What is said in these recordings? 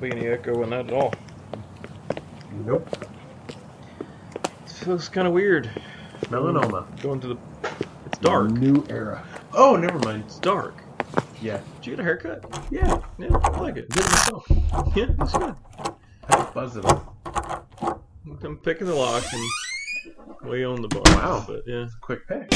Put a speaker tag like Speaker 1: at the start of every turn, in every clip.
Speaker 1: be any echo in that at all.
Speaker 2: Nope.
Speaker 1: It looks kind of weird.
Speaker 2: Melanoma.
Speaker 1: Going to the. It's dark.
Speaker 2: New era. Oh, never mind.
Speaker 1: It's dark.
Speaker 2: Yeah.
Speaker 1: Did you get a haircut?
Speaker 2: Yeah.
Speaker 1: Yeah, I like it.
Speaker 2: I did
Speaker 1: Yeah,
Speaker 2: it myself.
Speaker 1: that's good.
Speaker 2: I had to buzz it off.
Speaker 1: I'm picking the lock and we own the bar.
Speaker 2: Wow.
Speaker 1: But yeah.
Speaker 2: Quick pick.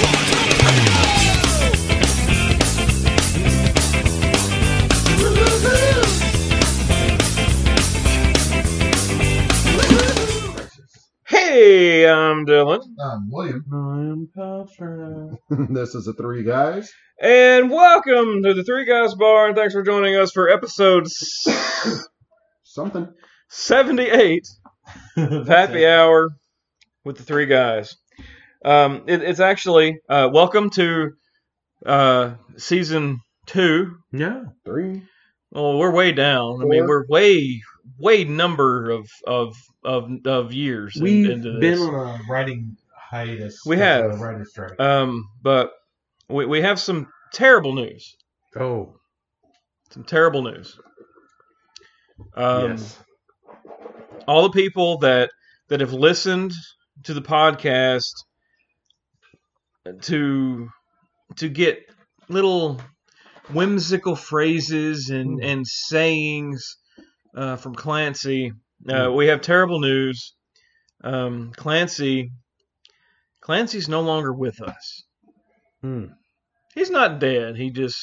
Speaker 2: Precious.
Speaker 1: Hey, I'm Dylan.
Speaker 3: I'm William.
Speaker 2: I'm Paltrow.
Speaker 3: this is the three guys.
Speaker 1: And welcome to the Three Guys Bar, and thanks for joining us for episode s-
Speaker 3: Something.
Speaker 1: 78 of Happy Hour with the Three Guys. Um, it, it's actually uh, welcome to uh, season two.
Speaker 2: Yeah.
Speaker 3: Three.
Speaker 1: Well, we're way down. I mean,
Speaker 3: Four.
Speaker 1: we're way, way number of of of, of years in-
Speaker 2: We've
Speaker 1: into this.
Speaker 2: been on a writing hiatus.
Speaker 1: We
Speaker 2: with
Speaker 1: have.
Speaker 2: A writer's strike.
Speaker 1: Um, but we, we have some terrible news.
Speaker 2: oh,
Speaker 1: Some terrible news. Um,
Speaker 2: yes.
Speaker 1: All the people that that have listened to the podcast to to get little whimsical phrases and
Speaker 2: Hmm.
Speaker 1: and sayings uh, from Clancy. Uh,
Speaker 2: Hmm.
Speaker 1: we have terrible news. Um, Clancy Clancy's no longer with us.
Speaker 2: Hmm.
Speaker 1: He's not dead. He just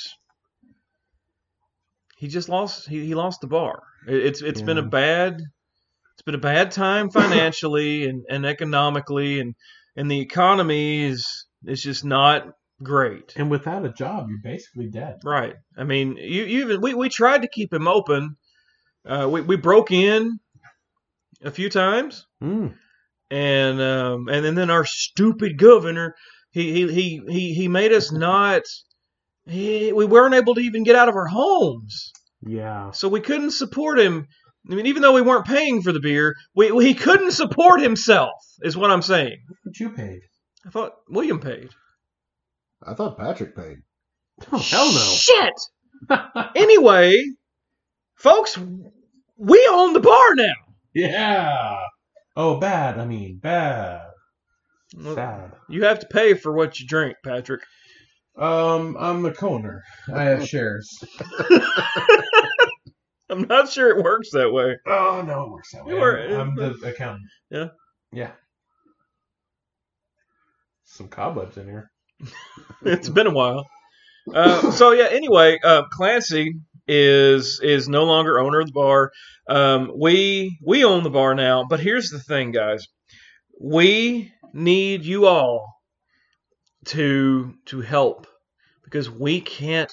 Speaker 1: he just lost he, he lost the bar. It, it's it's been a
Speaker 2: Yeah.
Speaker 1: bad it's been a bad time financially and, and economically and and the economy is is just not great.
Speaker 2: And without a job, you're basically dead.
Speaker 1: Right. I mean, you, you even we, we tried to keep him open. Uh, we we broke in a few times
Speaker 3: Hmm.
Speaker 2: Mm.
Speaker 1: and um, and then, then our stupid governor he he he he, he made us not he, we weren't able to even get out of our homes
Speaker 2: Yeah.
Speaker 1: so we couldn't support him i mean even though we weren't paying for the beer we, we he couldn't support himself is what i'm saying
Speaker 2: What you paid?
Speaker 1: i thought william paid
Speaker 3: I thought Patrick paid.
Speaker 2: Oh, hell no.
Speaker 1: shit anyway folks we own the bar now
Speaker 2: Yeah. Oh, bad. I mean, bad.
Speaker 1: Well,
Speaker 2: Sad.
Speaker 1: you have to pay for what you drink patrick
Speaker 2: Um, I'm the co-owner. I have shares.
Speaker 1: i'm not sure it works that way
Speaker 2: Oh no, it works that way.
Speaker 1: You are-
Speaker 2: I'm, I'm the accountant.
Speaker 1: Yeah.
Speaker 2: Yeah. Some cobwebs in here.
Speaker 1: it's been a while. Uh, so yeah. Anyway, uh, Clancy is is no longer owner of the bar. Um, we we own the bar now. But here's the thing, guys. We need you all to to help because we can't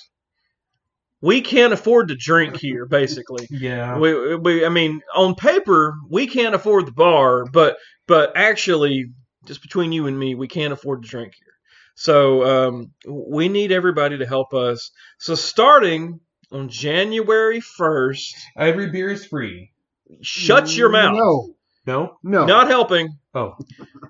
Speaker 1: we can't afford to drink here. Basically,
Speaker 2: Yeah.
Speaker 1: we, we I mean, on paper we can't afford the bar, but but actually, just between you and me, we can't afford to drink here. So um, we need everybody to help us. So starting on January first,
Speaker 2: Every beer is free.
Speaker 1: shut your mouth.
Speaker 3: No.
Speaker 2: No.
Speaker 3: No.
Speaker 1: Not helping.
Speaker 2: Oh.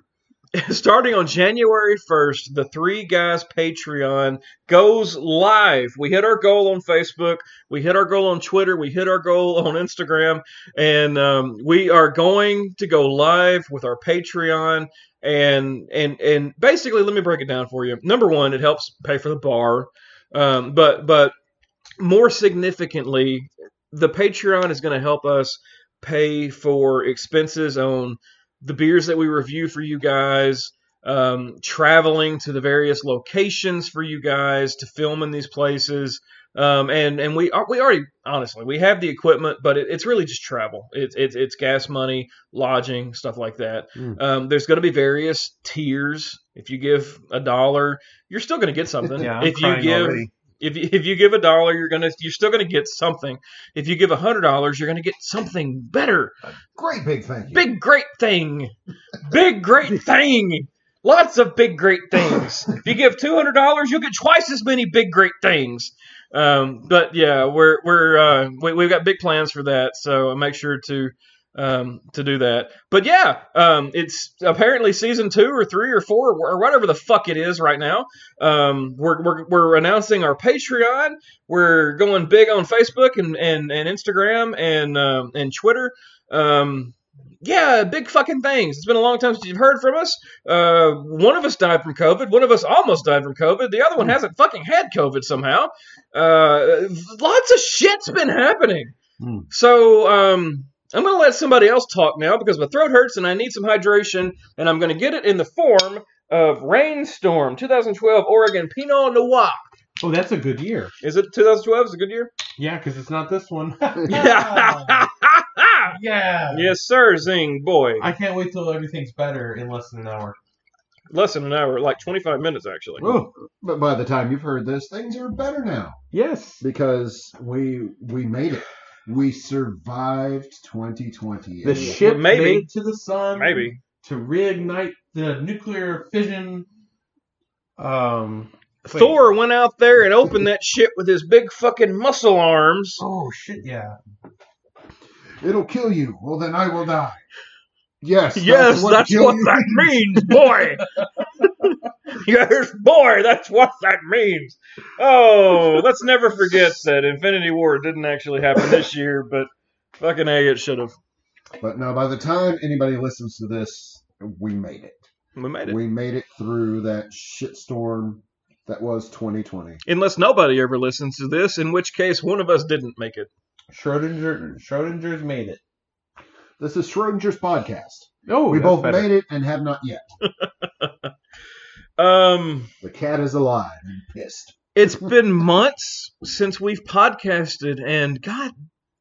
Speaker 1: starting on January 1st, the Three Guys Patreon goes live. We hit our goal on Facebook. We hit our goal on Twitter. We hit our goal on Instagram. And um, we are going to go live with our Patreon. And, and, and basically, let me break it down for you. Number one, it helps pay for the bar. Um, but, but more significantly, the Patreon is going to help us pay for expenses on the beers that we review for you guys, um, traveling to the various locations for you guys to film in these places. Um, and and we are, we already honestly we have the equipment, but it, it's really just travel. It's it's it's gas money, lodging, stuff like that.
Speaker 2: Mm.
Speaker 1: Um, there's going to be various tiers. If you give a dollar, you're still going to get something. if you give if you, if you give a dollar, you're gonna you're still gonna get something. If you give a hundred dollars, you're gonna get something better.
Speaker 3: Great big thank you.
Speaker 1: Big great thing, big great thing. Lots of big great things. If you give two hundred dollars, you'll get twice as many big great things. Um, but yeah, we're we're uh, we, we've got big plans for that. So make sure to um, to do that. But yeah, um, it's apparently season two or three or four or whatever the fuck it is right now. Um, we're, we're, we're announcing our Patreon. We're going big on Facebook and, and, and Instagram and um, and Twitter. Um, yeah, big fucking things. It's been a long time since you've heard from us. Uh, one of us died from COVID. One of us almost died from COVID. The other one
Speaker 2: Hmm.
Speaker 1: hasn't fucking had COVID somehow. Uh, lots of shit's been happening.
Speaker 2: Hmm.
Speaker 1: So um, I'm going to let somebody else talk now because my throat hurts and I need some hydration. And I'm going to get it in the form of Rainstorm 2012 Oregon Pinot Noir.
Speaker 2: Oh, that's a good year.
Speaker 1: Is it 2012? Is it a good year?
Speaker 2: Yeah, because it's not this one.
Speaker 1: Yeah.
Speaker 2: yeah.
Speaker 1: yes, sir, Zing boy.
Speaker 2: I can't wait till everything's better in less than an hour.
Speaker 1: Less than an hour, like 25 minutes actually.
Speaker 2: Oh,
Speaker 3: But by the time you've heard this, things are better now
Speaker 2: yes.
Speaker 3: because we we made it. We survived 2020.
Speaker 2: The
Speaker 3: And
Speaker 2: ship
Speaker 1: Maybe.
Speaker 2: made it to the sun.
Speaker 1: Maybe.
Speaker 2: To reignite the nuclear fission. Um. wait.
Speaker 1: Thor went out there and opened that shit with his big fucking muscle arms.
Speaker 2: Oh shit! Yeah.
Speaker 3: It'll kill you. Well, then I will die. Yes.
Speaker 1: yes, that's
Speaker 3: kill
Speaker 1: what
Speaker 3: you
Speaker 1: that means,
Speaker 3: means.
Speaker 1: boy. yes, boy, that's what that means. Oh, let's never forget that Infinity War didn't actually happen this year, but fucking A, it should have.
Speaker 3: But no, by the time anybody listens to this, we made it.
Speaker 1: We made it.
Speaker 3: We made it through that shitstorm that was 2020.
Speaker 1: Unless nobody ever listens to this, in which case one of us didn't make it.
Speaker 2: Schrodinger. Schrodinger's made it.
Speaker 3: This is Schrodinger's podcast.
Speaker 2: Oh,
Speaker 3: we
Speaker 2: that's
Speaker 3: both
Speaker 2: better.
Speaker 3: made it and have not yet.
Speaker 1: Um,
Speaker 3: The cat is alive and pissed.
Speaker 1: it's been months since we've podcasted, and god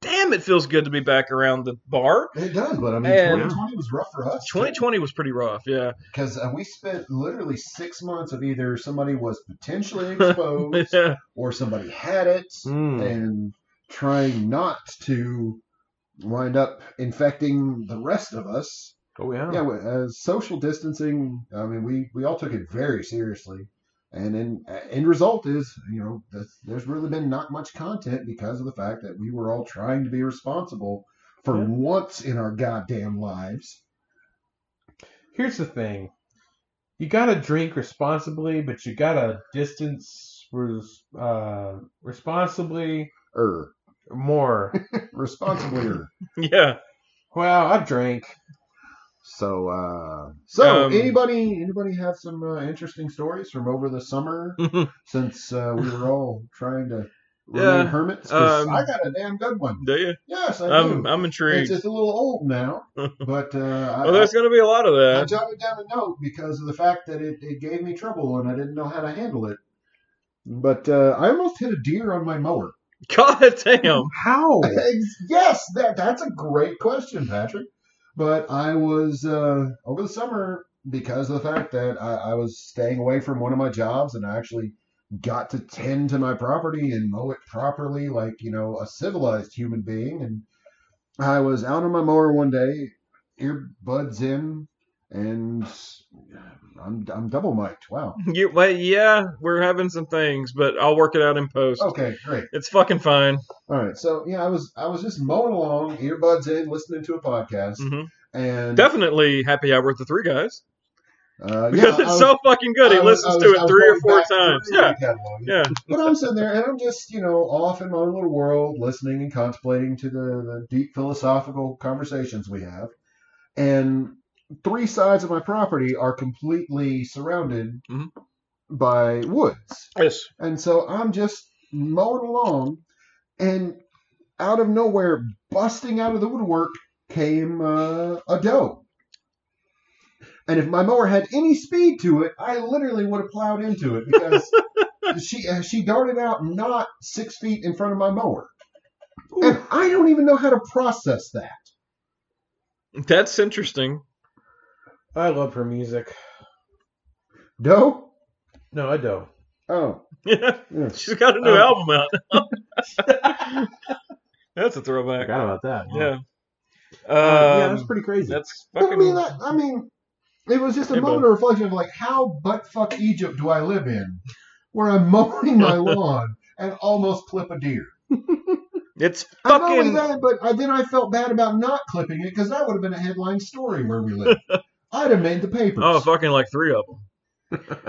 Speaker 1: damn, it feels good to be back around the bar.
Speaker 3: It does, but I mean,
Speaker 1: And-
Speaker 3: 2020 was rough for us.
Speaker 1: 2020 was pretty rough, yeah.
Speaker 3: Because uh, we spent literally six months of either somebody was potentially exposed or somebody had it
Speaker 2: Mm.
Speaker 3: and trying not to wind up infecting the rest of us.
Speaker 2: Oh yeah.
Speaker 3: yeah we- uh, social distancing i mean we we all took it very seriously and then uh, end result is you know that's, there's really been not much content because of the fact that we were all trying to be responsible for
Speaker 2: Yeah.
Speaker 3: once in our goddamn lives
Speaker 2: here's the thing you gotta drink responsibly but you gotta distance res- uh, responsibly
Speaker 3: er
Speaker 2: more
Speaker 3: responsibly er
Speaker 1: yeah.
Speaker 2: well i drank
Speaker 3: so uh so
Speaker 1: Um,
Speaker 3: anybody anybody have some uh, interesting stories from over the summer since uh, we were all trying to
Speaker 1: Yeah,
Speaker 3: remain hermits 'Cause
Speaker 1: um,
Speaker 3: i got a damn good one
Speaker 1: Do you?
Speaker 3: yes i do.
Speaker 1: I'm I'm
Speaker 3: It's,
Speaker 1: intrigued.
Speaker 3: it's a little old now, but uh, I,
Speaker 1: Well, there's going to be a lot of
Speaker 3: I, I
Speaker 1: that.
Speaker 3: jotted down a note because of the fact that it, it gave me trouble and I didn't know how to handle it. But uh, I almost hit a deer on my mower.
Speaker 1: God damn.
Speaker 2: how
Speaker 3: yes, that, that's a great question, Patrick. But I was uh, over the summer because of the fact that I, I was staying away from one of my jobs and I actually got to tend to my property and mow it properly, like you know, a civilized human being. And I was out on my mower one day, earbuds in, and I'm I'm double mic'd. Wow.
Speaker 1: You, wait, yeah, we're having some things, but I'll work it out in post.
Speaker 3: Okay, great.
Speaker 1: It's fucking fine.
Speaker 3: All right. So yeah, I was I was just mowing along, earbuds in, listening to a podcast,
Speaker 1: hmm
Speaker 3: and
Speaker 1: Definitely happy hour with the three guys
Speaker 3: Uh,
Speaker 1: because
Speaker 3: yeah, I
Speaker 1: it's
Speaker 3: was-
Speaker 1: so fucking good. He
Speaker 3: I was-
Speaker 1: listens
Speaker 3: I was-
Speaker 1: to
Speaker 3: I
Speaker 1: it
Speaker 3: was
Speaker 1: three or
Speaker 3: going
Speaker 1: four
Speaker 3: back through
Speaker 1: times.
Speaker 3: the
Speaker 1: Yeah,
Speaker 3: catalog.
Speaker 1: yeah.
Speaker 3: But I'm sitting there and I'm just, you know, off in my own little world, listening and contemplating to the, the deep philosophical conversations we have. And three sides of my property are completely surrounded
Speaker 1: Mhm.
Speaker 3: by woods.
Speaker 1: Yes.
Speaker 3: And so I'm just mowing along, and out of nowhere, busting out of the woodwork came uh, a doe. And if my mower had any speed to it, I literally would have plowed into it because she uh, she darted out not six feet in front of my mower, and I don't even know how to process that.
Speaker 1: That's interesting.
Speaker 2: i love her music
Speaker 3: Doe?
Speaker 2: no i don't
Speaker 3: Oh, yeah.
Speaker 1: She's got a new
Speaker 3: Oh.
Speaker 2: Um,
Speaker 1: album out. That's a throwback.
Speaker 2: forgot about that huh?
Speaker 1: Yeah. Um,
Speaker 2: Uh, yeah that's pretty crazy
Speaker 1: that's
Speaker 3: But I
Speaker 1: fucking.
Speaker 3: mean, that, I mean, it was just a
Speaker 1: Hey, bud.
Speaker 3: moment of reflection of like, how butt fuck Egypt do I live in, where I'm mowing my lawn and almost clip a deer?
Speaker 1: It's
Speaker 3: I Not only
Speaker 1: fucking.
Speaker 3: that, but I, then I felt bad about not clipping it because that would have been a headline story where we live. I'd have made the papers.
Speaker 1: Oh, fucking like three of them.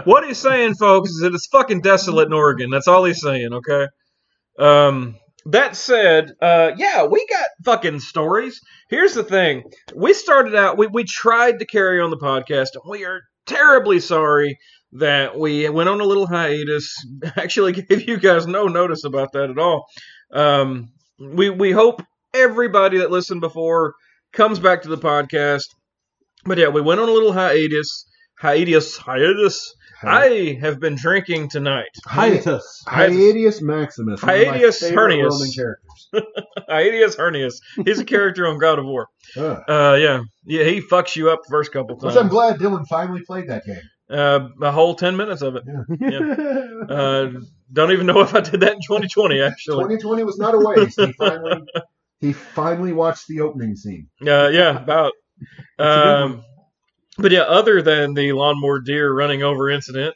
Speaker 1: what he's saying, folks, is that it's fucking desolate in Oregon. That's all he's saying, okay? Um, that said, uh, yeah, we got fucking stories. Here's the thing we started out, we, we tried to carry on the podcast, and we are terribly sorry that we went on a little hiatus. Actually, gave you guys no notice about that at all. Um, we, we hope everybody that listened before comes back to the podcast. But yeah, we went on a little hiatus. Hiatus, hiatus. I have been drinking tonight.
Speaker 2: Hiatus.
Speaker 3: Hiatus Maximus. one of my
Speaker 1: Hiatus
Speaker 3: favorite
Speaker 1: hernius.
Speaker 3: Roman characters.
Speaker 1: Hiatus hernius. He's a character on God of War.
Speaker 3: Ugh.
Speaker 1: Uh, yeah, yeah, he fucks you up first couple
Speaker 3: Which I'm
Speaker 1: times.
Speaker 3: glad Dylan finally played that game.
Speaker 1: Uh, a whole ten minutes of it. Uh, don't even know if I did that in 2020. Actually,
Speaker 3: 2020 was not a waste. He finally, he finally watched the opening scene.
Speaker 1: Uh, yeah, about.
Speaker 2: a good
Speaker 1: Um, but yeah, other than the lawnmower deer running over incident,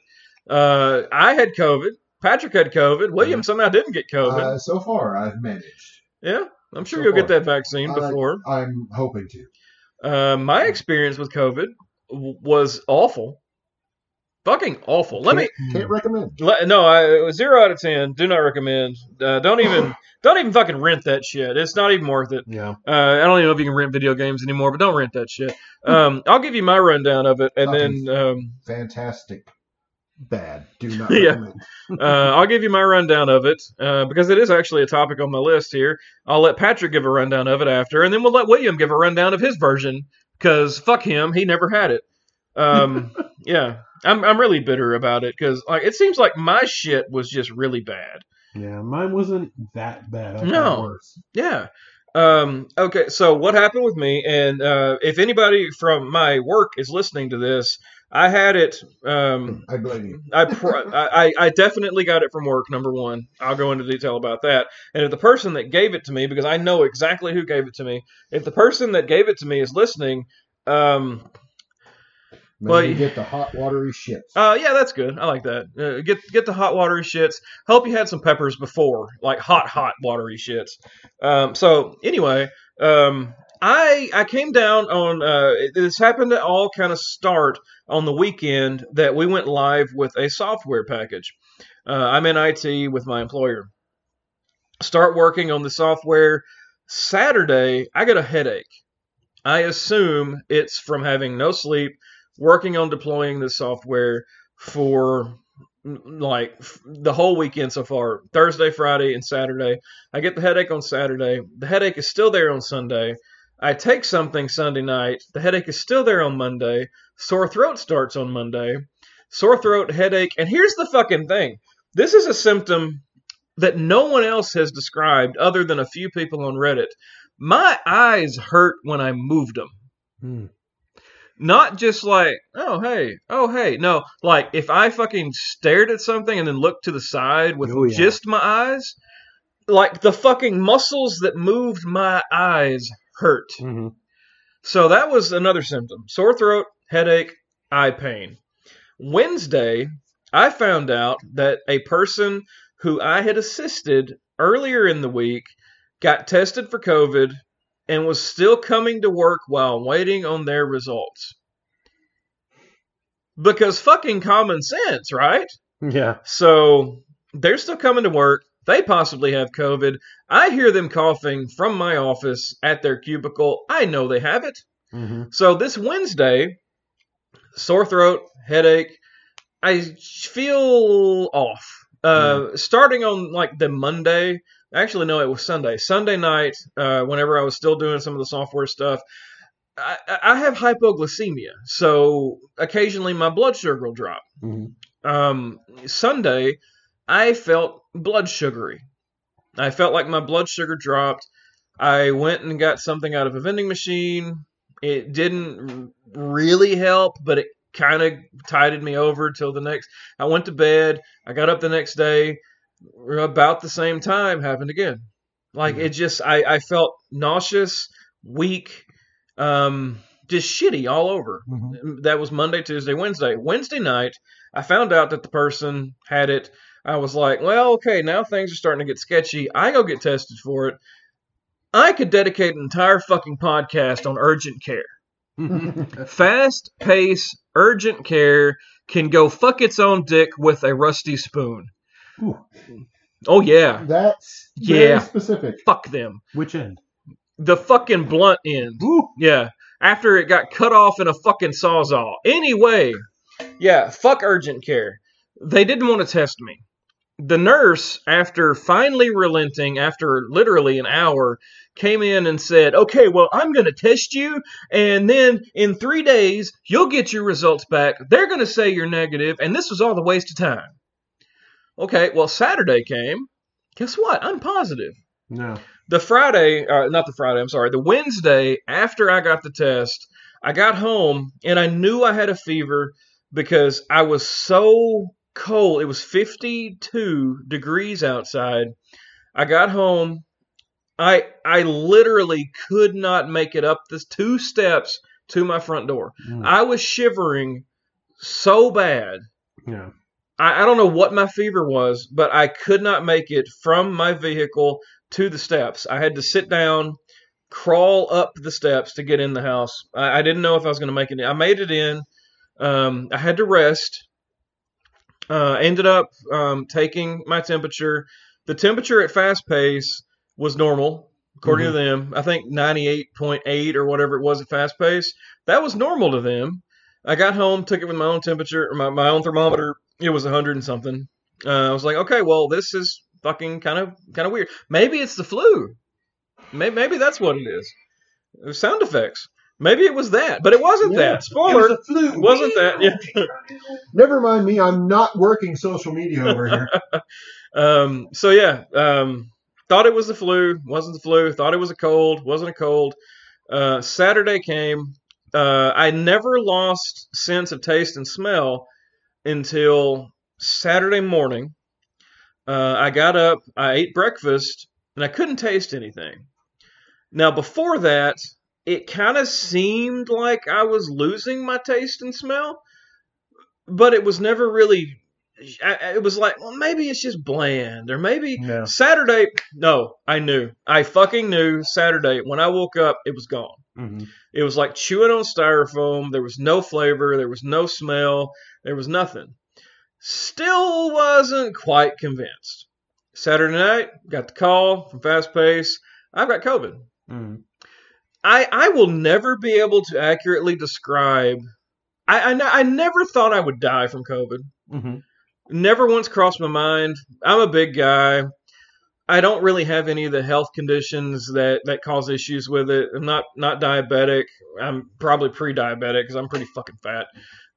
Speaker 1: uh, I had COVID. Patrick had COVID. William somehow didn't get COVID.
Speaker 3: Mm-hmm. Uh, so far, I've managed.
Speaker 1: yeah, I'm sure
Speaker 3: so
Speaker 1: you'll get
Speaker 3: far.
Speaker 1: that vaccine
Speaker 3: I-
Speaker 1: before.
Speaker 3: I'm hoping to.
Speaker 1: Uh, my experience with COVID w- was awful, fucking awful. Let me.
Speaker 2: Hmm.
Speaker 3: Can't recommend.
Speaker 1: Let, no, I, it was zero out of ten. Do not recommend. Uh, don't even. don't even fucking rent that shit. It's not even worth it.
Speaker 2: Yeah.
Speaker 1: Uh, I don't even know if you can rent video games anymore, but don't rent that shit. Um, I'll give you my rundown of it, and then um,
Speaker 3: Fantastic. Bad. Do not
Speaker 1: Yeah.
Speaker 3: recommend.
Speaker 1: uh, I'll give you my rundown of it uh, because it is actually a topic on my list here. I'll let Patrick give a rundown of it after, and then we'll let William give a rundown of his version because fuck him, he never had it. Um, yeah, I'm I'm really bitter about it because like it seems like my shit was just really bad.
Speaker 2: Yeah. Mine wasn't that bad. I've had
Speaker 1: No.
Speaker 2: worse.
Speaker 1: Yeah. Um, okay, so what happened with me, and uh, if anybody from my work is listening to this, I had it. Um,
Speaker 3: I blame you.
Speaker 1: I, pro- I I- I definitely got it from work. Number one, I'll go into detail about that. And if the person that gave it to me, because I know exactly who gave it to me, if the person that gave it to me is listening, um,
Speaker 3: Maybe
Speaker 1: Well,
Speaker 3: you get the hot watery shits.
Speaker 1: uh, yeah, that's good. I like that. Uh, get get the hot watery shits. Hope you had some peppers before, like hot hot watery shits. Um, so anyway, um, I I came down on uh, it- this happened to all kind of start on the weekend that we went live with a software package. Uh, I'm in IT with my employer. Start working on the software. Saturday, I get a headache. I assume it's from having no sleep working on deploying the software for mm, like f- the whole weekend so far Thursday, Friday, and Saturday. I get the headache on Saturday. The headache is still there on Sunday. I take something Sunday night. The headache is still there on Monday. Sore throat starts on Monday. Sore throat, headache. And here's the fucking thing this is a symptom that no one else has described other than a few people on Reddit. My eyes hurt when I moved them
Speaker 2: Mm.
Speaker 1: not just like oh hey oh hey no like if i fucking stared at something and then looked to the side with
Speaker 2: Oh, yeah.
Speaker 1: just my eyes like the fucking muscles that moved my eyes hurt
Speaker 2: Mhm.
Speaker 1: so that was another symptom sore throat headache eye pain wednesday i found out that a person who i had assisted earlier in the week got tested for covid and was still coming to work while waiting on their results. Because fucking common sense, right?
Speaker 2: Yeah.
Speaker 1: So they're still coming to work. They possibly have COVID. I hear them coughing from my office at their cubicle. I know they have it.
Speaker 2: Mm-hmm.
Speaker 1: So this Wednesday, sore throat, headache. I feel off. Uh, Starting on like the Monday, actually no, it was Sunday. Sunday night, uh, whenever I was still doing some of the software stuff, I, I I have hypoglycemia, so occasionally my blood sugar will drop.
Speaker 2: Mhm.
Speaker 1: Um, Sunday, I felt blood sugary. I felt like my blood sugar dropped. I went and got something out of a vending machine. It didn't r- really help, but it kind of tided me over till the next. I went to bed. I got up the next day. About the same time happened again. Like
Speaker 2: Mhm.
Speaker 1: it just, I, I felt nauseous, weak, um, just shitty all over. That was Monday, Tuesday, Wednesday. Wednesday night, I found out that the person had it. I was like, well, okay, now things are starting to get sketchy. I go get tested for it. I could dedicate an entire fucking podcast on urgent care.
Speaker 2: Mm-hmm.
Speaker 1: Fast pace, urgent care can go fuck its own dick with a rusty spoon.
Speaker 2: Ooh.
Speaker 1: Oh, yeah.
Speaker 3: That's very
Speaker 1: Yeah.
Speaker 3: specific.
Speaker 1: Fuck them.
Speaker 2: Which end?
Speaker 1: The fucking blunt end.
Speaker 2: Woo!
Speaker 1: Yeah. After it got cut off in a fucking sawzall. Anyway, yeah, fuck urgent care. They didn't want to test me. The nurse, after finally relenting, after literally an hour, came in and said, Okay, well, I'm going to test you, and then in three days, you'll get your results back. They're going to say you're negative, and this was all the waste of time. Okay, well, Saturday came. Guess what? I'm positive
Speaker 2: No.
Speaker 1: the Friday, uh, not the Friday, I'm sorry, the Wednesday after I got the test, I got home and I knew I had a fever because I was so cold. It was 52 degrees outside. I got home. I I literally could not make it up the two steps to my front door.
Speaker 2: Mm.
Speaker 1: I was shivering so bad.
Speaker 2: No.
Speaker 1: I, I don't know what my fever was, but I could not make it from my vehicle to the steps. I had to sit down, crawl up the steps to get in the house. I, I didn't know if I was going to make it. in. I made it in. Um, I had to rest. Uh, ended up um, taking my temperature. The temperature at fast pace was normal, according to them. I think 98.8 or whatever it was at fast pace. That was normal to them. I got home, took it with my own temperature, my, my own thermometer. It was 100 and something. Uh, I was like, okay, well, this is fucking kind of kind of weird. Maybe it's the flu. Maybe, maybe that's what it is. It was sound effects. Maybe it was that, but it wasn't
Speaker 3: Yeah,
Speaker 1: that. Spoiler.
Speaker 2: a flu.
Speaker 1: Wasn't that? Yeah.
Speaker 3: Never mind me. I'm not working social media over here.
Speaker 1: Um, so yeah, um, thought it was the flu, wasn't the flu. Thought it was a cold, wasn't a cold. Uh, Saturday came. Uh, I never lost sense of taste and smell until Saturday morning. Uh, I got up, I ate breakfast, and I couldn't taste anything. Now before that, it kind of seemed like I was losing my taste and smell, but it was never really I, I- it was like, well, maybe it's just bland, or maybe
Speaker 2: No.
Speaker 1: Saturday. No, I knew. I fucking knew Saturday. When I woke up, it was gone.
Speaker 2: Mm-hmm.
Speaker 1: It was like chewing on styrofoam. There was no flavor. There was no smell. There was nothing. Still wasn't quite convinced. Saturday night, got the call from Fast Pace. I've got COVID.
Speaker 2: Mm-hmm.
Speaker 1: I, I will never be able to accurately describe. I, I, ne- I never thought I would die from COVID
Speaker 2: Mm-hmm.
Speaker 1: never once crossed my mind. I'm a big guy. I don't really have any of the health conditions that, that cause issues with it. I'm not not diabetic. I'm probably pre-diabetic because I'm pretty fucking fat.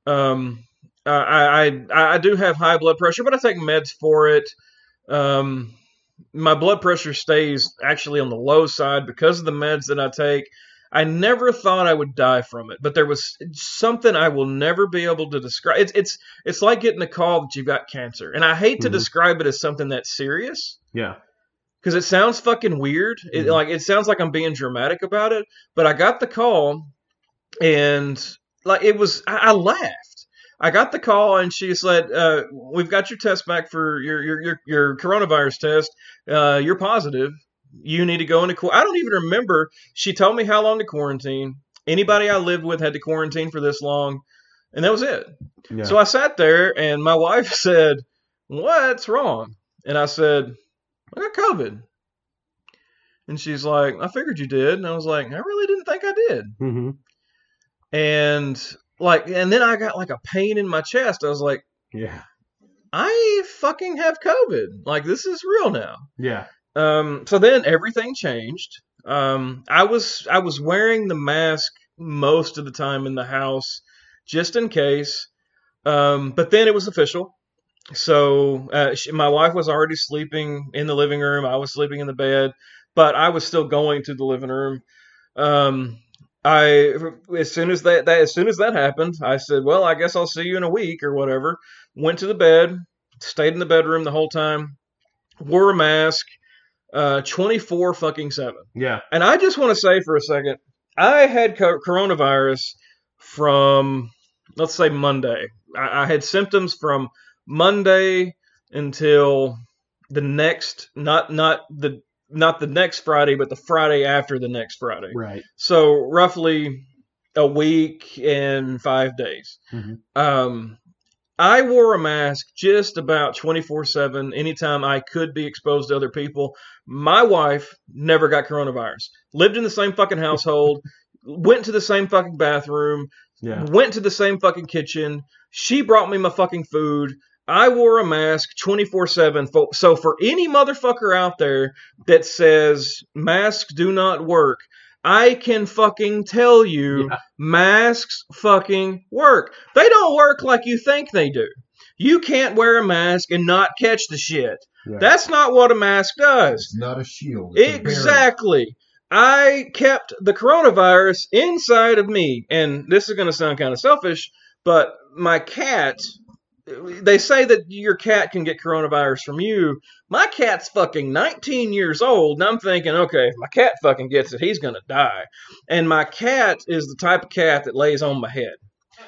Speaker 1: Um, I, I- I I do have high blood pressure, but I take meds for it. Um, my blood pressure stays actually on the low side because of the meds that I take. I never thought I would die from it, but there was something I will never be able to describe. It's it's it's like getting a call that you've got cancer, and I hate to
Speaker 2: Mhm.
Speaker 1: describe it as something that's serious
Speaker 2: Yeah.
Speaker 1: because it sounds fucking weird. It,
Speaker 2: Mhm.
Speaker 1: Like it sounds like I'm being dramatic about it, but I got the call, and like it was, I, I laughed. I got the call, and she said, uh, "We've got your test back for your your your, your coronavirus test. Uh, you're positive. You need to go into qu- I don't even remember. She told me how long to quarantine. Anybody I lived with had to quarantine for this long, and that was it.
Speaker 2: Yeah.
Speaker 1: So I sat there, and my wife said, "What's wrong?" And I said, "I got COVID." And she's like, "I figured you did." And I was like, "I really didn't think I did."
Speaker 2: mm-hmm.
Speaker 1: And like, and then I got like a pain in my chest. I was like,
Speaker 2: Yeah.
Speaker 1: "I fucking have COVID. Like, this is real now."
Speaker 2: Yeah.
Speaker 1: Um, so then everything changed. Um, I was I was wearing the mask most of the time in the house, just in case. Um, but then it was official. So uh, she, my wife was already sleeping in the living room. I was sleeping in the bed, but I was still going to the living room. Um, I as soon as that, that as soon as that happened, I said, "Well, I guess I'll see you in a week or whatever." Went to the bed, stayed in the bedroom the whole time, wore a mask, uh, 24 fucking 7.
Speaker 2: Yeah.
Speaker 1: And I just want to say for a second, I had co- coronavirus from, let's say, Monday. I, I had symptoms from Monday until the next not not the not the next Friday, but the Friday after the next Friday.
Speaker 3: Right.
Speaker 1: So roughly a week and five days.
Speaker 3: Mhm.
Speaker 1: Um, I wore a mask just about 24 7 anytime I could be exposed to other people. My wife never got coronavirus, lived in the same fucking household, went to the same fucking bathroom,
Speaker 2: Yeah.
Speaker 1: went to the same fucking kitchen. She brought me my fucking food. I wore a mask 24 7. So, for any motherfucker out there that says masks do not work, I can fucking tell you masks fucking work. They don't work like you think they do. You can't wear a mask and not catch the shit.
Speaker 2: Yeah.
Speaker 1: That's not what a mask does.
Speaker 3: It's not a shield. It's a barrier.
Speaker 1: Exactly. I kept the coronavirus inside of me, and this is going to sound kind of selfish, but my cat. They say that your cat can get coronavirus from you. My cat's fucking 19 years old, and I'm thinking, okay, if my cat fucking gets it, he's gonna die. And my cat is the type of cat that lays on my head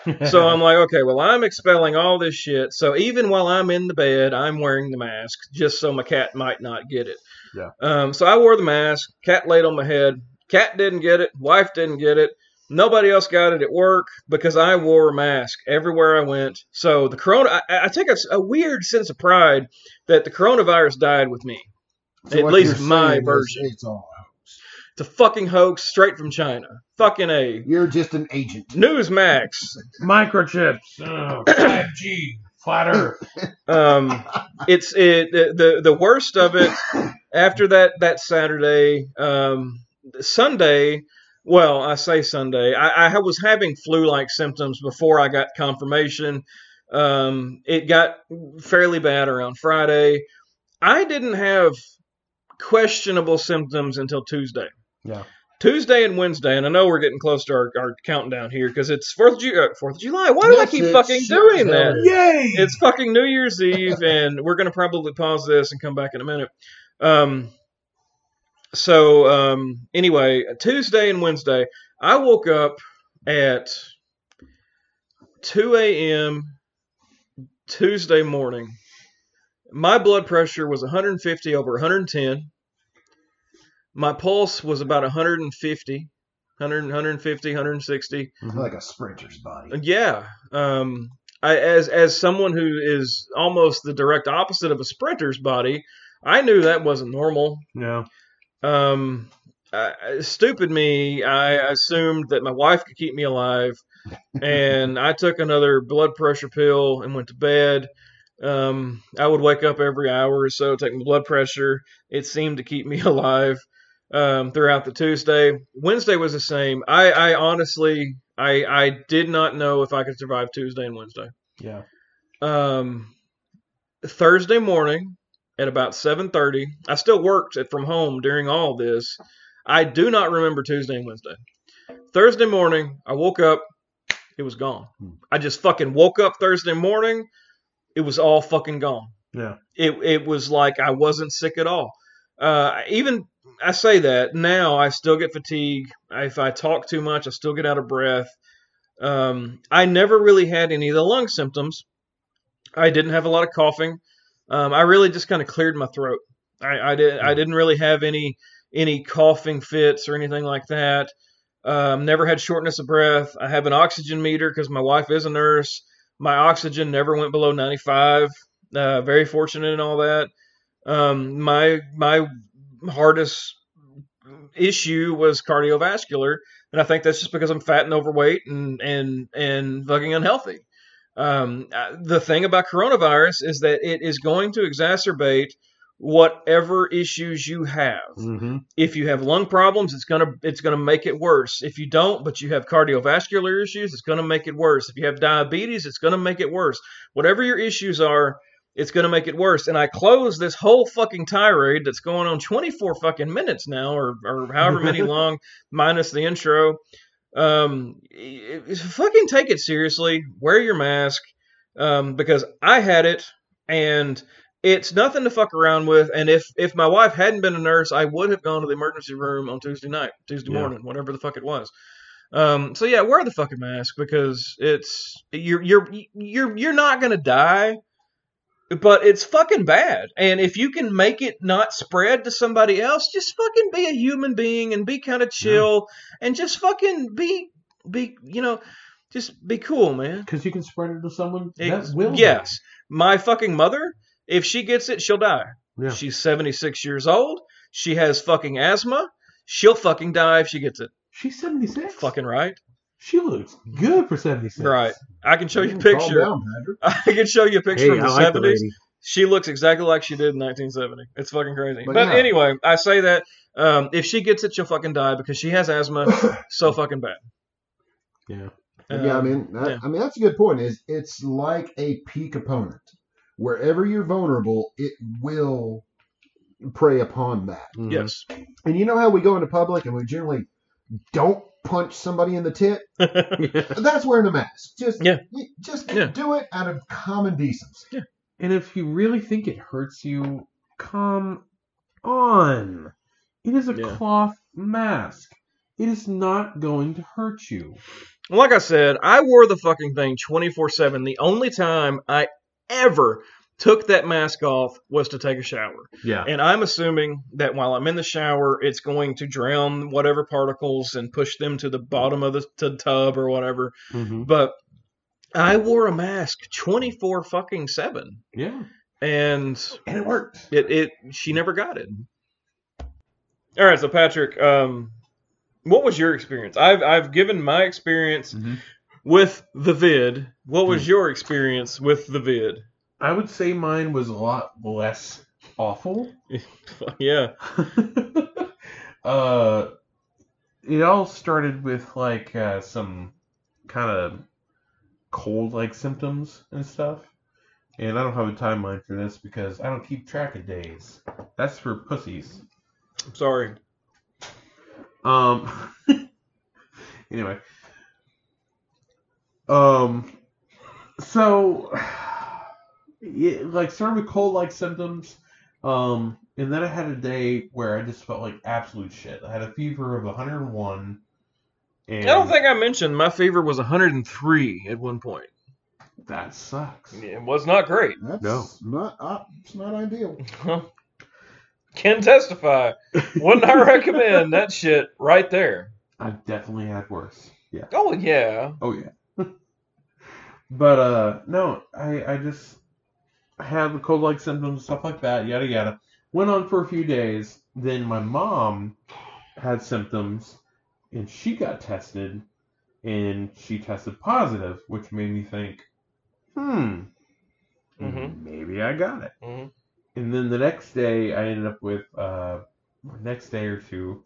Speaker 1: so I'm like, okay, well, I'm expelling all this shit. So even while I'm in the bed, I'm wearing the mask just so my cat might not get it.
Speaker 2: Yeah.
Speaker 1: Um, so I wore the mask. Cat laid on my head. Cat didn't get it. Wife didn't get it. Nobody else got it at work because I wore a mask everywhere I went. So the corona, I, I take a, a weird sense of pride that the coronavirus died with me.
Speaker 3: So
Speaker 1: At
Speaker 3: what
Speaker 1: least
Speaker 3: you're
Speaker 1: my
Speaker 3: saying is
Speaker 1: version.
Speaker 3: It's all.
Speaker 1: It's a fucking hoax straight from China. Fucking A.
Speaker 3: You're just an agent.
Speaker 1: Newsmax.
Speaker 2: Microchips. Oh, 5G. Flat Earth.
Speaker 1: um, it's it the, the the worst of it. After that that Saturday, um, Sunday. Well, I say Sunday. I, I was having flu-like symptoms before I got confirmation. Um, it got fairly bad around Friday. I didn't have questionable symptoms until Tuesday.
Speaker 2: Yeah.
Speaker 1: Tuesday and Wednesday, and I know we're getting close to our, our countdown here because it's Fourth of, Ju- uh, 4th of July. Why do I
Speaker 3: Yes,
Speaker 1: keep
Speaker 3: it
Speaker 1: fucking
Speaker 3: sure
Speaker 1: doing that?
Speaker 3: does.
Speaker 2: Yay!
Speaker 1: it's fucking New Year's Eve, and we're gonna probably pause this and come back in a minute. Um, so um, anyway, Tuesday and Wednesday, I woke up at two a.m. Tuesday morning. My blood pressure was 150 over 110. My pulse was about 150, 100, 150, 160.
Speaker 3: Like a sprinter's body.
Speaker 1: Yeah. Um, I, as as someone who is almost the direct opposite of a sprinter's body, I knew that wasn't normal.
Speaker 2: Yeah.
Speaker 1: Um, I, I- stupid me, I assumed that my wife could keep me alive, and I took another blood pressure pill and went to bed. Um, I would wake up every hour or so, take my blood pressure. It seemed to keep me alive um, throughout the Tuesday. Wednesday was the same. I, I honestly, I, I did not know if I could survive Tuesday and Wednesday
Speaker 2: Yeah.
Speaker 1: um, Thursday morning at about 7:30. I still worked at, from home during all this. I do not remember Tuesday and Wednesday. Thursday morning, I woke up. It was gone.
Speaker 3: Hmm.
Speaker 1: I just fucking woke up Thursday morning. It was all fucking gone.
Speaker 2: Yeah.
Speaker 1: It it was like I wasn't sick at all. Uh, even I say that now, I still get fatigue. If I talk too much, I still get out of breath. Um, I never really had any of the lung symptoms. I didn't have a lot of coughing. Um, I really just kind of cleared my throat. I, I did. I didn't really have any any coughing fits or anything like that. Um, never had shortness of breath. I have an oxygen meter because my wife is a nurse. My oxygen never went below 95. Uh, very fortunate and all that. Um, my my hardest issue was cardiovascular, and I think that's just because I'm fat and overweight and and and fucking unhealthy. Um, uh, the thing about coronavirus is that it is going to exacerbate whatever issues you have
Speaker 2: Mm-hmm.
Speaker 1: if you have lung problems, it's gonna it's gonna make it worse. If you don't, but you have cardiovascular issues, it's gonna make it worse. If you have diabetes, it's gonna make it worse. Whatever your issues are, it's gonna make it worse. And I close this whole fucking tirade that's going on 24 fucking minutes now, or or however many long, minus the intro. Um, it- it- fucking take it seriously. Wear your mask, um, because I had it and it's nothing to fuck around with. And if if my wife hadn't been a nurse, I would have gone to the emergency room on Tuesday night, Tuesday
Speaker 2: Yeah.
Speaker 1: morning, whatever the fuck it was. Um, so yeah, wear the fucking mask because it's you're you're you're you're not gonna die but it's fucking bad. And if you can make it not spread to somebody else, just fucking be a human being and be kind of chill and just fucking be be you know just be cool, man.
Speaker 2: Because you can spread it to someone
Speaker 1: Ex-
Speaker 2: that will.
Speaker 1: yes, my fucking mother. If she gets it, she'll die.
Speaker 2: Yeah.
Speaker 1: She's seventy six years old. She has fucking asthma. She'll fucking die if she gets it.
Speaker 2: She's 76.
Speaker 1: Fucking right.
Speaker 2: She looks good for 76.
Speaker 1: Right. I can show you a
Speaker 3: Calm
Speaker 1: picture.
Speaker 3: down, Patrick.
Speaker 1: I can show you a picture
Speaker 4: Hey,
Speaker 1: from
Speaker 4: I
Speaker 1: the
Speaker 4: like the
Speaker 1: seventies.
Speaker 4: lady.
Speaker 1: She looks exactly like she did in 1970. It's fucking crazy. But,
Speaker 3: But yeah.
Speaker 1: anyway, I say that um, if she gets it, she'll fucking die because she has asthma so fucking bad.
Speaker 2: Yeah.
Speaker 1: Um,
Speaker 3: yeah, I mean, that,
Speaker 1: yeah.
Speaker 3: I mean that's a good point. Is it's like a peak opponent. Wherever you're vulnerable, it will prey upon that.
Speaker 4: Mhm.
Speaker 1: yes.
Speaker 3: And you know how we go into public and we generally don't punch somebody in the tit.
Speaker 2: Mm-hmm.
Speaker 3: That's wearing a mask. Just
Speaker 1: Yeah.
Speaker 3: just
Speaker 1: Yeah.
Speaker 3: do it out of common decency.
Speaker 2: And if you really think it hurts you, come on. It is a
Speaker 1: Yeah.
Speaker 2: cloth mask. It is not going to hurt you.
Speaker 1: Like I said, I wore the fucking thing 24 7. The only time I ever took that mask off was to take a shower.
Speaker 2: Yeah.
Speaker 1: And I'm assuming that while I'm in the shower, it's going to drown whatever particles and push them to the bottom of the t- tub or whatever.
Speaker 2: Mm-hmm.
Speaker 1: But I wore a mask 24 fucking 7.
Speaker 2: Yeah.
Speaker 1: and
Speaker 2: And it worked.
Speaker 1: it, it she never got it. All right, so Patrick, um, what was your experience? I've I've given my experience
Speaker 2: Mhm.
Speaker 1: with the vid. What was your experience with the vid?
Speaker 2: I would say mine was a lot less awful.
Speaker 1: yeah,
Speaker 2: uh, it all started with like uh, some kind of cold like symptoms and stuff. And I don't have a timeline for this because I don't keep track of days. That's for pussies.
Speaker 1: I'm sorry.
Speaker 2: Um. anyway. Um. So, yeah, like started with cold-like symptoms, um, and then I had a day where I just felt like absolute shit. I had a fever of 101, and
Speaker 1: I don't think I mentioned my fever was 103 at one point.
Speaker 2: that sucks.
Speaker 1: It was not great.
Speaker 3: That's
Speaker 4: No.
Speaker 3: not uh, it's not ideal.
Speaker 1: Can testify. Wouldn't I recommend that shit right there?
Speaker 2: I've definitely had worse. Yeah.
Speaker 1: Oh yeah.
Speaker 2: Oh yeah. but uh no, I I just had the cold like symptoms, stuff like that, yada yada. Went on for a few days. Then my mom had symptoms and she got tested and she tested positive, which made me think, hmm,
Speaker 1: Mhm.
Speaker 2: maybe I got it.
Speaker 1: Mhm.
Speaker 2: And then the next day, I ended up with, uh, next day or two,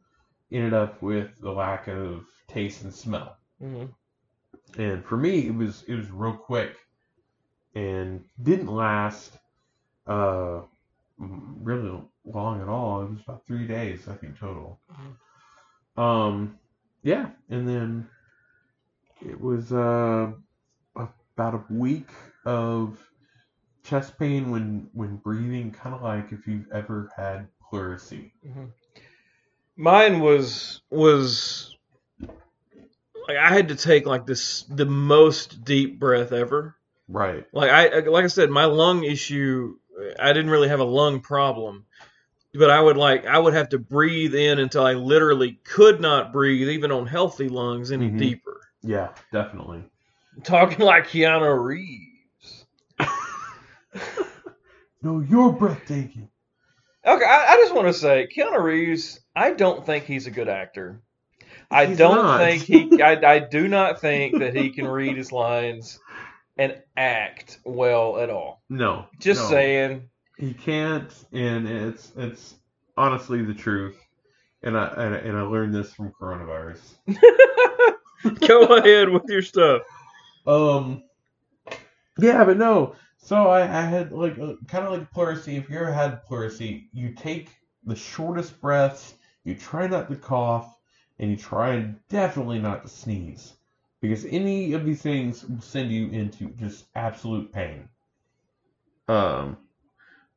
Speaker 2: ended up with the lack of taste and smell
Speaker 1: Mhm.
Speaker 2: and for me it was it was real quick and didn't last uh really long at all it was about three days i think total um yeah and then it was uh about a week of chest pain when when breathing kind of like if you've ever had pleurisy
Speaker 1: mm-hmm. Mine was was like I had to take like this the most deep breath ever.
Speaker 2: right
Speaker 1: Like I like I said, my lung issue. I didn't really have a lung problem, but I would like I would have to breathe in until I literally could not breathe, even on healthy lungs, any
Speaker 2: Mhm.
Speaker 1: deeper.
Speaker 2: yeah definitely
Speaker 1: talking like Keanu Reeves.
Speaker 2: no you're breathtaking
Speaker 1: Okay, I, I just want to say Keanu Reeves. I don't think he's a good actor. I
Speaker 2: He's
Speaker 1: don't
Speaker 2: not.
Speaker 1: think he. I, I do not think that he can read his lines and act well at all.
Speaker 2: no
Speaker 1: Just
Speaker 2: no.
Speaker 1: saying.
Speaker 2: He can't, and it's it's honestly the truth. And I and, I- and I learned this from coronavirus.
Speaker 1: Go ahead with your stuff.
Speaker 2: Um, yeah, but no. So I, I had like kind of like pleurisy. If you ever had pleurisy, you take the shortest breaths. You try not to cough, and you try and definitely not to sneeze, because any of these things will send you into just absolute pain. Um,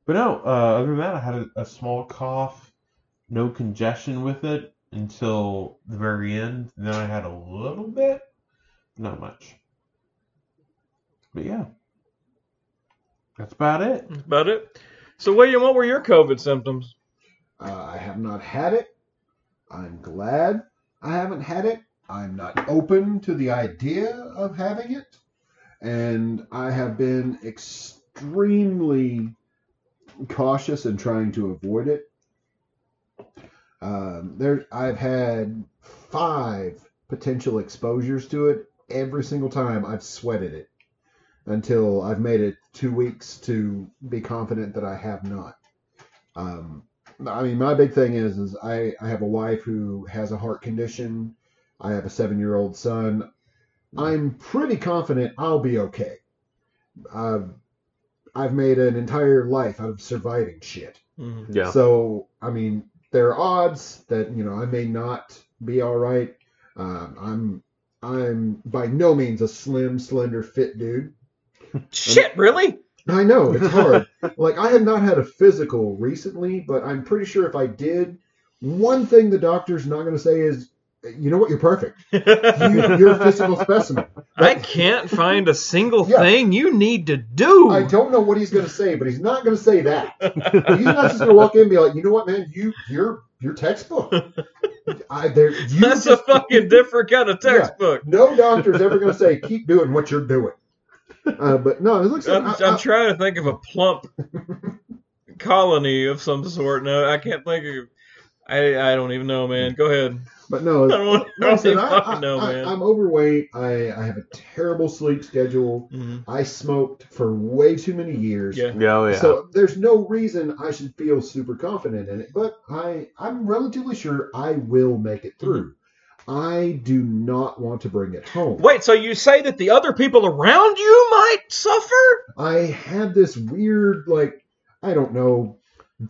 Speaker 2: but no. Uh, other than that, I had a, a small cough, no congestion with it until the very end. Then I had a little bit, not much. But yeah. That's about it.
Speaker 1: That's about it. So, William, what were your COVID symptoms?
Speaker 3: Uh, I have not had it. I'm glad I haven't had it. I'm not open to the idea of having it. And I have been extremely cautious in trying to avoid it. Um, there, I've had five potential exposures to it. Every single time I've sweated it until I've made it two weeks to be confident that I have not. Um, I mean, my big thing is, is I, I have a wife who has a heart condition. I have a seven year old son. I'm pretty confident I'll be okay. I've, I've made an entire life out of surviving shit.
Speaker 1: Mm-hmm.
Speaker 4: Yeah.
Speaker 3: So, I mean, there are odds that, you know, I may not be all right. Um, I'm, I'm by no means a slim, slender, fit dude.
Speaker 1: Shit, really?
Speaker 3: I know it's hard. like I have not had a physical recently, but I'm pretty sure if I did, one thing the doctor's not going to say is, you know what, you're perfect. You, you're a physical specimen.
Speaker 1: I can't find a single
Speaker 3: Yeah.
Speaker 1: thing you need to do.
Speaker 3: I don't know what he's going to say, but he's not going to say that. He's not just going to walk in and be like, you know what, man, you you're you're textbook. I there you
Speaker 1: That's a
Speaker 3: just,
Speaker 1: fucking different kind of
Speaker 3: Yeah.
Speaker 1: textbook.
Speaker 3: no doctor's ever going to say keep doing what you're doing. Uh, but no, it looks like
Speaker 1: I'm,
Speaker 3: I-
Speaker 1: I'm
Speaker 3: I-
Speaker 1: trying to think of a plump colony of some sort. No, I can't think of. I, I don't even know, man. Go ahead.
Speaker 3: but no,
Speaker 1: I don't, want, I
Speaker 3: No,
Speaker 1: don't
Speaker 3: listen,
Speaker 1: even
Speaker 3: I,
Speaker 1: fucking know, man.
Speaker 3: am overweight. I, I have a terrible sleep schedule.
Speaker 1: Mhm.
Speaker 3: I smoked for way too many years.
Speaker 1: Yeah.
Speaker 4: Yeah, oh, yeah.
Speaker 3: So there's no reason I should feel super confident in it, but I I'm relatively sure I will make it through.
Speaker 1: Mm-hmm.
Speaker 3: I do not want to bring it home.
Speaker 1: Wait, so you say that the other people around you might suffer?
Speaker 3: I had this weird like I don't know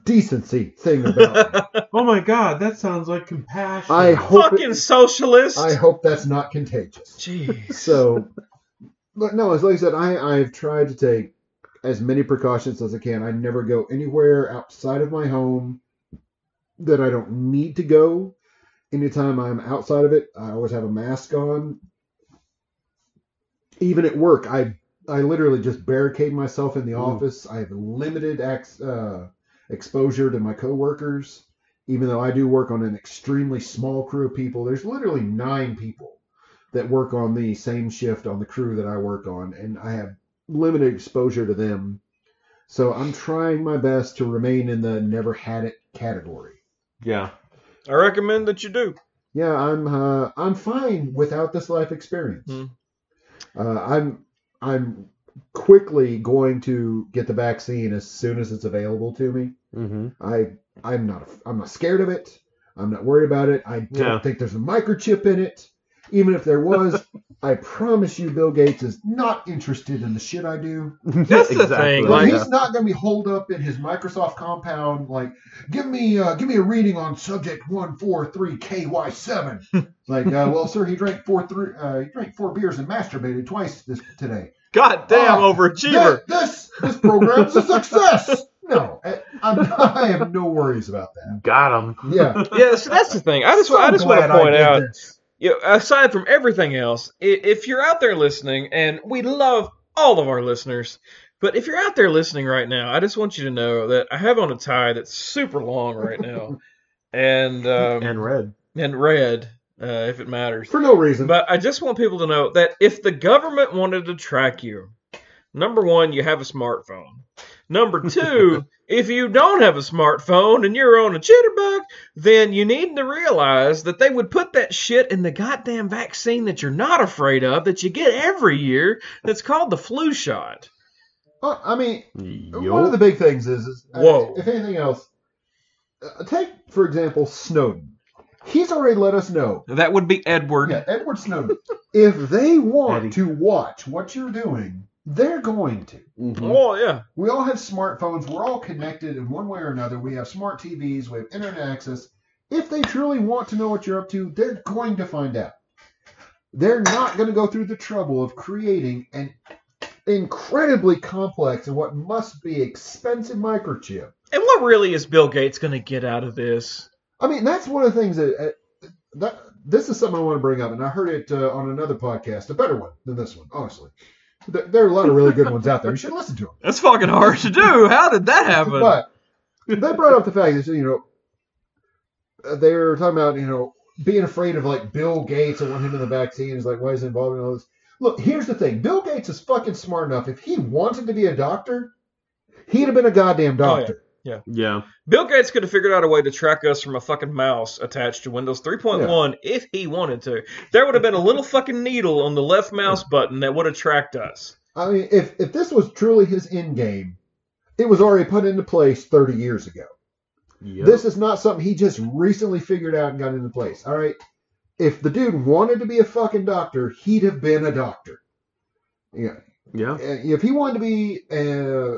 Speaker 3: decency thing about. me.
Speaker 2: Oh my god, that sounds like compassion.
Speaker 3: I hope it-
Speaker 1: fucking socialist.
Speaker 3: I hope that's not contagious.
Speaker 1: Jeez.
Speaker 3: So, but no, as like I said, I I've tried to take as many precautions as I can. I never go anywhere outside of my home that I don't need to go. Anytime I'm outside of it, I always have a mask on. Even at work, I I literally just barricade myself in the
Speaker 4: Mm.
Speaker 3: office. I have limited ex, uh, exposure to my coworkers, even though I do work on an extremely small crew of people. There's literally nine people that work on the same shift on the crew that I work on, and I have limited exposure to them. So I'm trying my best to remain in the never had it category.
Speaker 4: yeah.
Speaker 1: I recommend that you do.
Speaker 3: Yeah, I'm uh, I'm fine without this life experience.
Speaker 1: Hmm.
Speaker 3: Uh, I'm I'm quickly going to get the vaccine as soon as it's available to me.
Speaker 4: Mm-hmm.
Speaker 3: I I'm not I'm not scared of it. I'm not worried about it. I don't
Speaker 4: Yeah.
Speaker 3: think there's a microchip in it. Even if there was, I promise you, Bill Gates is not interested in the shit I do.
Speaker 1: That's the thing,
Speaker 3: Like,
Speaker 1: Like- uh,
Speaker 3: he's not going to be holed up in his Microsoft compound. Like, give me uh, give me a reading on subject one four three KY seven. like, uh, well, sir, he drank four three uh, he drank four beers and masturbated twice this today.
Speaker 1: God damn,
Speaker 3: Oh,
Speaker 1: overachiever.
Speaker 3: Th- This, this program's a success. No, I, I'm, I have no worries about that.
Speaker 4: Got him.
Speaker 3: Yeah,
Speaker 1: Yeah, so that's the thing. I just, I
Speaker 3: So
Speaker 1: just want to
Speaker 3: glad I
Speaker 1: point
Speaker 3: did
Speaker 1: out
Speaker 3: this.
Speaker 1: you know, aside from everything else, i- if you're out there listening, and we love all of our listeners, but if you're out there listening right now, I just want you to know that I have on a tie that's super long right now, and um, and,
Speaker 4: And red.
Speaker 1: red, uh, if it matters.
Speaker 3: for no reason.
Speaker 1: But I just want people to know that if the government wanted to track you, number one, you have a smartphone. Number two, if you don't have a smartphone and you're on a jitterbug, then you need to realize that they would put that shit in the goddamn vaccine that you're not afraid of, that you get every year, that's called the flu shot.
Speaker 3: Well, I mean, one
Speaker 4: Yo.
Speaker 3: of the big things is, is uh,
Speaker 1: Whoa.
Speaker 3: if anything else, uh, take for example Snowden. He's already let us know.
Speaker 1: That would be Edward.
Speaker 3: Yeah, Edward Snowden. if they want
Speaker 4: Eddie.
Speaker 3: to watch what you're doing, they're going to.
Speaker 1: Oh, yeah.
Speaker 3: We all have smartphones. We're all connected in one way or another. We have smart TVs. We have internet access. If they truly want to know what you're up to, they're going to find out. They're not going to go through the trouble of creating an incredibly complex and what must be expensive microchip.
Speaker 1: And what really is Bill Gates going to get out of this?
Speaker 3: I mean, that's one of the things that, uh, that this is something I want to bring up, and I heard it uh, on another podcast, a better one than this one, honestly. There, there are a lot of really good ones out there. You should listen to them.
Speaker 1: That's fucking hard to do. How did that happen?
Speaker 3: But they brought up the fact that you know uh, they were talking about you know being afraid of like Bill Gates and want him in the vaccine. He's like, why is he involved in all this? Look, here's the thing: Bill Gates is fucking smart enough. If he wanted to be a doctor, he'd have been a goddamn
Speaker 1: Oh, yeah.
Speaker 3: doctor.
Speaker 2: Yeah.
Speaker 1: Bill Gates could have figured out a way to track us from a fucking mouse attached to Windows 3.1 if he wanted to. There would have been a little fucking needle on the left mouse button that would have tracked us.
Speaker 3: I mean, if if this was truly his end game, it was already put into place 30 years ago.
Speaker 2: Yep.
Speaker 3: This is not something he just recently figured out and got into place. All right. If the dude wanted to be a fucking doctor, he'd have been a doctor. Yeah.
Speaker 2: yeah.
Speaker 3: If he wanted to be a,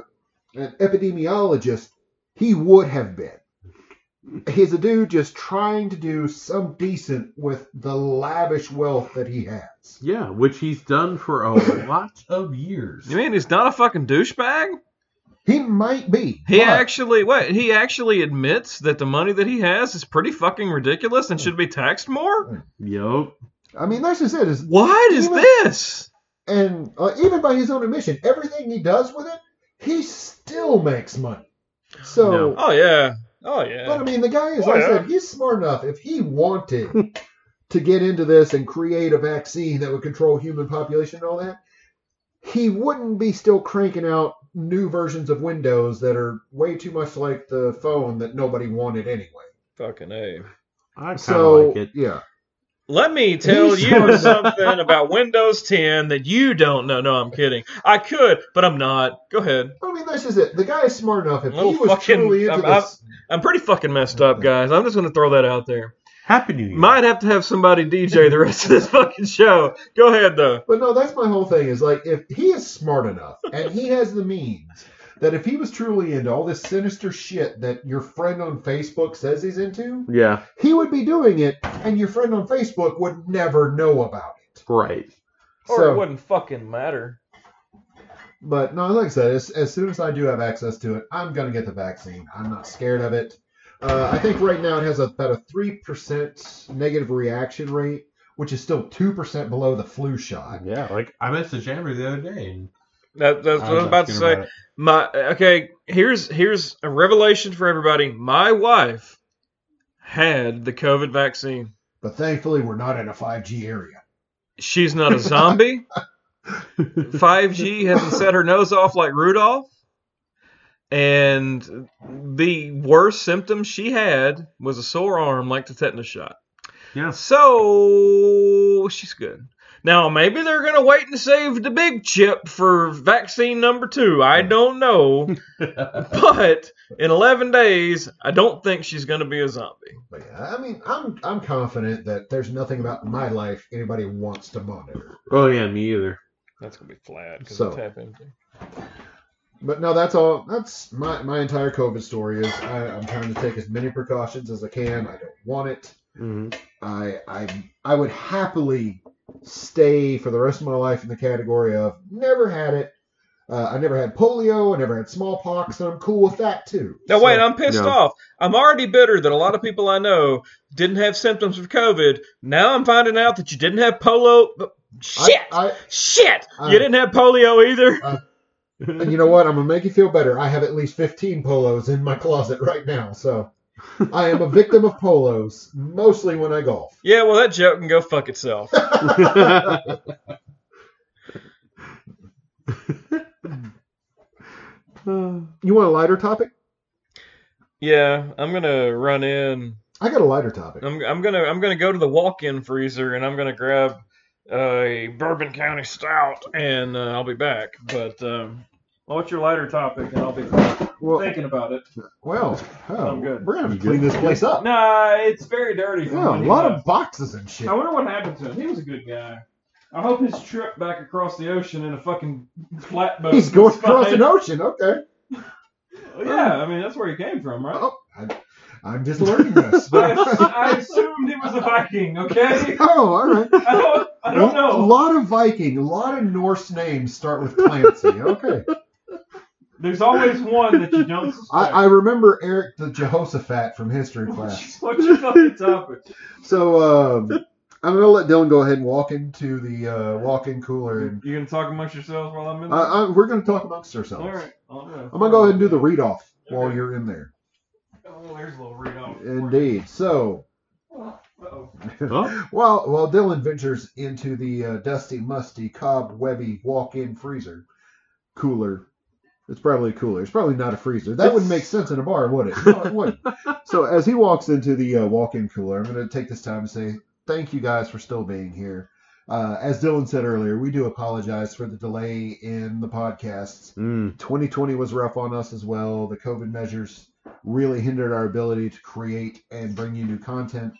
Speaker 3: an epidemiologist, he would have been. He's a dude just trying to do some decent with the lavish wealth that he has.
Speaker 2: Yeah, which he's done for a lot of years.
Speaker 1: You mean he's not a fucking douchebag?
Speaker 3: He might be.
Speaker 1: He
Speaker 3: but-
Speaker 1: actually what? He actually admits that the money that he has is pretty fucking ridiculous and should be taxed more.
Speaker 2: Yup.
Speaker 3: I mean, that's just it. Is
Speaker 1: What is
Speaker 3: Even-
Speaker 1: this?
Speaker 3: and uh, even by his own admission, everything he does with it, he still makes money. So,
Speaker 2: No.
Speaker 1: Oh yeah. Oh yeah.
Speaker 3: but I mean, the guy is,
Speaker 1: Oh,
Speaker 3: like I
Speaker 1: yeah.
Speaker 3: said, he's smart enough. If he wanted to get into this and create a vaccine that would control human population and all that, he wouldn't be still cranking out new versions of Windows that are way too much like the phone that nobody wanted anyway.
Speaker 1: Fucking A.
Speaker 2: I kind of
Speaker 3: So,
Speaker 2: like it.
Speaker 3: yeah.
Speaker 1: Let me tell
Speaker 3: He's
Speaker 1: you
Speaker 3: so-
Speaker 1: something about Windows 10 that you don't know. No, I'm kidding. I could, but I'm not. Go ahead.
Speaker 3: I mean, that's just it. The guy is smart enough. If
Speaker 1: Little
Speaker 3: he was
Speaker 1: fucking-
Speaker 3: truly into
Speaker 1: I'm- I'm-
Speaker 3: this,
Speaker 1: I'm pretty fucking messed up, guys. I'm just going to throw that out there.
Speaker 2: Happy New Year.
Speaker 1: Might have to have somebody DJ the rest of this fucking show. Go ahead, though.
Speaker 3: But no, that's my whole thing is like if he is smart enough and he has the means that if he was truly into all this sinister shit that your friend on Facebook says he's into,
Speaker 2: yeah.
Speaker 3: he would be doing it and your friend on Facebook would never know about it.
Speaker 2: Right.
Speaker 3: so,
Speaker 1: wouldn't fucking matter.
Speaker 3: but no, like I said, as, as soon as I do have access to it, I'm going to get the vaccine. I'm not scared of it. Uh, I think right now it has about a 3% negative reaction rate, which is still 2% below the flu shot.
Speaker 2: Yeah. Like I messaged Amber the other day. And
Speaker 1: That, that's what I was about to
Speaker 2: asking
Speaker 1: say.
Speaker 2: about it.
Speaker 1: My okay, here's here's a revelation for everybody. My wife had the COVID vaccine.
Speaker 3: But thankfully, we're not in a 5G area.
Speaker 1: She's not a zombie. 5G hasn't set her nose off like Rudolph. And the worst symptom she had was a sore arm like the tetanus shot.
Speaker 2: Yeah.
Speaker 1: So she's good. Now maybe they're gonna wait and save the big chip for vaccine number two. I don't know, but in eleven days, I don't think she's gonna be a zombie.
Speaker 3: But yeah, I mean, I'm I'm confident that there's nothing about my life anybody wants to monitor.
Speaker 2: Oh yeah, me either.
Speaker 1: That's gonna be flat
Speaker 3: 'cause So. it's
Speaker 1: happened.
Speaker 3: But no, that's all. That's my my entire COVID story is I, I'm trying to take as many precautions as I can. I don't want it.
Speaker 2: hmm
Speaker 3: Mm-hmm. I I I would happily stay for the rest of my life in the category of never had it. Uh, I never had polio. I never had smallpox, and I'm cool with that too.
Speaker 1: Now
Speaker 3: So-
Speaker 1: wait, I'm pissed
Speaker 2: No.
Speaker 1: off. I'm already bitter that a lot of people I know didn't have symptoms of COVID. Now I'm finding out that you didn't have polo. Shit,
Speaker 3: I, I,
Speaker 1: shit!
Speaker 3: I-
Speaker 1: you didn't have polio either.
Speaker 3: And you know what? I'm gonna make you feel better. I have at least 15 polos in my closet right now, so I am a victim of polos, mostly when I golf.
Speaker 1: Yeah, well, that joke can go fuck itself.
Speaker 3: You want a lighter topic?
Speaker 1: Yeah, I'm gonna run in.
Speaker 3: I got a lighter topic.
Speaker 1: I'm I'm gonna I'm gonna go to the walk-in freezer and I'm gonna grab a Bourbon County Stout and uh, I'll be back. But um, what's your lighter topic? And I'll be
Speaker 3: Well,
Speaker 1: thinking about it.
Speaker 3: well, oh,
Speaker 1: I'm good.
Speaker 3: We're gonna have to
Speaker 2: You
Speaker 3: clean this place up.
Speaker 1: Nah, it's very dirty. uh, from
Speaker 3: Yeah,
Speaker 1: when
Speaker 3: a
Speaker 1: he
Speaker 3: lot
Speaker 1: left.
Speaker 3: of boxes and shit.
Speaker 1: I wonder what happened to him. He was a good guy. I hope his trip back across the ocean in a fucking flatboat.
Speaker 3: He's going
Speaker 1: was
Speaker 3: across
Speaker 1: fine.
Speaker 3: an ocean. Okay,
Speaker 1: Yeah, I mean that's where he came from, right?
Speaker 3: oh, I, I'm just learning this.
Speaker 1: I,
Speaker 3: oh,
Speaker 1: I assumed he was a Viking. Okay,
Speaker 3: all right.
Speaker 1: I don't, I don't
Speaker 3: Well, A
Speaker 1: know.
Speaker 3: lot of Viking, a lot of Norse names start with Clancy. Okay,
Speaker 1: There's always one that you don't suspect.
Speaker 3: I, I remember
Speaker 1: Oh,
Speaker 3: Eric the Jehoshaphat from history class.
Speaker 1: What's your fucking topic?
Speaker 3: So um, I'm gonna let Dylan go ahead and walk into the uh, walk-in cooler,
Speaker 1: You
Speaker 3: and
Speaker 1: gonna talk amongst yourselves while I'm in there?
Speaker 3: I, I, we're gonna talk amongst ourselves.
Speaker 1: All right. All right.
Speaker 3: I'm gonna go ahead and do the read off while
Speaker 1: Okay.
Speaker 3: you're in there.
Speaker 1: Oh, there's a little read off.
Speaker 3: Indeed. So
Speaker 1: Uh-oh.
Speaker 2: Huh?
Speaker 3: while while Dylan ventures into the uh, dusty, musty, cobwebby walk-in freezer cooler, it's probably a cooler. It's probably not a freezer. That wouldn't make sense in a bar, would it? No, it wouldn't. so as he walks into the uh, walk-in cooler, I'm going to take this time to say thank you guys for still being here. Uh, as Dylan said earlier, we do apologize for the delay in the podcasts.
Speaker 2: Mm.
Speaker 3: 2020 was rough on us as well. The COVID measures really hindered our ability to create and bring you new content.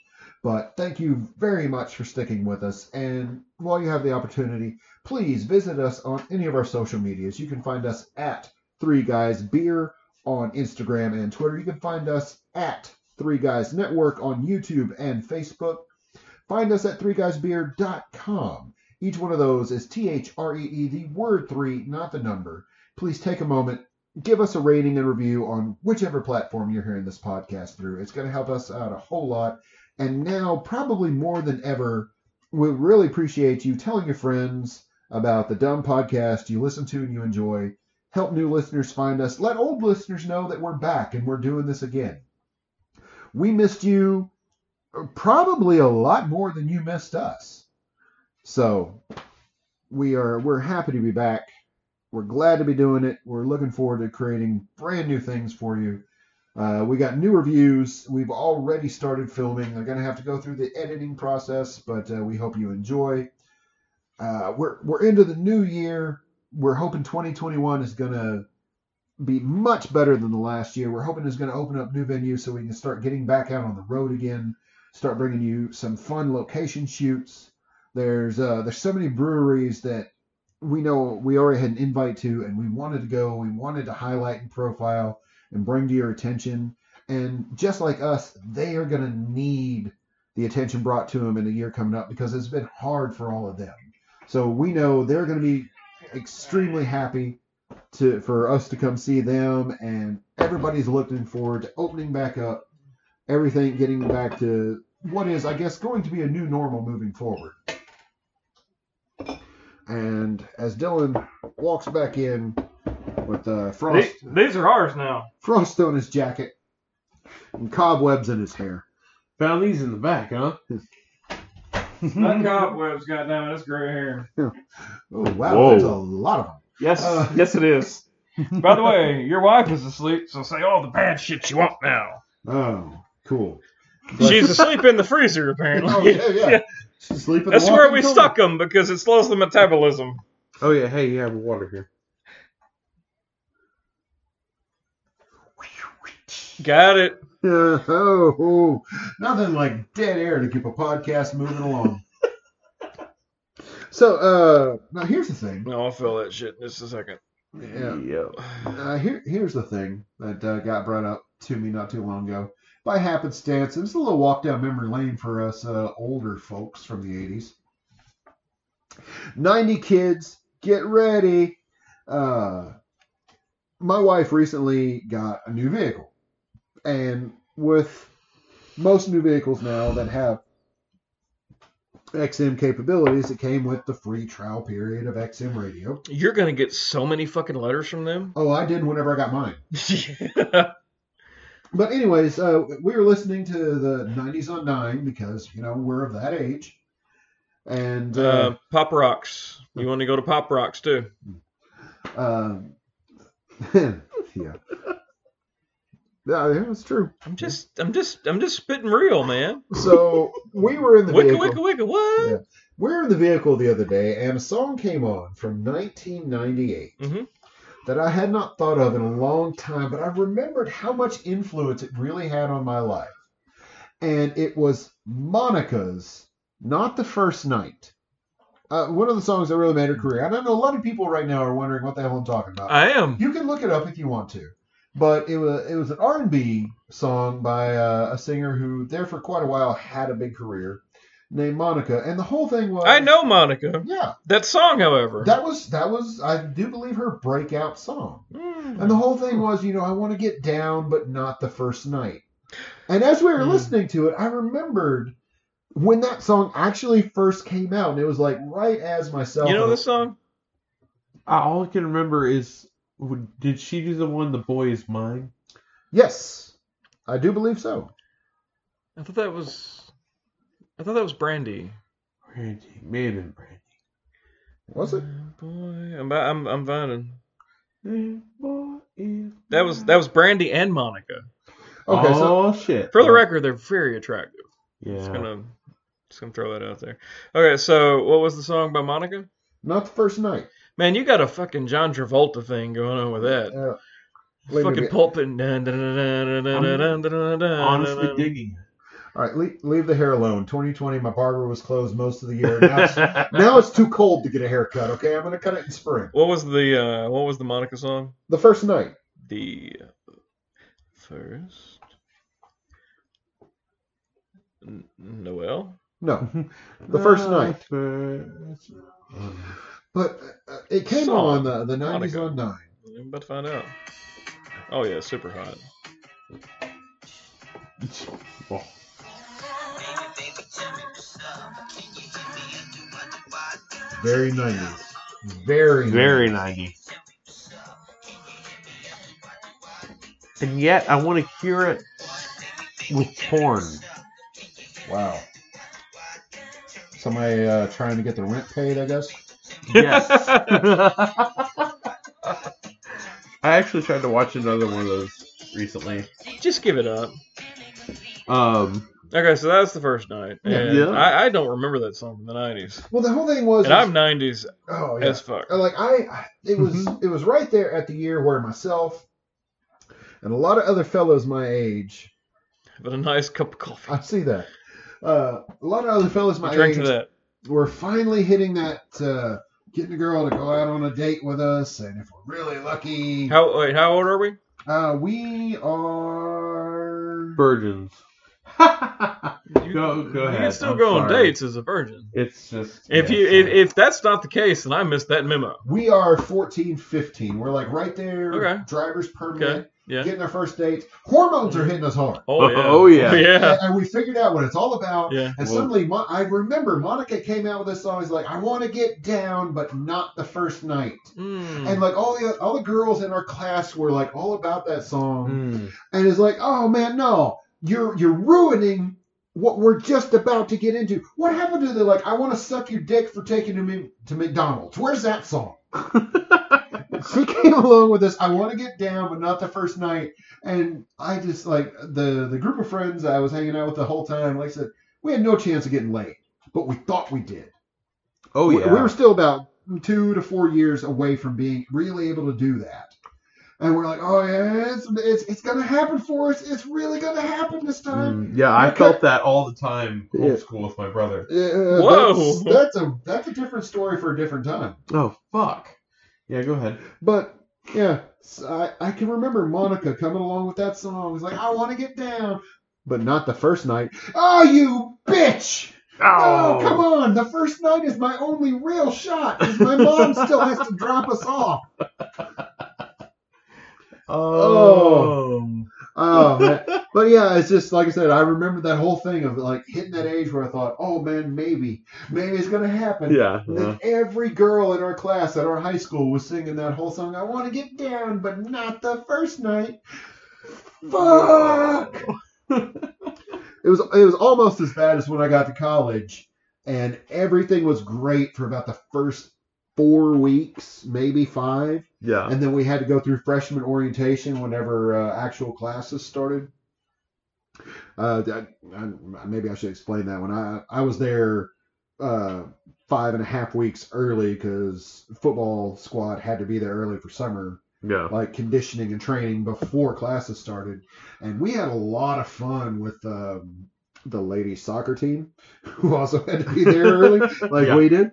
Speaker 3: But thank you very much for sticking with us. And while you have the opportunity, please visit us on any of our social medias. You can find us at Three Guys Beer on Instagram and Twitter. You can find us at Three Guys Network on YouTube and Facebook. Find us at threeguysbeer.com. Each one of those is T H R E E, the word three, not the number please take a moment, give us a rating and review on whichever platform you're hearing this podcast through. It's going to help us out a whole lot. And now, probably more than ever, we really appreciate you telling your friends about the dumb podcast you listen to and you enjoy. Help new listeners find us. Let old listeners know that we're back and we're doing this again. We missed you uh, probably a lot more than you missed us. So we are we're happy to be back. We're glad to be doing it. We're looking forward to creating brand new things for you. Uh, we got new reviews. We've already started filming. They're going to have to go through the editing process, but uh, we hope you enjoy. Uh, we're we're into the new year. We're hoping 2021 is going to be much better than the last year. We're hoping it's going to open up new venues so we can start getting back out on the road again. Start bringing you some fun location shoots. There's uh, there's so many breweries that we know we already had an invite to and we wanted to go we wanted to highlight and profile and bring to your attention and just like us they are going to need the attention brought to them in the year coming up because it's been hard for all of them so we know they're going to be extremely happy to for us to come see them and everybody's looking forward to opening back up everything getting back to what is i guess going to be a new normal moving forward and as dylan walks back in with uh, frost
Speaker 1: The- These are ours now.
Speaker 3: frost on his jacket and cobwebs in his hair.
Speaker 2: Found these in the back, huh?
Speaker 1: Not cobwebs, goddamn it. That's gray hair.
Speaker 3: Oh wow,
Speaker 2: Whoa.
Speaker 3: there's a lot of them.
Speaker 4: Yes,
Speaker 3: Uh,
Speaker 4: yes, it is.
Speaker 1: By the way, your wife is asleep, so say all the bad shit you want now.
Speaker 3: Oh, cool.
Speaker 1: She's asleep in the freezer, apparently.
Speaker 3: Oh, yeah, yeah. She's sleeping.
Speaker 1: That's where we stuck them because it slows the metabolism.
Speaker 2: Oh yeah. Hey, you have water here.
Speaker 1: Got it.
Speaker 3: Yeah. Oh, oh. nothing like dead air to keep a podcast moving along. so uh, now here's the thing.
Speaker 1: No, I'll fill that shit in just a second.
Speaker 3: Yeah.
Speaker 4: Yep.
Speaker 3: Uh, here, here's the thing that uh, got brought up to me not too long ago by happenstance. It's a little walk down memory lane for us uh, older folks from the 80s. 90 kids, get ready. Uh, my wife recently got a new vehicle. And with most new vehicles now that have XM capabilities, it came with the free trial period of XM radio.
Speaker 1: You're gonna get so many fucking letters from them.
Speaker 3: Oh, I did whenever I got mine.
Speaker 1: yeah.
Speaker 3: But anyways, uh, we were listening to the '90s on Nine because you know we're of that age, and uh,
Speaker 1: Uh, Pop Rocks. You want to go to Pop Rocks too?
Speaker 3: um yeah, yeah, yeah, it's true.
Speaker 1: I'm just, I'm just, I'm just spitting real, man.
Speaker 3: So we were in the
Speaker 1: Wicka,
Speaker 3: vehicle.
Speaker 1: wicka, wicka. What?
Speaker 3: We were in the vehicle the other day, and a song came on from 1998
Speaker 1: Mhm.
Speaker 3: that I had not thought of in a long time, but I remembered how much influence it really had on my life. And it was Monica's Not the First Night. Uh, one of the songs that really made her career. And I know a lot of people right now are wondering what the hell I'm talking about.
Speaker 1: I am.
Speaker 3: You can look it up if you want to. But it was it was an R and B song by uh, a singer who there for quite a while had a big career named Monica, and the whole thing was
Speaker 1: I know Monica.
Speaker 3: Yeah,
Speaker 1: That song, however.
Speaker 3: that was that was I do believe her breakout song,
Speaker 1: Mm.
Speaker 3: and the whole thing was you know I want to get down, but not the first night. And as we were
Speaker 1: Hmm.
Speaker 3: listening to it, I remembered when that song actually first came out, and it was like right as myself.
Speaker 1: You know this song?
Speaker 2: All I can remember is w- did she do the one "The Boy Is Mine"?
Speaker 3: Yes, I do believe so.
Speaker 1: I thought that was. I thought that was Brandy.
Speaker 2: Brandy, may have been Brandy.
Speaker 3: Was it?
Speaker 1: Oh, Boy, I'm I'm I'm finding.
Speaker 2: The boy is
Speaker 1: That was
Speaker 2: mine.
Speaker 1: that was Brandy and Monica.
Speaker 3: Okay, so
Speaker 2: oh shit!
Speaker 1: For the record, they're very attractive.
Speaker 2: yeah.
Speaker 1: Just gonna just gonna throw that out there. Okay, so what was the song by Monica?
Speaker 3: not the first night.
Speaker 1: Man, you got a fucking John Travolta thing going on with that.
Speaker 3: Uh, leave
Speaker 1: Fucking
Speaker 3: me be-
Speaker 1: pulping. Dun, dun, dun, dun, dun, dun, dun, dun, dun, dun,
Speaker 2: honestly
Speaker 1: dun.
Speaker 2: digging
Speaker 3: all right, leave, leave the hair alone. 2020, my barber was closed most of the year. Now it's,
Speaker 2: it.
Speaker 3: now it's too cold to get a haircut. Okay, I'm gonna cut it in spring.
Speaker 1: What was the uh, what was the Monica song?
Speaker 3: The first night.
Speaker 1: The first N- Noel.
Speaker 3: No, The first night.
Speaker 2: First-
Speaker 3: but uh, it came
Speaker 1: Song.
Speaker 3: on uh, the the 90s
Speaker 1: Monica.
Speaker 3: on nine.
Speaker 1: I'm about to find out. Oh yeah, super hot.
Speaker 2: Oh,
Speaker 3: Very 90s. Very.
Speaker 2: very ninety. And yet, I want to hear it with porn.
Speaker 3: Wow. Somebody uh, trying to get their rent paid, I guess.
Speaker 2: Yes. I actually tried to watch another one of those recently.
Speaker 1: Just give it up.
Speaker 2: Um,
Speaker 1: Okay, so that's the first night.
Speaker 3: Yeah.
Speaker 1: And
Speaker 2: Yeah.
Speaker 1: I, I don't remember that song from the nineties.
Speaker 3: Well, the whole thing was.
Speaker 1: And I'm nineties
Speaker 3: oh yeah.
Speaker 1: as Mm-hmm. fuck.
Speaker 3: Uh, Like I, it was it was right there at the year where myself and a lot of other fellows my age.
Speaker 1: But a nice cup of coffee.
Speaker 3: I see that. Uh, a lot of other fellows my
Speaker 1: Drink
Speaker 3: age
Speaker 1: to that.
Speaker 3: were finally hitting that uh, getting a girl to go out on a date with us, and if we're really lucky,
Speaker 1: How wait, how old are we?
Speaker 3: uh, we are.
Speaker 2: virgins.
Speaker 1: You,
Speaker 2: Go- go
Speaker 1: You can
Speaker 2: ahead.
Speaker 1: still
Speaker 2: I'm
Speaker 1: go on
Speaker 2: sorry.
Speaker 1: dates as a virgin.
Speaker 2: It's just
Speaker 1: If
Speaker 2: yeah,
Speaker 1: you
Speaker 2: it's
Speaker 1: if,
Speaker 2: not-
Speaker 1: if that's not the case, then I missed that memo.
Speaker 3: We are 14, 15. We're like right there.
Speaker 1: Okay.
Speaker 3: Driver's permit.
Speaker 1: Okay. Yeah.
Speaker 3: Getting our first dates. Hormones are hitting us hard.
Speaker 1: Oh yeah.
Speaker 2: Oh, yeah.
Speaker 1: yeah.
Speaker 3: And, and we figured out what it's all
Speaker 2: oh,
Speaker 3: about.
Speaker 1: Yeah.
Speaker 2: Well-
Speaker 3: And suddenly, Mon- I remember Monica came out with this song. He's like, I want to get down, but not the first night.
Speaker 1: Mm.
Speaker 3: And like all the all the girls in our class were like all about that song.
Speaker 2: Mm.
Speaker 3: And it's like, oh man, no, you're you're ruining what we're just about to get into. What happened to the like? I want to suck your dick for taking to me to McDonald's. Where's that song? she came along with this. I want to get down, but not the first night. And I just like the the group of friends I was hanging out with the whole time. Like I said, we had no chance of getting laid, but we thought we did.
Speaker 2: oh
Speaker 3: We-
Speaker 2: yeah,
Speaker 3: We were still about two to four years away from being really able to do that. And we're like, oh yeah, it's it's, it's gonna happen for us. It's really gonna happen this time.
Speaker 2: Mm, yeah, I felt that all the time
Speaker 3: Yeah.
Speaker 2: home school with my brother.
Speaker 3: Uh,
Speaker 1: Whoa.
Speaker 3: that's, that's a that's a different story for a different time.
Speaker 2: Oh fuck. Yeah, go ahead.
Speaker 3: But yeah, so I, I can remember Monica coming along with that song. It's like, I want to get down, but not the first night. Oh, you bitch! Oh, come on! The first night is my only real shot. 'cause My mom still has to drop us off.
Speaker 2: Oh.
Speaker 3: Oh man. But yeah, it's just like I said, I remember that whole thing of like hitting that age where I thought, oh man, maybe, maybe it's gonna happen.
Speaker 2: Yeah. Uh-huh.
Speaker 3: And then every girl in our class at our high school was singing that whole song, I wanna get down, but not the first night. Fuck It was it was almost as bad as when I got to college and everything was great for about the first four weeks, maybe five.
Speaker 2: Yeah.
Speaker 3: And then we had to go through freshman orientation whenever uh, actual classes started. Uh, that- I, maybe I should explain that one. I I was there uh, five and a half weeks early because football squad had to be there early for summer,
Speaker 2: Yeah.
Speaker 3: like conditioning and training before classes started. And we had a lot of fun with um, the ladies soccer team, who also had to be there early like
Speaker 2: Yeah.
Speaker 3: we did.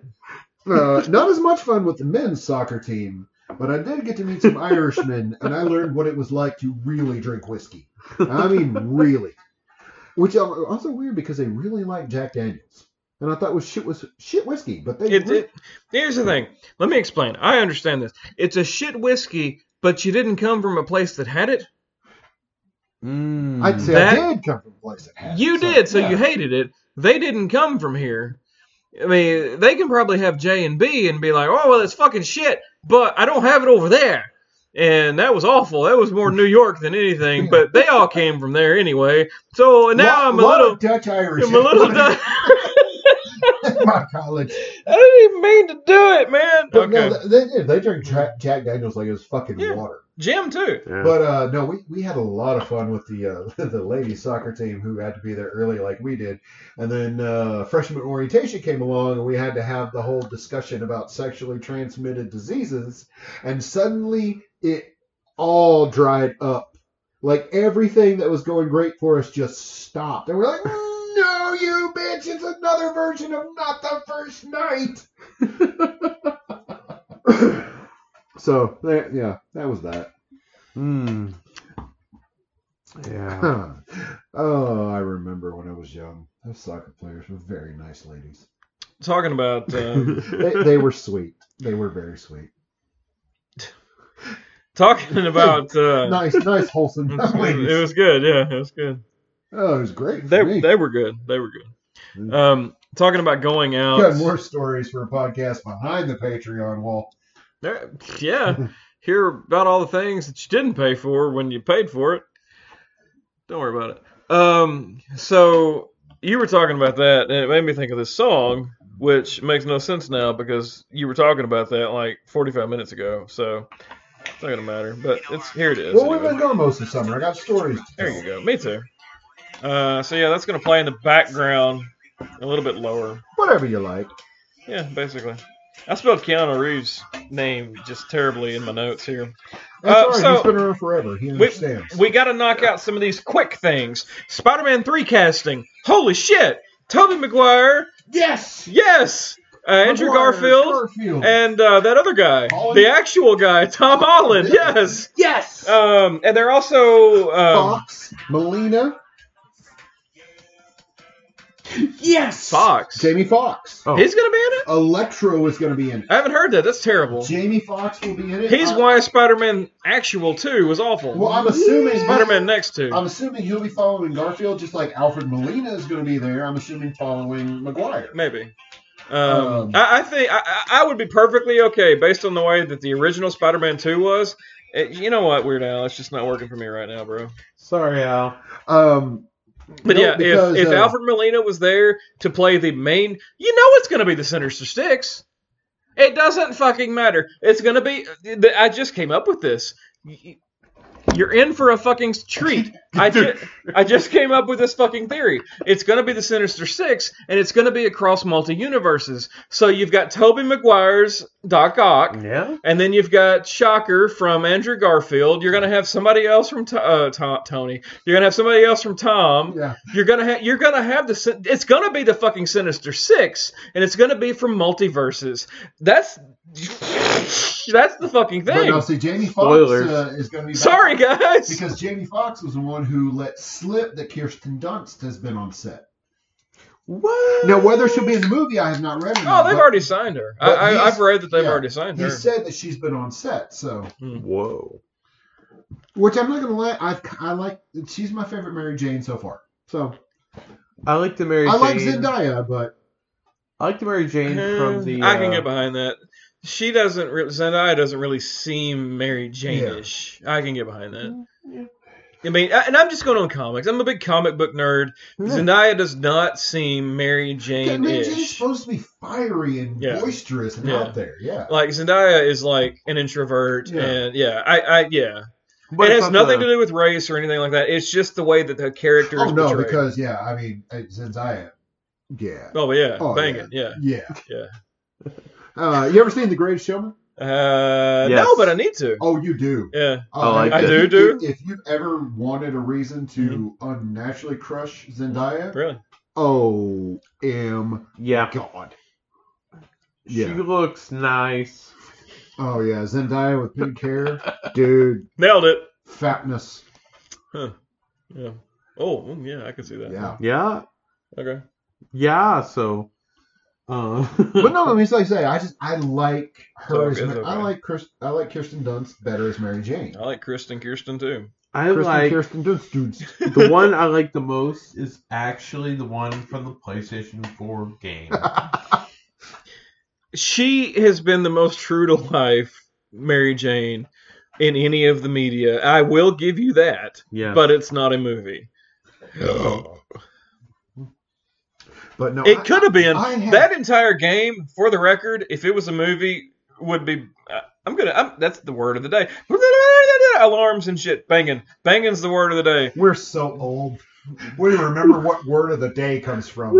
Speaker 3: Uh, not as much fun with the men's soccer team, but I did get to meet some Irishmen, and I learned what it was like to really drink whiskey. I mean, really. Which is also weird because they really like Jack Daniels, and I thought was shit was shit whiskey, but they
Speaker 1: It,
Speaker 3: re-
Speaker 1: it, here's the thing. Let me explain. I understand this. It's a shit whiskey, but you didn't come from a place that had it.
Speaker 2: Mm.
Speaker 3: I'd say I
Speaker 1: That-
Speaker 3: did come from a place that had.
Speaker 1: You
Speaker 3: it, so,
Speaker 1: did, so
Speaker 3: yeah.
Speaker 1: you hated it. They didn't come from here. I mean, they can probably have J and B and be like, "Oh well, it's fucking shit," but I don't have it over there. And that was awful. That was more New York than anything.
Speaker 3: Yeah.
Speaker 1: But they all came from there anyway. So now
Speaker 3: Lot-
Speaker 1: I'm a
Speaker 3: lot
Speaker 1: little,
Speaker 3: of Dutch Irish.
Speaker 1: I'm a little. di-
Speaker 3: in my college.
Speaker 1: I didn't even mean to do it, man.
Speaker 3: But
Speaker 1: okay,
Speaker 3: no, they, they, they drink Jack, Jack Daniels like it was fucking
Speaker 1: Yeah.
Speaker 3: water.
Speaker 1: Jim too.
Speaker 4: Yeah.
Speaker 3: But uh, no, we, we had a lot of fun with the uh, the ladies soccer team who had to be there early like we did, and then uh, freshman orientation came along and we had to have the whole discussion about sexually transmitted diseases, and suddenly it all dried up, like everything that was going great for us just stopped, and we're like, "Mm, no, you bitch, it's another version of not the first night. so there, yeah, that was that.
Speaker 2: Mm.
Speaker 4: yeah.
Speaker 3: Huh. Oh, I remember when I was young. Those soccer players were very nice ladies.
Speaker 1: Talking about uh,
Speaker 3: They, they were sweet. They were very sweet.
Speaker 1: talking about. Uh,
Speaker 3: Nice, nice, wholesome ladies.
Speaker 1: it was good. Yeah, it was good.
Speaker 3: oh, it was great. for
Speaker 1: They,
Speaker 3: me.
Speaker 1: they were good. They were good.
Speaker 3: Mm.
Speaker 1: Um, talking about going out.
Speaker 3: Got more stories for a podcast behind the Patreon wall.
Speaker 1: There- yeah, hear about all the things that you didn't pay for when you paid for it. Don't worry about it. Um, so you were talking about that, and it made me think of this song, which makes no sense now because you were talking about that like 45 minutes ago. So it's not gonna matter. But it's here it is.
Speaker 3: Well, we've
Speaker 1: anyway.
Speaker 3: been gone most of summer. I got stories. to
Speaker 1: There you
Speaker 3: tell.
Speaker 1: go. Me too. Uh, so yeah, that's gonna play in the background, a little bit lower.
Speaker 3: Whatever you like.
Speaker 1: Uh, Yeah, basically. I spelled Keanu Reeves' name just terribly in my notes here. Uh,
Speaker 3: That's all right.
Speaker 1: so-
Speaker 3: He's been around forever. He understands.
Speaker 1: We got to knock out some of these quick things. Spider Man 3 casting. Holy shit. Toby Maguire.
Speaker 3: yes.
Speaker 1: Yes. Uh, Andrew
Speaker 3: McGuire,
Speaker 1: Garfield.
Speaker 3: Garfield.
Speaker 1: And uh, that other guy.
Speaker 3: Holland.
Speaker 1: The actual guy, Tom Holland. Yes.
Speaker 3: yes.
Speaker 1: Um, and they're also. Um,
Speaker 3: Fox. Melina.
Speaker 1: yes. Fox.
Speaker 3: Jamie Fox.
Speaker 2: Oh.
Speaker 1: He's going to be in it?
Speaker 3: Electro is going to be in it.
Speaker 1: I haven't heard that. That's terrible.
Speaker 3: Jamie Fox will be in it.
Speaker 1: He's
Speaker 3: I-
Speaker 1: why Spider Man Actual 2 was awful.
Speaker 3: Well, I'm assuming
Speaker 1: Spider Man Next 2.
Speaker 3: I'm assuming he'll be following Garfield, just like Alfred Molina is going to be there. I'm assuming following McGuire.
Speaker 1: Maybe. Um,
Speaker 3: Um,
Speaker 1: I, I think I, I- I would be perfectly okay based on the way that the original Spider-Man Two was. Eh, you know what, Weird Al, it's just not working for me right now, bro.
Speaker 2: Sorry, Al.
Speaker 3: Um,
Speaker 1: But
Speaker 3: No,
Speaker 1: yeah,
Speaker 3: because,
Speaker 1: if, if
Speaker 3: uh,
Speaker 1: Alfred Molina was there to play the main, you know it's going to be the Sinister Six. It doesn't fucking matter. It's going to be. th- I just came up with this. Y- You're in for a fucking treat. I, ju- I just came up with this fucking theory. It's going to be the Sinister Six, and it's going to be across multi universes. So you've got Toby Maguire's Doc Ock.
Speaker 2: Yeah.
Speaker 1: And then you've got Shocker from Andrew Garfield. You're gonna have somebody else from to- uh, To- Tony. You're gonna have somebody else from Tom.
Speaker 3: yeah,
Speaker 1: You're gonna have you're gonna have the sin- it's gonna be the fucking Sinister Six, and it's gonna be from multiverses. That's that's the fucking
Speaker 3: but
Speaker 1: thing.
Speaker 3: no, see, Jamie Fox
Speaker 2: Spoilers.
Speaker 3: uh, is going to be back
Speaker 1: Sorry guys.
Speaker 3: because Jamie Fox was the one who let slip that Kirsten Dunst has been on set.
Speaker 2: What?
Speaker 3: Now, whether she'll be in the movie, I have not read. or
Speaker 1: Oh,
Speaker 3: not,
Speaker 1: they've
Speaker 3: but
Speaker 1: already signed her. I,
Speaker 3: but
Speaker 1: I,
Speaker 3: he's-
Speaker 1: I've read that they've
Speaker 3: yeah,
Speaker 1: already signed
Speaker 3: He
Speaker 1: her.
Speaker 3: said that she's been on set, so
Speaker 4: Whoa.
Speaker 3: which I'm not going to lie. I I like she's my favorite Mary Jane so far. So
Speaker 2: I like to marry.
Speaker 3: I like
Speaker 2: Jane.
Speaker 3: Zendaya, but
Speaker 2: I like to marry Jane from the.
Speaker 1: Eh, I can
Speaker 2: uh,
Speaker 1: get behind that. She doesn't. Re- Zendaya doesn't really seem Mary Jane-ish. I can get behind that.
Speaker 2: Yeah.
Speaker 1: I mean, I- and I'm just going on comics. I'm a big comic book nerd.
Speaker 3: Hmm.
Speaker 2: Yeah.
Speaker 1: Zendaya does not seem Mary
Speaker 3: yeah, Mary Jane's
Speaker 1: Jane-ish.
Speaker 3: supposed to be fiery and
Speaker 1: Yeah.
Speaker 3: boisterous and
Speaker 1: Yeah.
Speaker 3: out there. Yeah.
Speaker 1: Like Zendaya is like an introvert,
Speaker 3: Yeah.
Speaker 1: and yeah, I, I yeah.
Speaker 2: But
Speaker 1: it
Speaker 2: it's
Speaker 1: has
Speaker 2: not
Speaker 1: nothing
Speaker 2: the-
Speaker 1: to do with race or anything like that. It's just the way that the character
Speaker 3: Oh
Speaker 1: is
Speaker 3: no,
Speaker 1: portrayed.
Speaker 3: because yeah, I mean uh, Zendaya. Yeah.
Speaker 1: oh but yeah,
Speaker 3: Oh,
Speaker 1: bang
Speaker 3: yeah.
Speaker 1: it, yeah.
Speaker 3: Yeah.
Speaker 1: Yeah.
Speaker 3: Uh, you ever seen The Greatest Showman?
Speaker 1: Uh,
Speaker 2: Yes.
Speaker 1: No, but I need to.
Speaker 3: Oh, you do.
Speaker 1: Yeah,
Speaker 2: I like
Speaker 3: if
Speaker 1: it. I
Speaker 3: you-
Speaker 1: do,
Speaker 3: If, if you've ever wanted a reason to
Speaker 1: Mm-hmm.
Speaker 3: unnaturally crush Zendaya,
Speaker 1: really.
Speaker 3: oh, am
Speaker 2: Yeah.
Speaker 3: God.
Speaker 2: She
Speaker 3: Yeah.
Speaker 2: looks nice.
Speaker 3: Oh yeah, Zendaya with pink hair, dude,
Speaker 1: Nailed it.
Speaker 3: fatness.
Speaker 1: Yeah. Oh, mm, yeah, I can see that.
Speaker 3: Yeah.
Speaker 2: Yeah.
Speaker 1: Okay.
Speaker 2: Yeah. So. Uh,
Speaker 3: But no, I mean, it's like I say, I just I like her.
Speaker 1: It's
Speaker 3: as
Speaker 1: okay, Oh.
Speaker 3: Ma-
Speaker 1: it's
Speaker 3: I
Speaker 1: okay.
Speaker 3: like Chris. I like Kirsten Dunst better as Mary Jane.
Speaker 1: I like Kristen Kirsten too.
Speaker 2: I like
Speaker 3: Kirsten Dunst, Dunst.
Speaker 2: the one I like the most is actually the one from the PlayStation 4 game.
Speaker 1: she has been the most true to life Mary Jane in any of the media. I will give you that,
Speaker 2: Yeah.
Speaker 1: but it's not a movie.
Speaker 3: But no,
Speaker 1: It
Speaker 3: I-
Speaker 1: could have been
Speaker 3: I have-
Speaker 1: that entire game. For the record, if it was a movie, would be. Uh, I'm gonna. I'm, that's the word of the day. Alarms and shit. Banging. Banging's the word of the day.
Speaker 3: We're so old. We remember what word of the day comes from.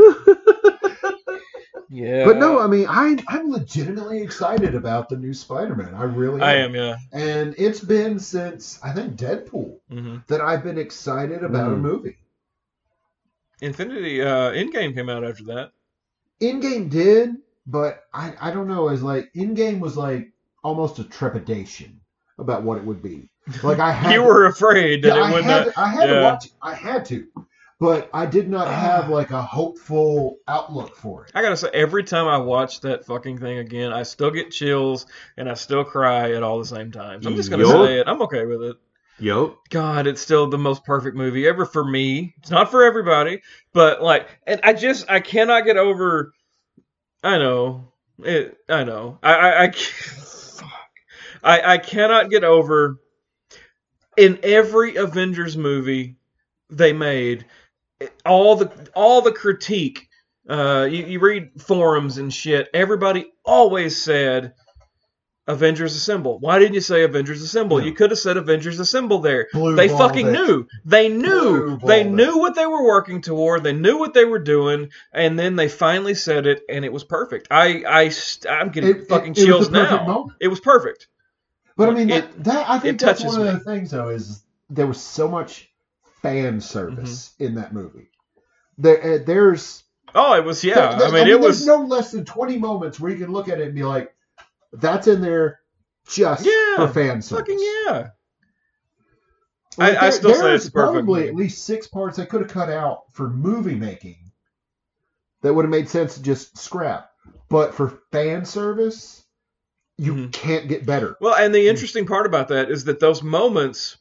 Speaker 1: Yeah.
Speaker 3: But no, I mean, I, I'm legitimately excited about the new Spider-Man. I really
Speaker 1: I am. Yeah.
Speaker 3: And it's been since, I think, Deadpool
Speaker 1: hmm
Speaker 3: that I've been excited about a
Speaker 2: Mm.
Speaker 3: movie.
Speaker 1: Infinity. Uh, Endgame came out after that.
Speaker 3: In-game did, but I, I don't know. Is like in-game was like almost a trepidation about what it would be. Like I had
Speaker 1: You
Speaker 3: to-
Speaker 1: were afraid that
Speaker 3: Yeah,
Speaker 1: it uh,
Speaker 3: I
Speaker 1: would
Speaker 3: had,
Speaker 1: not.
Speaker 3: to, I had to
Speaker 1: yeah.
Speaker 3: watch. it. I had to, but I did not have like a hopeful outlook for it.
Speaker 1: I gotta say, every time I watch that fucking thing again, I still get chills and I still cry at all the same time. So I'm just gonna
Speaker 2: Yup.
Speaker 1: say it. I'm okay with it.
Speaker 2: Yup.
Speaker 1: God, it's still the most perfect movie ever for me. It's not for everybody, but like, and I just I cannot get over. I know it. I know. I I I, can't- I, I cannot get over. In every Avengers movie they made, all the all the critique. Uh, you, you read forums and shit. Everybody always said. Avengers Assemble. Why didn't you say Avengers Assemble?
Speaker 3: Yeah.
Speaker 1: You could have said Avengers Assemble there
Speaker 3: Blue
Speaker 1: they
Speaker 3: balled
Speaker 1: fucking
Speaker 3: it.
Speaker 1: knew. They
Speaker 3: Blue
Speaker 1: knew. They
Speaker 3: balled
Speaker 1: knew what they were working toward. They knew what they were doing, and then they finally said it, and it was perfect. I, I, st- I'm getting
Speaker 3: It- it-
Speaker 1: fucking
Speaker 3: it was
Speaker 1: chills
Speaker 3: the perfect
Speaker 1: now.
Speaker 3: moment.
Speaker 1: It was perfect.
Speaker 3: But I mean,
Speaker 1: It-
Speaker 3: that, that I think
Speaker 1: it
Speaker 3: that's
Speaker 1: touches
Speaker 3: one of
Speaker 1: me.
Speaker 3: the things though is there was so much fan service
Speaker 1: Mm-hmm.
Speaker 3: in that movie. There, uh, there's
Speaker 1: Oh, it was yeah.
Speaker 3: there- there-
Speaker 1: I mean, it was
Speaker 3: There's no less than twenty moments where you can look at it and be like, "That's in there." Just
Speaker 1: Yeah,
Speaker 3: for fan service.
Speaker 1: fucking yeah.
Speaker 3: Like,
Speaker 1: I- I still say
Speaker 3: there's
Speaker 1: it's a perfect
Speaker 3: probably
Speaker 1: movie.
Speaker 3: at least six parts I could have cut out for movie making that would have made sense to just scrap. But for fan service, you
Speaker 1: Mhm.
Speaker 3: can't get better.
Speaker 1: Well, and the interesting part about that is that those moments,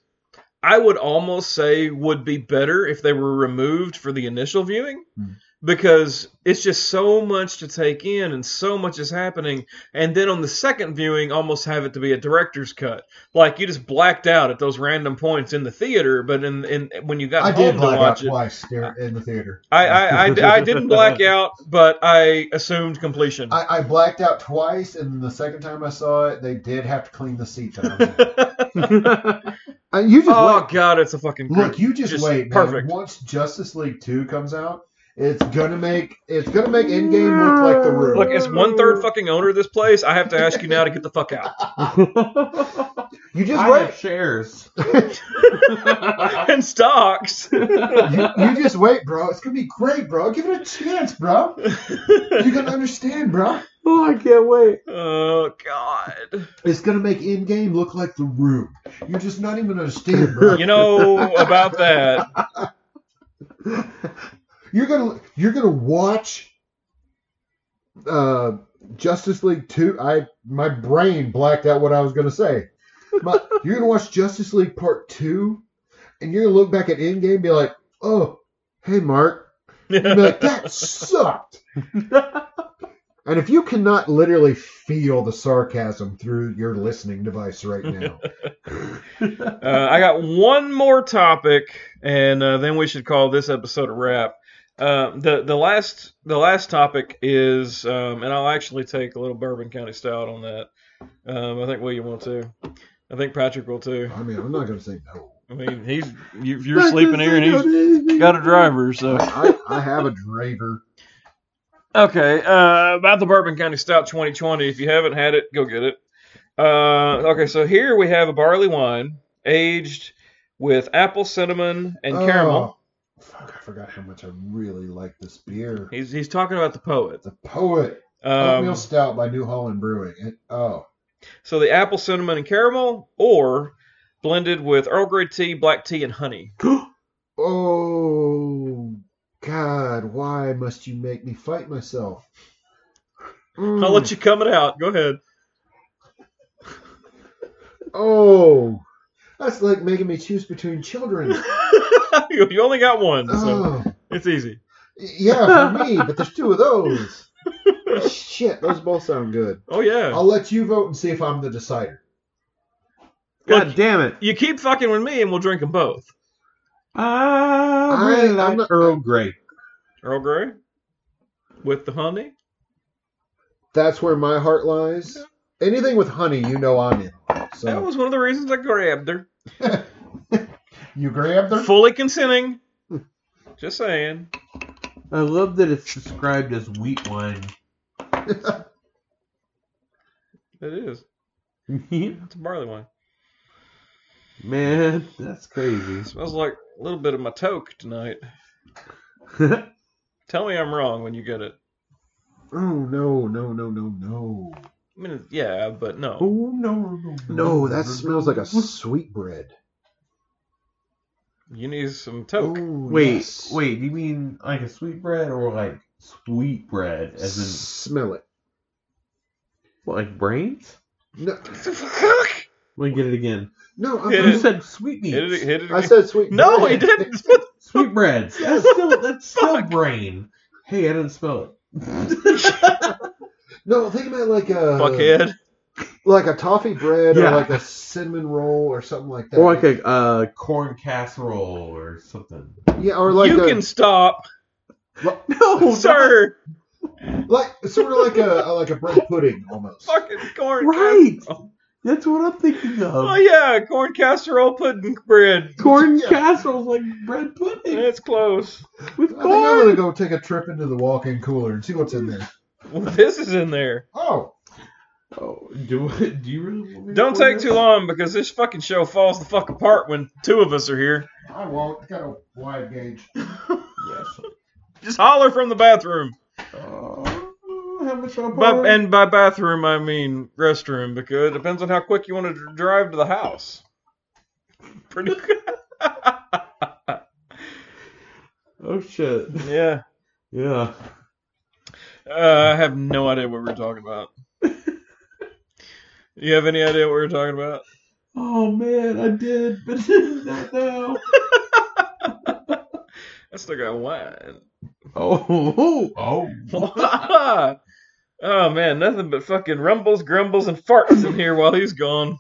Speaker 1: I would almost say, would be better if they were removed for the initial viewing.
Speaker 3: Mm.
Speaker 1: Because it's just so much to take in and so much is happening. And then on the second viewing, almost have it to be a director's cut. Like you just blacked out at those random points in the theater, but in, in when you got
Speaker 3: I
Speaker 1: home
Speaker 3: did
Speaker 1: to
Speaker 3: black out
Speaker 1: watch it.
Speaker 3: twice there in the theater.
Speaker 1: I, I, I, I didn't black out, but I assumed completion.
Speaker 3: I, I blacked out twice, and the second time I saw it, they did have to clean the seat. That I was in. Uh, you just
Speaker 1: oh,
Speaker 3: wait.
Speaker 1: God, it's a fucking great-
Speaker 3: Look, you just,
Speaker 1: just
Speaker 3: wait. man.
Speaker 1: perfect.
Speaker 3: Once Justice League Two comes out, it's gonna make it's gonna make Endgame look like the room.
Speaker 1: Look, as one third fucking owner of this place, I have to ask you now to get the fuck out.
Speaker 3: you just
Speaker 2: I
Speaker 3: wait.
Speaker 2: have shares.
Speaker 1: And stocks.
Speaker 3: you, you just wait, bro. It's gonna be great, bro. Give it a chance, bro. You're gonna understand, bro.
Speaker 2: oh, I can't wait.
Speaker 1: oh God.
Speaker 3: It's gonna make Endgame look like the room. You're just not even understand, bro.
Speaker 1: You know about that.
Speaker 3: You're gonna you're gonna watch uh, Justice League two. I my brain blacked out what I was gonna say. My, you're gonna watch Justice League part two, and you're gonna look back at Endgame and be like, oh, hey, Mark. You'd be like, that sucked. and if you cannot literally feel the sarcasm through your listening device right now,
Speaker 1: Uh, I got one more topic, and uh, then we should call this episode a wrap. Um, the the last the last topic is, um, and I'll actually take a little Bourbon County Stout on that. Um, I think William will too. I think Patrick will too.
Speaker 3: I mean, I'm not going to say no.
Speaker 1: I mean, he's you, you're sleeping here, and he's
Speaker 2: he's
Speaker 1: got a driver, so.
Speaker 3: I, I have a driver.
Speaker 1: Okay, uh, about the Bourbon County Stout 2020. If you haven't had it, go get it. Uh, okay, so here we have a barley wine aged with apple, cinnamon, and caramel.
Speaker 3: Oh, fuck, I forgot how much I really like this beer.
Speaker 1: He's he's talking about the poet.
Speaker 3: The Poet Oatmeal
Speaker 1: Um,
Speaker 3: Stout by New Holland Brewing. It, oh,
Speaker 1: so the apple, cinnamon, and caramel, or blended with Earl Grey tea, black tea, and honey.
Speaker 3: oh, God! Why must you make me fight myself? Hmm. Mm,
Speaker 1: I'll let you come it out. Go ahead.
Speaker 3: Oh, That's like making me choose between children.
Speaker 1: you, you only got one, so
Speaker 3: Oh,
Speaker 1: it's easy.
Speaker 3: yeah, for me, but there's two of those. Shit, those both sound good.
Speaker 1: Oh yeah.
Speaker 3: I'll let you vote and see if I'm the decider.
Speaker 1: Look,
Speaker 2: God damn it.
Speaker 1: you keep fucking with me, and we'll drink them both.
Speaker 2: I really
Speaker 3: I'm
Speaker 2: like
Speaker 3: not-
Speaker 2: Earl Grey.
Speaker 1: Earl Grey with the honey.
Speaker 3: That's where my heart lies. Anything with honey, you know I'm in.
Speaker 1: That
Speaker 3: So
Speaker 1: was one of the reasons I grabbed her.
Speaker 3: you grabbed her.
Speaker 1: Fully consenting. Just saying.
Speaker 2: I love that it's described as wheat wine.
Speaker 1: It is. It's a barley wine.
Speaker 2: Man, that's
Speaker 1: It
Speaker 2: crazy.
Speaker 1: smells like a little bit of my toke tonight.
Speaker 2: That's
Speaker 1: Tell me I'm wrong when you get it.
Speaker 3: Oh no, no, no, no, no.
Speaker 1: I mean, yeah, but no.
Speaker 2: Oh no, no,
Speaker 3: No, that smells like a sweet bread.
Speaker 1: You need some
Speaker 3: Oh,
Speaker 1: toke.
Speaker 2: Wait, wait. You mean like a sweet bread or like sweet bread, as
Speaker 3: Smell it.
Speaker 2: in like brains?
Speaker 3: No,
Speaker 2: Let me get it again.
Speaker 3: no. I'm,
Speaker 1: Hit
Speaker 2: You
Speaker 1: it.
Speaker 2: said sweet meats,
Speaker 1: Hit it, hit it
Speaker 3: I
Speaker 1: again.
Speaker 3: said sweet.
Speaker 1: No, he
Speaker 3: bread.
Speaker 1: didn't.
Speaker 2: sweet breads. That's still that's still brain. Hey, I didn't spell it.
Speaker 3: No, think about like a
Speaker 1: Fuckhead.
Speaker 3: like a toffee bread
Speaker 2: Yeah.
Speaker 3: or like a cinnamon roll or something like that.
Speaker 2: or like a uh, corn casserole or something.
Speaker 3: yeah, or like
Speaker 1: you
Speaker 3: a,
Speaker 1: can stop,
Speaker 2: No,
Speaker 1: sir.
Speaker 3: like sort of like a like a bread pudding almost.
Speaker 1: Fucking corn.
Speaker 2: Right.
Speaker 1: casserole.
Speaker 2: That's what I'm thinking of.
Speaker 1: Oh yeah, corn casserole pudding bread.
Speaker 2: Corn
Speaker 3: Yeah.
Speaker 2: casseroles like bread pudding
Speaker 1: That's close.
Speaker 3: I
Speaker 2: with
Speaker 3: think I'm gonna
Speaker 2: corn.
Speaker 3: go take a trip into the walk-in cooler and see what's in there.
Speaker 1: Well, this is in there.
Speaker 3: Oh,
Speaker 2: Oh, do do you really? want me to
Speaker 1: Don't
Speaker 2: pour
Speaker 1: take
Speaker 2: that?
Speaker 1: too long because this fucking show falls the fuck apart when two of us are here.
Speaker 3: I won't. I got a wide gauge.
Speaker 2: Yes.
Speaker 1: Just holler from the bathroom.
Speaker 2: Oh, how much I'll
Speaker 1: By,
Speaker 2: pour?
Speaker 1: and by bathroom, I mean restroom, because it depends on how quick you want to dr- drive to the house. Pretty good.
Speaker 2: oh shit.
Speaker 1: Yeah.
Speaker 2: Yeah.
Speaker 1: Uh, I have no idea what we were talking about. you have any idea what we were talking about?
Speaker 2: Oh man, I did, but not now.
Speaker 1: I still got wine.
Speaker 2: Oh, oh, oh.
Speaker 1: oh, man. Nothing but fucking rumbles, grumbles, and farts in here while he's gone.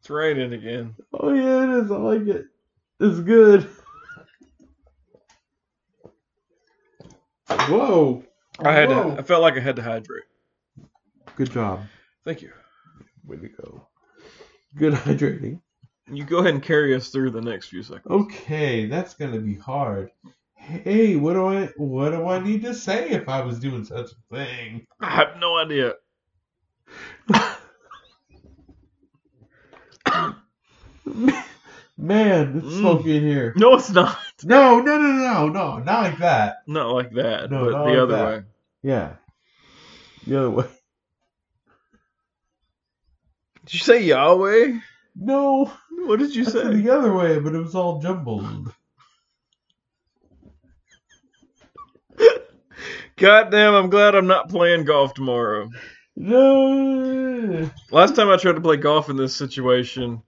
Speaker 1: It's raining again.
Speaker 2: Oh yeah, it is. I like it. It's good. Whoa.
Speaker 1: I had
Speaker 2: Whoa.
Speaker 1: to, I felt like I had to hydrate.
Speaker 2: Good job.
Speaker 1: Thank you.
Speaker 2: Way to go. Good hydrating.
Speaker 1: You go ahead and carry us through the next few seconds.
Speaker 2: Okay, that's gonna be hard. Hey, what do I what do I need to say if I was doing such a thing?
Speaker 1: I have no idea.
Speaker 2: Man, it's
Speaker 1: Mm.
Speaker 2: smoky in here.
Speaker 1: No, it's not.
Speaker 2: No, no, no, no, no, not like that.
Speaker 1: Not like that,
Speaker 2: No,
Speaker 1: but
Speaker 2: not
Speaker 1: the
Speaker 2: like
Speaker 1: other
Speaker 2: that.
Speaker 1: way.
Speaker 2: Yeah, the other way.
Speaker 1: Did you say Yahweh?
Speaker 2: No,
Speaker 1: What did you
Speaker 2: I said
Speaker 1: say?
Speaker 2: the other way, but it was all jumbled.
Speaker 1: God damn, I'm glad I'm not playing golf tomorrow.
Speaker 2: No,
Speaker 1: Last time I tried to play golf in this situation,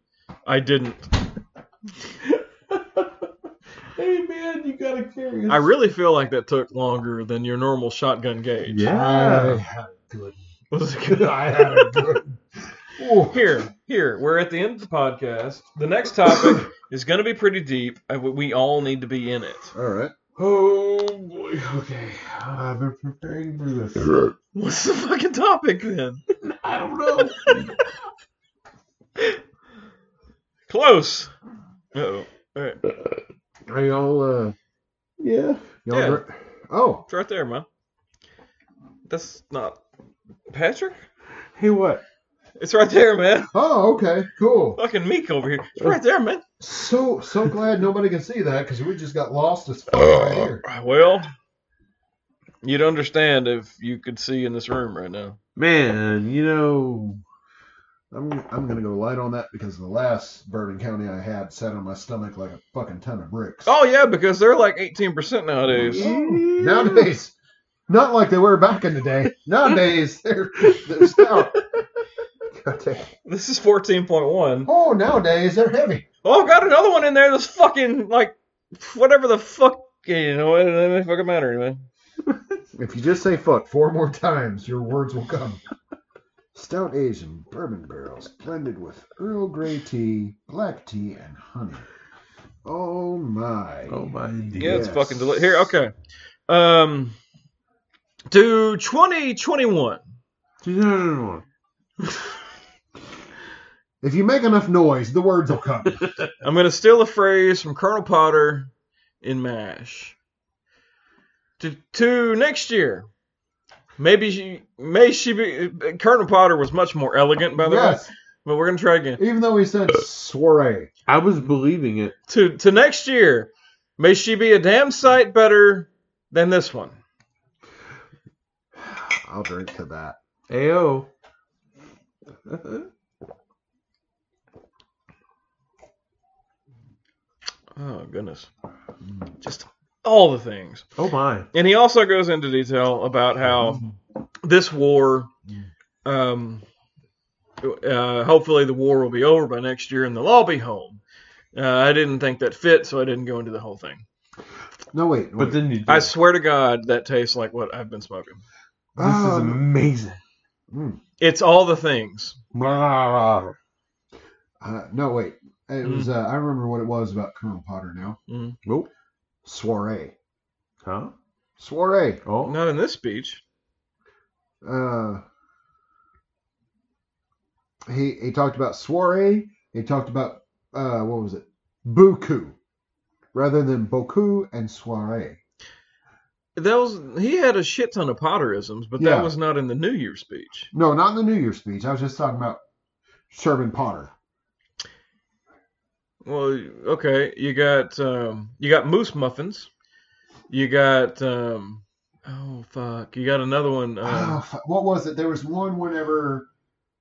Speaker 1: I didn't.
Speaker 2: hey man, you gotta carry. us.
Speaker 1: I really feel like that took longer than your normal shotgun gauge.
Speaker 3: I
Speaker 2: yeah.
Speaker 3: had a good.
Speaker 1: Was it good?
Speaker 3: I had a good. Ooh.
Speaker 1: Here, here, we're at the end of the podcast. The next topic is going to be pretty deep, and we- we all need to be in it.
Speaker 3: All right.
Speaker 2: Oh boy. Okay, I've been preparing for this.
Speaker 1: What's the fucking topic then?
Speaker 2: I don't know.
Speaker 1: Close. Oh,
Speaker 3: Are y'all? Uh,
Speaker 2: yeah.
Speaker 3: y'all?
Speaker 1: Yeah.
Speaker 3: re- Oh,
Speaker 1: it's right there, man. That's not Patrick.
Speaker 2: Hey, what?
Speaker 1: It's right there, man.
Speaker 3: oh, okay, cool.
Speaker 1: Fucking Meek over here. It's right there, man.
Speaker 3: So so glad nobody can see that because we just got lost as fuck right here.
Speaker 1: Uh, Well, you'd understand if you could see in this room right now.
Speaker 2: Man, you know.
Speaker 3: I'm I'm gonna go light on that because the last Burden County I had sat on my stomach like a fucking ton of bricks.
Speaker 1: Oh yeah, because they're like 18% nowadays.
Speaker 3: Nowadays, not like they were back in the day. Nowadays, they're they're stout. Goddamn.
Speaker 1: This is 14.1.
Speaker 3: Oh, nowadays they're heavy.
Speaker 1: Oh, I've got another one in there that's fucking, like, whatever the fuck. You know, it doesn't fucking matter, man.
Speaker 3: If you just say fuck four more times, your words will come. Stout aged in bourbon barrels, blended with Earl Grey tea, black tea, and honey. Oh my.
Speaker 2: Oh my dear.
Speaker 1: Yeah, it's
Speaker 3: Yes.
Speaker 1: fucking delicious. Here, okay. Um, to 2021.
Speaker 2: No, no, no, no.
Speaker 3: If you make enough noise, the words will come.
Speaker 1: I'm going to steal a phrase from Colonel Potter in MASH. To, to next year. Maybe she, may she be. Colonel Potter was much more elegant, by the way.
Speaker 3: yes.
Speaker 1: But we're going to try again.
Speaker 3: Even though he said soiree.
Speaker 2: I was believing it.
Speaker 1: To, to next year. May she be a damn sight better than this one.
Speaker 3: I'll drink to that.
Speaker 2: Ayo.
Speaker 1: Oh, goodness.
Speaker 2: Mm.
Speaker 1: Just all the things.
Speaker 2: oh my.
Speaker 1: And he also goes into detail about how this war, um, uh, hopefully the war will be over by next year and they'll all be home. Uh, I didn't think that fit, so I didn't go into the whole thing.
Speaker 3: No, wait. wait.
Speaker 2: But then you. Did.
Speaker 1: I swear to God, that tastes like what I've been smoking.
Speaker 2: this is amazing.
Speaker 1: It's all the things.
Speaker 2: Blah, blah,
Speaker 3: Uh, no, wait. It was.
Speaker 2: Mm.
Speaker 3: Uh, I remember what it was about Colonel Potter now.
Speaker 2: blah. Nope.
Speaker 3: Soiree.
Speaker 2: Huh?
Speaker 3: Soiree.
Speaker 2: Oh.
Speaker 1: Not in this speech.
Speaker 3: Uh, he he talked about soiree. He talked about uh, what was it? Buku, rather than boku and soiree.
Speaker 1: That was he had a shit ton of Potterisms, but
Speaker 3: Yeah.
Speaker 1: that was not in the New Year's speech.
Speaker 3: No, not in the New Year's speech. I was just talking about Sherman Potter.
Speaker 1: Well, okay, you got um, you got moose muffins, you got um, oh fuck, you got another one.
Speaker 3: Oh,
Speaker 1: Uh,
Speaker 3: fu- what was it? There was one whenever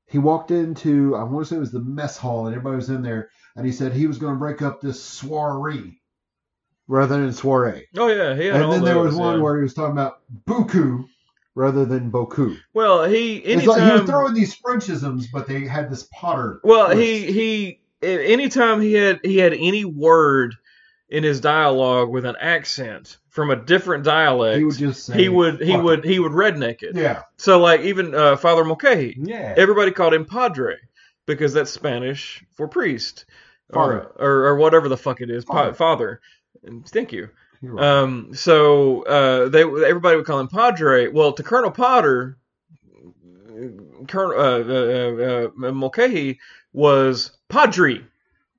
Speaker 3: he walked into, I want to say it was the mess hall, and everybody was in there, and he said he was going to break up this soiree rather than soiree.
Speaker 1: oh yeah, he had
Speaker 3: and
Speaker 1: all
Speaker 3: then there was
Speaker 1: those,
Speaker 3: one
Speaker 1: yeah.
Speaker 3: where he was talking about buku rather than boku.
Speaker 1: Well, he
Speaker 3: It's like he
Speaker 1: anytime.
Speaker 3: was throwing these Frenchisms, but they had this Potter.
Speaker 1: well,
Speaker 3: twist.
Speaker 1: he he a- anytime he had he had any word in his dialogue with an accent from a different dialect,
Speaker 3: he would just say
Speaker 1: he would he
Speaker 3: "Fuck
Speaker 1: would he would redneck
Speaker 3: it."
Speaker 1: it.
Speaker 3: yeah
Speaker 1: So like even uh, Father Mulcahy,
Speaker 2: Yeah.
Speaker 1: Everybody called him Padre because that's Spanish for priest
Speaker 3: Father.
Speaker 1: Or, or or whatever the fuck it is,
Speaker 3: Father.
Speaker 1: pa- father. And thank you.
Speaker 3: you're right.
Speaker 1: Um, so uh, they everybody would call him Padre. Well, to Colonel Potter, Colonel uh, uh, uh, uh, Mulcahy was Padre.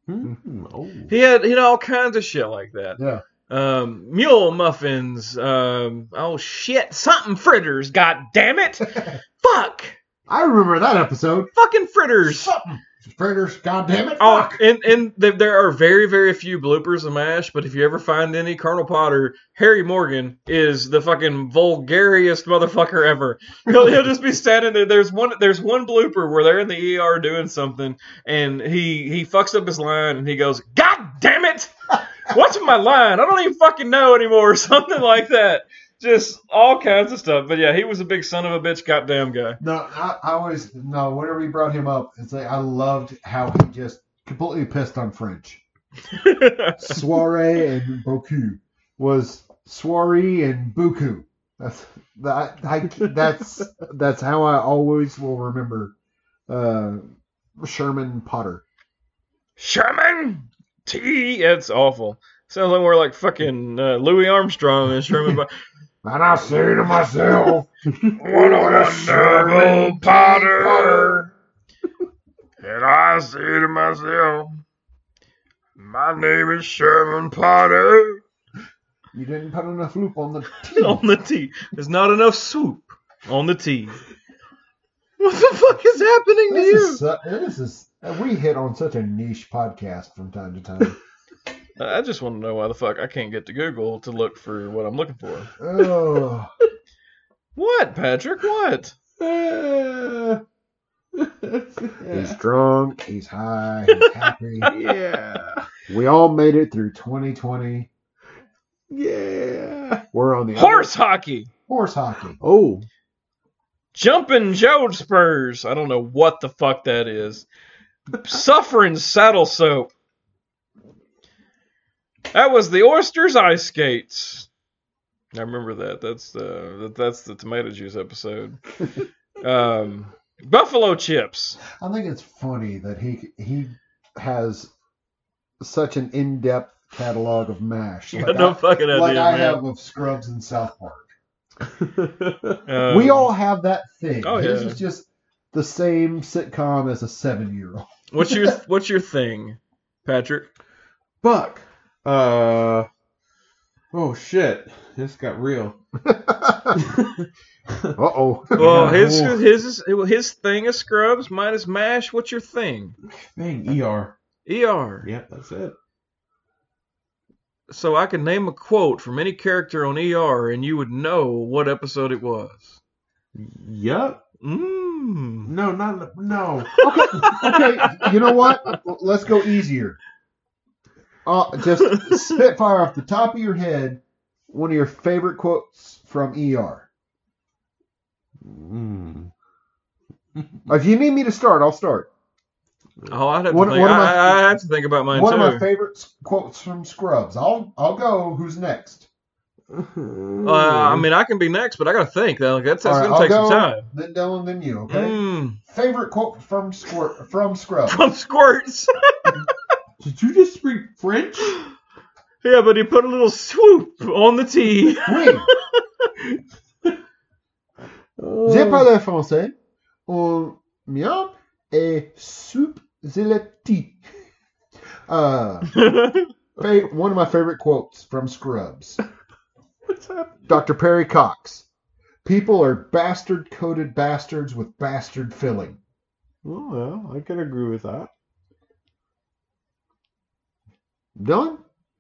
Speaker 2: Mm, oh.
Speaker 1: He had he had all kinds of shit like that.
Speaker 3: Yeah.
Speaker 1: Um, mule muffins. Um, oh shit, something fritters. God damn it! Fuck,
Speaker 3: I remember that episode.
Speaker 1: fucking fritters.
Speaker 3: Something. Fritters, goddamn it!
Speaker 1: Oh,
Speaker 3: fuck.
Speaker 1: and and th- there are very very few bloopers of Mash, but if you ever find any, Colonel Potter, Harry Morgan is the fucking vulgariest motherfucker ever. He'll, he'll just be standing there. There's one there's one blooper where they're in the ER doing something, and he he fucks up his line, and he goes, "God damn it! What's my line? I don't even fucking know anymore," or something like that. Just all kinds of stuff. But yeah, he was a big son of a bitch, goddamn guy.
Speaker 3: No, I, I always no. Whenever he brought him up, it's like I loved how he just completely pissed on French. Soiree and Boku was soiree and Buku. That's that. I, that's that's how I always will remember uh, Sherman Potter.
Speaker 1: Sherman T. It's awful. Sounds like we're like fucking uh, Louis Armstrong and Sherman. Bo-
Speaker 3: And I say to myself,
Speaker 1: what
Speaker 3: a wonderful Potter.
Speaker 1: and I say to myself, my name is Sherman Potter.
Speaker 3: "You didn't put enough loop on the
Speaker 1: on
Speaker 3: T."
Speaker 1: the T. There's not enough swoop on the T. What the fuck is happening to
Speaker 3: This
Speaker 1: you?
Speaker 3: is, su- this is uh, we hit on such a niche podcast from time to time.
Speaker 1: I I just want to know why the fuck I can't get to Google to look for what I'm looking for.
Speaker 3: oh,
Speaker 1: What, Patrick? What?
Speaker 2: Ah.
Speaker 3: he's
Speaker 2: yeah.
Speaker 3: drunk. He's high. He's happy.
Speaker 2: Yeah.
Speaker 3: we all made it through 2020.
Speaker 2: Yeah.
Speaker 3: We're on the other-
Speaker 1: Horse hockey.
Speaker 3: horse hockey.
Speaker 2: Oh.
Speaker 1: Jumping Joad Spurs. I don't know what the fuck that is. Suffering Saddle Soap. That was the Oysters Ice Skates. I remember that. That's the that- that's the tomato juice episode. um, buffalo chips.
Speaker 3: I think it's funny that he he has such an in-depth catalog of mash. Like,
Speaker 1: no
Speaker 3: I,
Speaker 1: fucking idea,
Speaker 3: like I
Speaker 1: man.
Speaker 3: have of Scrubs and South Park.
Speaker 1: Um,
Speaker 3: we all have that thing.
Speaker 1: oh,
Speaker 3: His
Speaker 1: yeah.
Speaker 3: is just the same sitcom as a seven-year-old.
Speaker 1: What's your What's your thing, Patrick?
Speaker 2: Buck. Uh. Oh shit! This got real.
Speaker 3: Uh-oh.
Speaker 1: Well,
Speaker 2: Yeah.
Speaker 1: his his is- his thing is Scrubs. Mine is Mash. What's your thing?
Speaker 2: Thing ER.
Speaker 1: ER.
Speaker 2: Yep, that's it.
Speaker 1: So I could name a quote from any character on ER, and you would know what episode it was.
Speaker 2: Yep.
Speaker 3: Mm.
Speaker 1: Mmm.
Speaker 2: No, not no.
Speaker 3: okay, you know what? Let's go easier. Uh, just spitfire off the top of your head one of your favorite quotes from ER.
Speaker 2: Mm.
Speaker 3: If you need me to start, I'll start.
Speaker 1: Oh, I'd have,
Speaker 3: What-
Speaker 1: to think.
Speaker 3: what am
Speaker 1: I,
Speaker 3: I-
Speaker 1: I, I have to think about mine
Speaker 3: one
Speaker 1: too.
Speaker 3: of my favorite s- quotes from Scrubs. I'll I'll go. Who's next?
Speaker 1: uh, I mean, I can be next, but I gotta think. Like, that's that's
Speaker 3: All right,
Speaker 1: gonna take
Speaker 3: I'll
Speaker 1: some
Speaker 3: go.
Speaker 1: time.
Speaker 3: Then Dylan, then you. Okay.
Speaker 1: Mmm.
Speaker 3: Favorite quote from Squirt from Scrubs.
Speaker 1: From squirts.
Speaker 2: Did you just speak French?
Speaker 1: yeah, but he put a little swoop on the T.
Speaker 3: Oui.
Speaker 2: Oh.
Speaker 3: J'ai parlé français. On mien et soupe zélati. Uh, fa- one of my favorite quotes from Scrubs.
Speaker 2: What's happening?
Speaker 3: Dr. Perry Cox. People are bastard coated bastards with bastard filling.
Speaker 2: Well, Oh, well, I can agree with that.
Speaker 3: Dylan?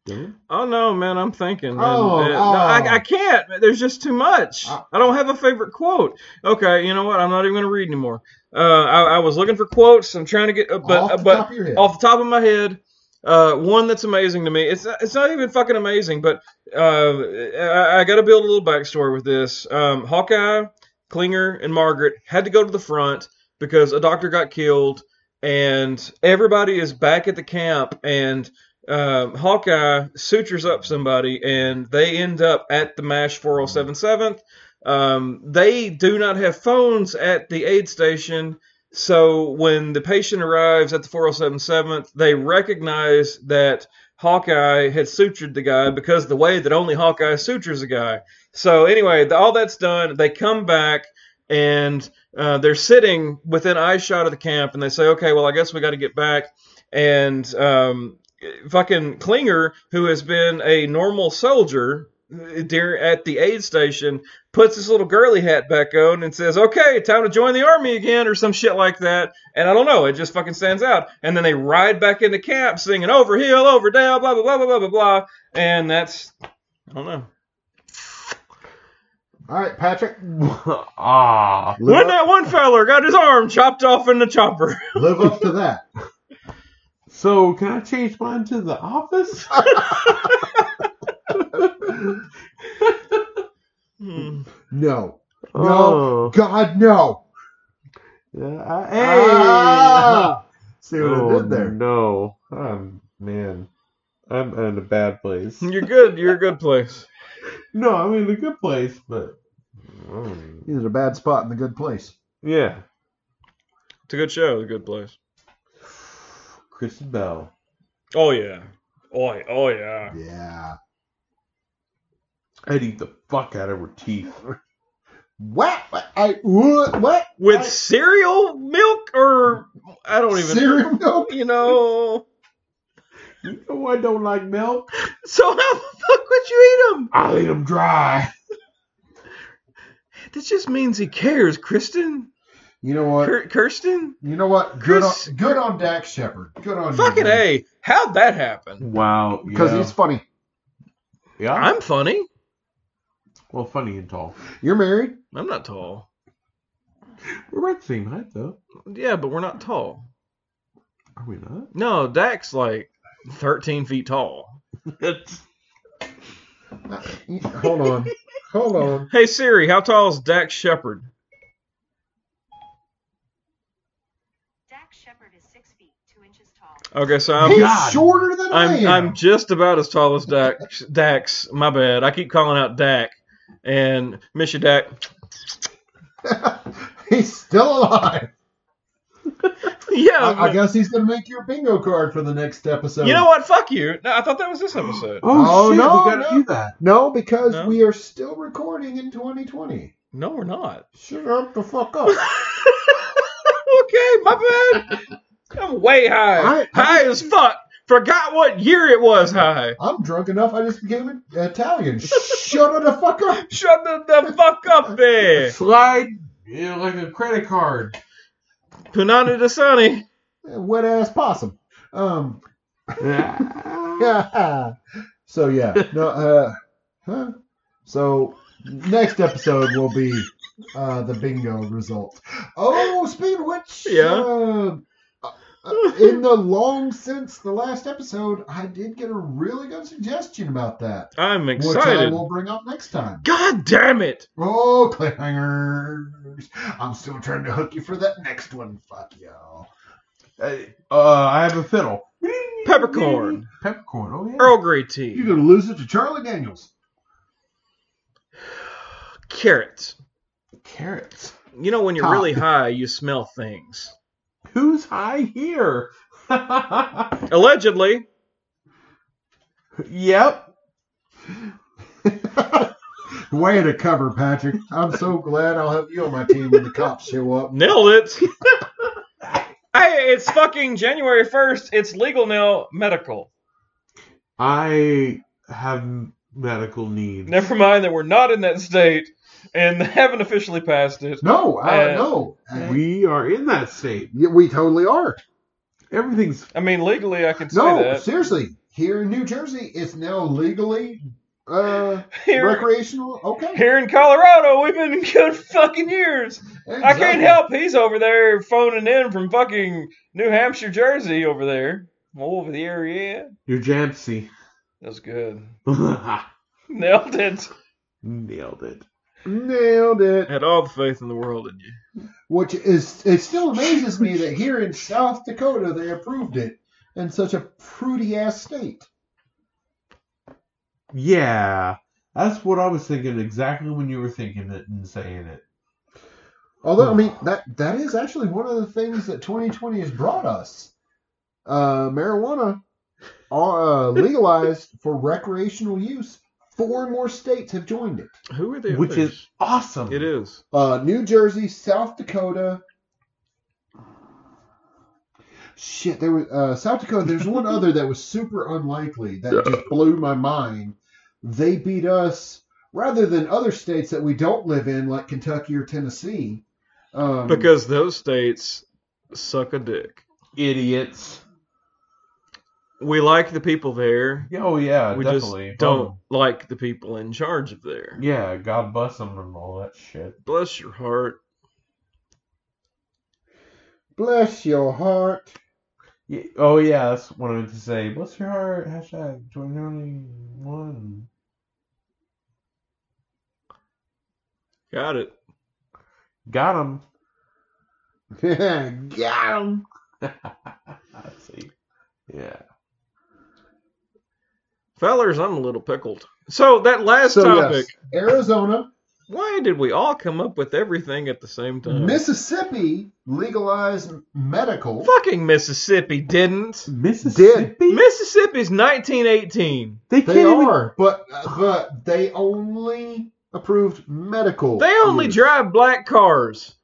Speaker 2: Dylan?
Speaker 1: Oh no, man! I'm thinking. and-
Speaker 3: Oh,
Speaker 1: and- no,
Speaker 3: oh.
Speaker 1: I, I can't. There's just too much.
Speaker 3: Uh.
Speaker 1: I don't have a favorite quote. Okay, you know what? I'm not even going to read anymore. Uh, I, I was looking for quotes. I'm trying to get, uh, but
Speaker 3: off
Speaker 1: uh,
Speaker 3: the
Speaker 1: but
Speaker 3: top of your head.
Speaker 1: off the top of my head, uh, one that's amazing to me. It's not, it's not even fucking amazing, but uh, I, I got to build a little backstory with this. Um, Hawkeye, Klinger, and Margaret had to go to the front because a doctor got killed, and everybody is back at the camp, and um, Hawkeye sutures up somebody, and they end up at the MASH 4077th. Um, they do not have phones at the aid station. So when the patient arrives at the 4077th, they recognize that Hawkeye had sutured the guy because the way that only Hawkeye sutures a guy. So anyway, the, all that's done. They come back and uh, they're sitting within eyeshot of the camp, and they say, "Okay, well, I guess we got to get back." And um, fucking Klinger, who has been a normal soldier uh, during at the aid station, puts his little girly hat back on and says, "Okay, time to join the army again," or some shit like that. And I don't know, it just fucking stands out. And then they ride back into camp singing "Over hill, over dale," blah blah blah blah blah blah blah. And that's I don't know.
Speaker 3: All right, Patrick.
Speaker 2: ah.
Speaker 3: Live
Speaker 1: when
Speaker 3: up,
Speaker 1: that one feller got his arm chopped off in the chopper.
Speaker 3: live up to that.
Speaker 2: So can I change mine to the office?
Speaker 1: Hmm.
Speaker 3: No.
Speaker 2: Oh.
Speaker 3: God, no.
Speaker 2: Yeah. I, hey. Oh,
Speaker 3: Ah! See what I did there?
Speaker 2: no. Um, man. I'm in a bad place.
Speaker 1: You're good. You're a good place.
Speaker 2: No, I'm in a good place, but. Mm.
Speaker 3: He's in a bad spot in the good place.
Speaker 2: Yeah.
Speaker 1: It's a good show. A good place.
Speaker 2: Kristen Bell.
Speaker 1: Oh yeah. Oh yeah. Oh yeah.
Speaker 3: Yeah.
Speaker 2: I'd eat the fuck out of her teeth.
Speaker 3: What? I what? what?
Speaker 1: With
Speaker 3: I-
Speaker 1: cereal milk or I don't even.
Speaker 3: cereal milk?
Speaker 1: You know.
Speaker 2: You know I don't like milk?
Speaker 1: So how the fuck would you eat them?
Speaker 2: I'll eat them dry.
Speaker 1: That just means he cares, Kristen.
Speaker 3: You know what?
Speaker 1: Kir- Kirsten?
Speaker 3: You know what? Good
Speaker 1: Chris-
Speaker 3: on, good on Dax Shepard. Good on
Speaker 1: Fucking
Speaker 3: you,
Speaker 1: A. How'd that happen?
Speaker 2: Wow.
Speaker 3: Because
Speaker 2: yeah.
Speaker 3: he's funny.
Speaker 2: Yeah.
Speaker 1: I'm funny.
Speaker 2: well, funny and tall.
Speaker 3: You're married.
Speaker 1: I'm not tall.
Speaker 2: We're about the same height, though.
Speaker 1: Yeah, but we're not tall.
Speaker 2: Are we not?
Speaker 1: No, Dak's like 13 feet tall.
Speaker 3: Uh, you- Hold on. Hold on.
Speaker 1: Hey Siri, how tall is Dak Shepard? Okay, so I'm
Speaker 3: He's
Speaker 2: God.
Speaker 3: shorter than I
Speaker 1: I'm Um,
Speaker 3: am.
Speaker 1: I'm just about as tall as Dax. Dax, my bad. I keep calling out Dak, and miss you, Dak.
Speaker 3: he's still alive.
Speaker 1: Yeah,
Speaker 3: I, I guess he's going to make your bingo card for the next episode.
Speaker 1: you know what? Fuck you. No, I thought that was this episode.
Speaker 2: Oh,
Speaker 3: Oh,
Speaker 2: shit,
Speaker 3: no,
Speaker 2: we gotta
Speaker 3: no.
Speaker 2: do that.
Speaker 3: No, because
Speaker 1: No?
Speaker 3: we are still recording in 2020.
Speaker 1: No, we're not.
Speaker 3: Shut up the fuck up.
Speaker 1: okay, my bad. I'm way high,
Speaker 3: I-
Speaker 1: high as fuck. Forgot what year it was. High.
Speaker 3: I'm drunk enough. I just became Italian. Shut the fuck up.
Speaker 1: Shut the, the fuck up there,
Speaker 2: Slide you know, like a credit card.
Speaker 1: Punani Dasani.
Speaker 3: Eh, Wet ass possum. Um.
Speaker 2: yeah.
Speaker 3: Yeah. So yeah. No. Uh. Huh. So next episode will be uh the bingo result. Oh, speed which.
Speaker 1: Yeah.
Speaker 3: Uh, uh, in the long since the last episode, I did get a really good suggestion about that,
Speaker 1: I'm
Speaker 3: which I
Speaker 1: excited.
Speaker 3: will bring up next time.
Speaker 1: God damn it!
Speaker 3: Oh, cliffhangers! I'm still trying to hook you for that next one. Fuck y'all.
Speaker 2: Uh, I have a fiddle.
Speaker 1: Peppercorn.
Speaker 2: Peppercorn. Oh yeah.
Speaker 1: Earl Grey tea.
Speaker 3: You're gonna lose it to Charlie Daniels.
Speaker 1: Carrots.
Speaker 2: Carrots.
Speaker 1: You know when you're
Speaker 3: Cock.
Speaker 1: really high, you smell things.
Speaker 2: Who's high here?
Speaker 1: Allegedly.
Speaker 2: yep.
Speaker 3: Way to cover, Patrick. I'm so glad I'll have you on my team when the cops show up.
Speaker 1: Nailed it. hey, it's fucking January 1st. It's legal now. Medical.
Speaker 2: I have medical needs.
Speaker 1: Never mind that we're not in that state and haven't officially passed it.
Speaker 3: No, I
Speaker 1: Uh,
Speaker 3: no. Uh,
Speaker 2: We are in that state.
Speaker 3: yeah, We totally are.
Speaker 2: Everything's
Speaker 1: I mean, legally, I can say
Speaker 3: No,
Speaker 1: that.
Speaker 3: seriously. Here in New Jersey, it's now legally uh,
Speaker 1: Here,
Speaker 3: recreational. Okay.
Speaker 1: here in Colorado, we've been good fucking years. I can't
Speaker 3: Exactly.
Speaker 1: help. He's over there phoning in from fucking New Hampshire, Jersey over there. Over the area.
Speaker 2: your Jamsey.
Speaker 1: That's good. Nailed it.
Speaker 2: Nailed it.
Speaker 3: Nailed it.
Speaker 1: Had all the faith in the world in you.
Speaker 3: Which is it still amazes me that here in South Dakota they approved it in such a prudy ass state.
Speaker 2: Yeah. That's what I was thinking exactly when you were thinking it and saying it.
Speaker 3: Although I mean that that is actually one of the things that 2020 has brought us. Uh, marijuana uh, legalized for recreational use. Four more states have joined it.
Speaker 1: Who are the
Speaker 2: Which
Speaker 1: others?
Speaker 2: is awesome.
Speaker 1: It is.
Speaker 3: Uh, New Jersey, South Dakota. Shit, there was uh, South Dakota. There's one other that was super unlikely that just blew my mind. They beat us rather than other states that we don't live in, like Kentucky or Tennessee. Um,
Speaker 1: Because those states suck a dick.
Speaker 2: Idiots.
Speaker 1: We like the people there.
Speaker 2: Oh,
Speaker 3: Uh,
Speaker 2: yeah,
Speaker 1: we
Speaker 2: definitely.
Speaker 1: just don't like the people in charge of there.
Speaker 2: Yeah, God bless them and all that shit.
Speaker 1: Bless your heart.
Speaker 3: bless your heart.
Speaker 2: Yeah, oh, yeah, that's what I meant to say. Bless your heart. Hashtag 2021.
Speaker 1: Got it.
Speaker 2: Got him.
Speaker 3: Got him.
Speaker 2: Let's see. Yeah.
Speaker 1: Fellers, I'm a little pickled. So that last
Speaker 3: So,
Speaker 1: topic,
Speaker 3: Arizona,
Speaker 1: why did we all come up with everything at the same time?
Speaker 3: Mississippi legalized medical.
Speaker 1: Fucking Mississippi didn't.
Speaker 2: Mississippi?
Speaker 1: Mississippi's 1918.
Speaker 2: They can't
Speaker 3: They
Speaker 2: even-
Speaker 3: are, but but they only approved medical.
Speaker 1: They only
Speaker 3: use.
Speaker 1: drive black cars.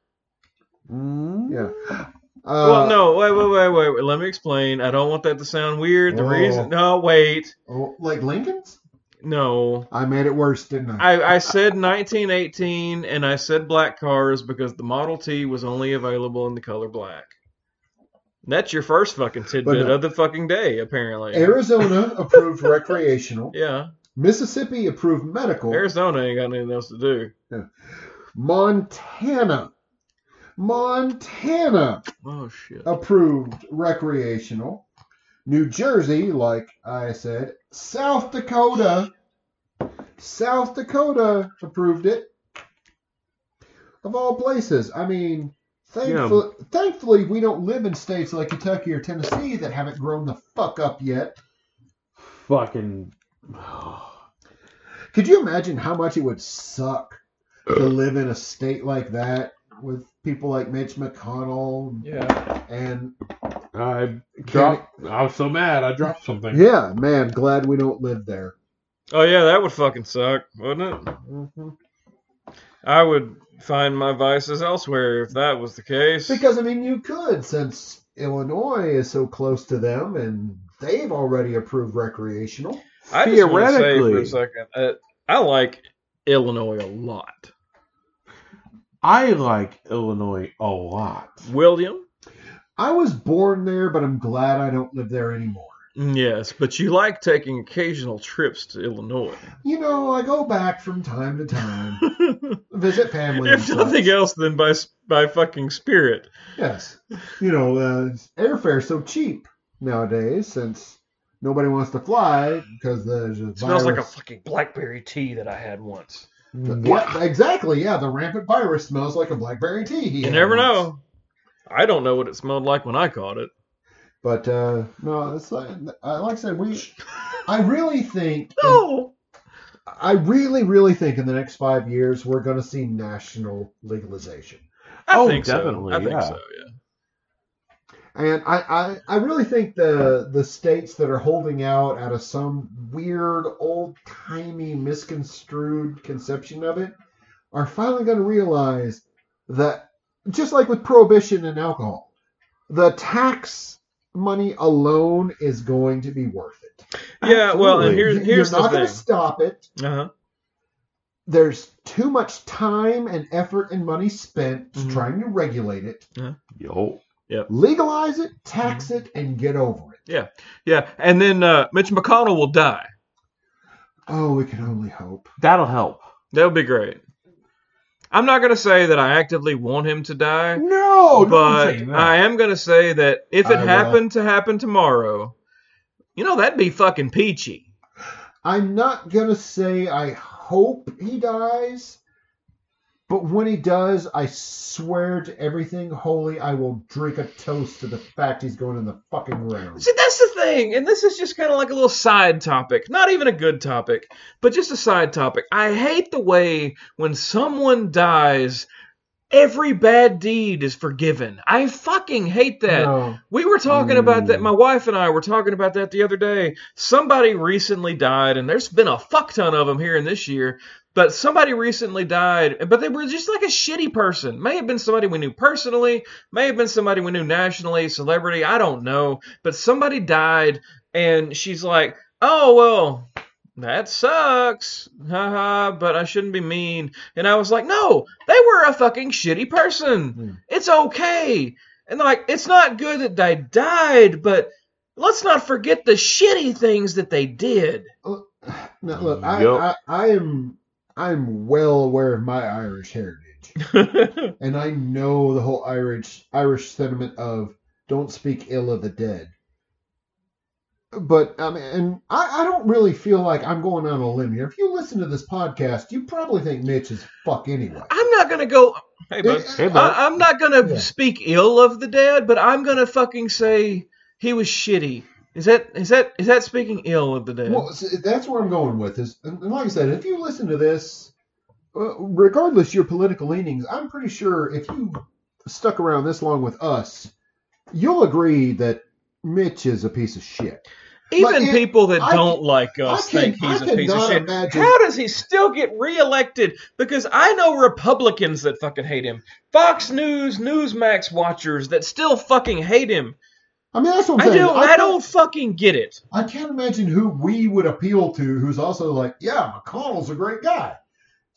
Speaker 2: Mm.
Speaker 3: Yeah.
Speaker 1: well,
Speaker 3: Uh,
Speaker 1: no, wait, wait, wait, wait, wait. Let me explain. I don't want that to sound weird. The
Speaker 3: Whoa.
Speaker 1: reason, no, wait,
Speaker 3: oh, like Lincoln's.
Speaker 1: no.
Speaker 3: I made it worse, didn't I?
Speaker 1: I, I said 1918 and I said black cars because the Model T was only available in the color black. That's your first fucking tidbit
Speaker 3: no.
Speaker 1: of the fucking day, apparently.
Speaker 3: Arizona approved recreational.
Speaker 1: yeah,
Speaker 3: Mississippi approved medical.
Speaker 1: Arizona ain't got anything else to do.
Speaker 3: Montana, Montana
Speaker 1: Oh shit.
Speaker 3: approved recreational. New Jersey, like I said, South Dakota, South Dakota approved it. Of all places, I mean, Thankfully, thankfully, we don't live in states like Kentucky or Tennessee that haven't grown the fuck up yet.
Speaker 2: Fucking.
Speaker 3: Could you imagine how much it would suck to live in a state like that with people like Mitch McConnell
Speaker 1: Yeah.
Speaker 3: and
Speaker 2: I dropped. I was so mad. I dropped something.
Speaker 3: yeah, man, glad we don't live there.
Speaker 1: Oh yeah, that would fucking suck, wouldn't it?
Speaker 2: Mm-hmm.
Speaker 1: I would find my vices elsewhere if that was the case.
Speaker 3: Because I mean, you could since Illinois is so close to them and they've already approved recreational.
Speaker 1: I just want to say for
Speaker 2: Theoretically,
Speaker 1: a second, uh, I like Illinois a lot.
Speaker 2: I like Illinois a lot.
Speaker 1: William,
Speaker 3: I was born there, but I'm glad I don't live there anymore.
Speaker 1: yes, but you like taking occasional trips to Illinois.
Speaker 3: You know, I go back from time to time,
Speaker 1: if
Speaker 3: visit family. and such.
Speaker 1: nothing else, then by s- by fucking spirit.
Speaker 3: Yes. You know, uh, airfare's so cheap nowadays since nobody wants to fly because the the
Speaker 1: It smells like a
Speaker 3: virus-
Speaker 1: fucking blackberry tea that I had once.
Speaker 3: Yeah, exactly. Yeah, the rampant virus smells like a blackberry tea. he
Speaker 1: You
Speaker 3: had
Speaker 1: never
Speaker 3: once.
Speaker 1: know. I don't know what it smelled like when I caught it.
Speaker 3: But uh, no, it's like, I- like I said, we. I really think.
Speaker 2: Oh,
Speaker 1: No.
Speaker 3: I really, really think in the next five years we're going to see national legalization.
Speaker 1: I
Speaker 2: Oh,
Speaker 1: think
Speaker 2: definitely,
Speaker 1: So. I think
Speaker 2: yeah.
Speaker 1: so. Yeah.
Speaker 3: And I, I, I really think the the states that are holding out out of some weird old timey misconstrued conception of it are finally going to realize that just like with prohibition and alcohol, the tax money alone is going to be worth it.
Speaker 1: Yeah, well, and
Speaker 2: Absolutely.
Speaker 1: here's
Speaker 3: You-
Speaker 1: here's
Speaker 3: You're
Speaker 1: the
Speaker 3: not going to
Speaker 1: thing.
Speaker 3: stop it.
Speaker 1: Uh-huh.
Speaker 3: There's too much time and effort and money spent
Speaker 1: Mhm.
Speaker 3: trying to regulate it.
Speaker 2: Yo.
Speaker 3: Legalize it, tax
Speaker 1: Mm-hmm.
Speaker 3: it, and get over it.
Speaker 1: Yeah, and then uh, Mitch McConnell will die.
Speaker 3: Oh, we can only hope.
Speaker 2: That'll help.
Speaker 1: That would be great. I'm not going to say that I actively want him to die,
Speaker 2: No,
Speaker 1: but I am going to say that if it
Speaker 3: I will.
Speaker 1: happened to happen tomorrow, you know that'd be fucking peachy.
Speaker 3: I'm not gonna say I hope he dies, but when he does, I swear to everything holy, I will drink a toast to the fact he's going in the fucking ground.
Speaker 1: See, that's the thing, and this is just kind of like a little side topic, not even a good topic, but just a side topic. I hate the way when someone dies, every bad deed is forgiven. I fucking hate that.
Speaker 3: No.
Speaker 1: We were talking about that.
Speaker 2: Mm.
Speaker 1: My wife and I were talking about that the other day. Somebody recently died, and there's been a fuck ton of them here in this year. But somebody recently died, but they were just like a shitty person. May have been somebody we knew personally, may have been somebody we knew nationally, celebrity, I don't know. But somebody died, and she's like, oh, well, that sucks. Haha, but I shouldn't be mean. And I was like, no, they were a fucking shitty person.
Speaker 3: Hmm.
Speaker 1: It's okay. And like, it's not good that they died, but let's not forget the shitty things that they did.
Speaker 3: No, look, I,
Speaker 2: Yup.
Speaker 3: I, I am I'm well aware of my Irish heritage.
Speaker 1: yeah.
Speaker 3: and I know the whole Irish Irish sentiment of don't speak ill of the dead. But I mean, and I, I don't really feel like I'm going on a limb here. If you listen to this podcast, you probably think Mitch is fuck anyway. uh,
Speaker 1: I'm not gonna go. Hey, bud.
Speaker 3: It-
Speaker 2: Hey, bud.
Speaker 1: I, I'm not gonna
Speaker 3: Yeah.
Speaker 1: speak ill of the dead, but I'm gonna fucking say he was shitty. Is that is that is that speaking ill of the dead?
Speaker 3: Well, s- that's where I'm going with this. And and like I said, if you listen to this, uh, regardless your political leanings, I'm pretty sure if you stuck around this long with us, you'll agree that Mitch is a piece of shit.
Speaker 1: Even
Speaker 3: it-
Speaker 1: people that
Speaker 3: I
Speaker 1: don't like us
Speaker 3: can-
Speaker 1: think he's
Speaker 3: I
Speaker 1: a piece of
Speaker 3: cannot
Speaker 1: shit.
Speaker 3: imagine-
Speaker 1: How does he still get reelected? Because I know Republicans that fucking hate him, Fox News, Newsmax watchers that still fucking hate him.
Speaker 3: I mean, that's what I'm
Speaker 1: I
Speaker 3: saying.
Speaker 1: don't, I
Speaker 3: can't-
Speaker 1: don't fucking get it.
Speaker 3: I can't imagine who we would appeal to who's also like, yeah, McConnell's a great guy.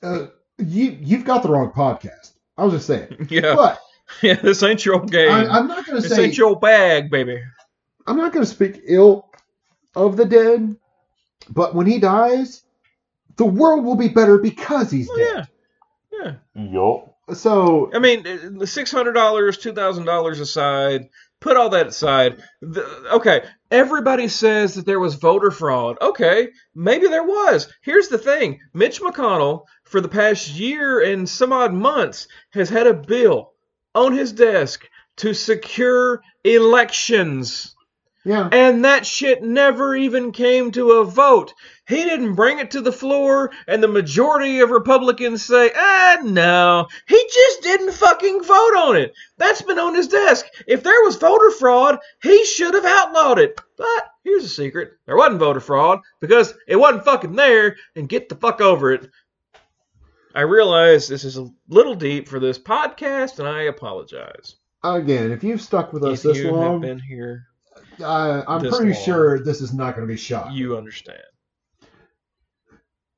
Speaker 3: Uh, you, you've got the wrong podcast. I was just saying.
Speaker 1: Yeah,
Speaker 3: But
Speaker 1: yeah. This ain't your game.
Speaker 3: I, I'm not going to
Speaker 1: this
Speaker 3: say,
Speaker 1: ain't your bag, baby.
Speaker 3: I'm not going to speak ill of the dead, but when he dies, the world will be better because he's
Speaker 1: Well,
Speaker 3: dead.
Speaker 1: yeah, Oh, yeah.
Speaker 2: Yo.
Speaker 3: So,
Speaker 1: I mean, uh, the six hundred dollars, two thousand dollars aside, put all that aside. The, okay, everybody says that there was voter fraud. Okay, maybe there was. Here's the thing: Mitch McConnell, for the past year and some odd months, has had a bill on his desk to secure elections.
Speaker 3: Yeah.
Speaker 1: And that shit never even came to a vote. He didn't bring it to the floor, and the majority of Republicans say, ah, no. He just didn't fucking vote on it. That's been on his desk. If there was voter fraud, he should have outlawed it. But here's a secret there wasn't voter fraud because it wasn't fucking there, and get the fuck over it. I realize this is a little deep for this podcast, and I apologize.
Speaker 3: Again, if you've stuck with us
Speaker 1: if
Speaker 3: this
Speaker 1: you
Speaker 3: long,
Speaker 1: have been here,
Speaker 3: I, I'm
Speaker 1: this
Speaker 3: pretty
Speaker 1: long.
Speaker 3: sure this is not going to be shot.
Speaker 1: you understand.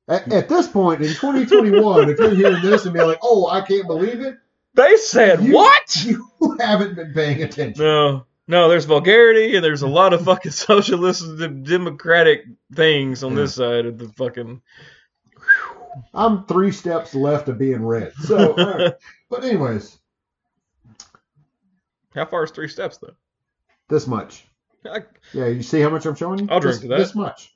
Speaker 3: At, at this point in 2021, if you're hearing this and be like, "Oh, I can't believe it,"
Speaker 1: They said
Speaker 3: You-
Speaker 1: what?
Speaker 3: you haven't been paying attention.
Speaker 1: No, no. There's vulgarity and there's a lot of fucking socialist de- democratic things on this side of the fucking.
Speaker 3: I'm three steps left of being red. So, all right. but anyways,
Speaker 1: How far is three steps though?
Speaker 3: this much.
Speaker 1: I-
Speaker 3: Yeah, you see how much I'm showing you?
Speaker 1: I'll drink
Speaker 3: this,
Speaker 1: to that.
Speaker 3: This much.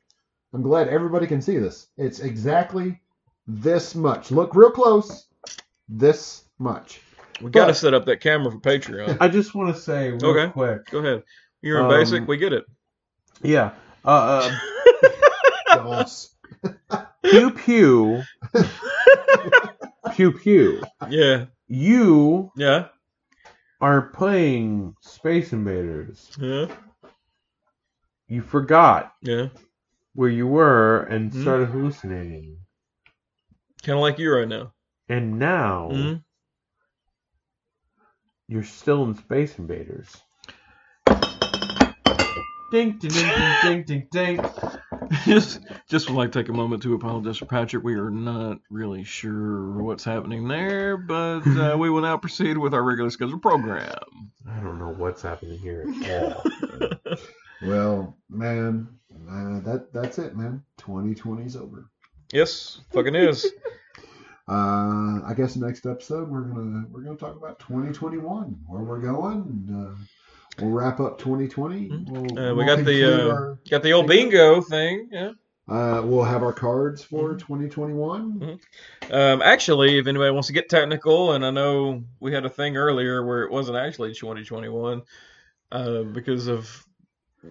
Speaker 3: I'm glad everybody can see this. It's exactly this much. Look real close. This much.
Speaker 1: we got to
Speaker 3: But-
Speaker 1: set up that camera for Patreon.
Speaker 2: I just want to say real
Speaker 1: Okay.
Speaker 2: quick.
Speaker 1: Go ahead. You're in
Speaker 2: Um,
Speaker 1: basic. We get it.
Speaker 2: Yeah. Uh, uh,
Speaker 3: Yes.
Speaker 2: pew pew. pew pew.
Speaker 1: Yeah.
Speaker 2: You
Speaker 1: Yeah.
Speaker 2: are playing Space Invaders.
Speaker 1: Yeah.
Speaker 2: You forgot
Speaker 1: Yeah.
Speaker 2: where you were and
Speaker 1: Hmm.
Speaker 2: started hallucinating.
Speaker 1: Kind of like you right now.
Speaker 2: And now
Speaker 1: Mhm.
Speaker 2: you're still in Space Invaders. Ding ding ding ding ding ding. ding.
Speaker 1: just just would like to take a moment to apologize for Patrick. We are not really sure what's happening there, but uh, we will now proceed with our regular scheduled program.
Speaker 2: I don't know what's happening here at all.
Speaker 3: Well, man, uh, that that's it, man. 2020 is over.
Speaker 1: Yes, fucking is.
Speaker 3: Uh, I guess next episode we're gonna we're gonna talk about 2021, where we're going. Uh, we'll wrap up 2020.
Speaker 1: Mhm.
Speaker 3: We'll,
Speaker 1: Uh, we
Speaker 3: we'll
Speaker 1: got the,
Speaker 3: conclude
Speaker 1: uh,
Speaker 3: our-
Speaker 1: Got the old bingo thing. Yeah.
Speaker 3: Uh, we'll have our cards for
Speaker 1: Mm-hmm.
Speaker 3: 2021.
Speaker 1: Um, actually, if anybody wants to get technical, and I know we had a thing earlier where it wasn't actually 2021 uh, because of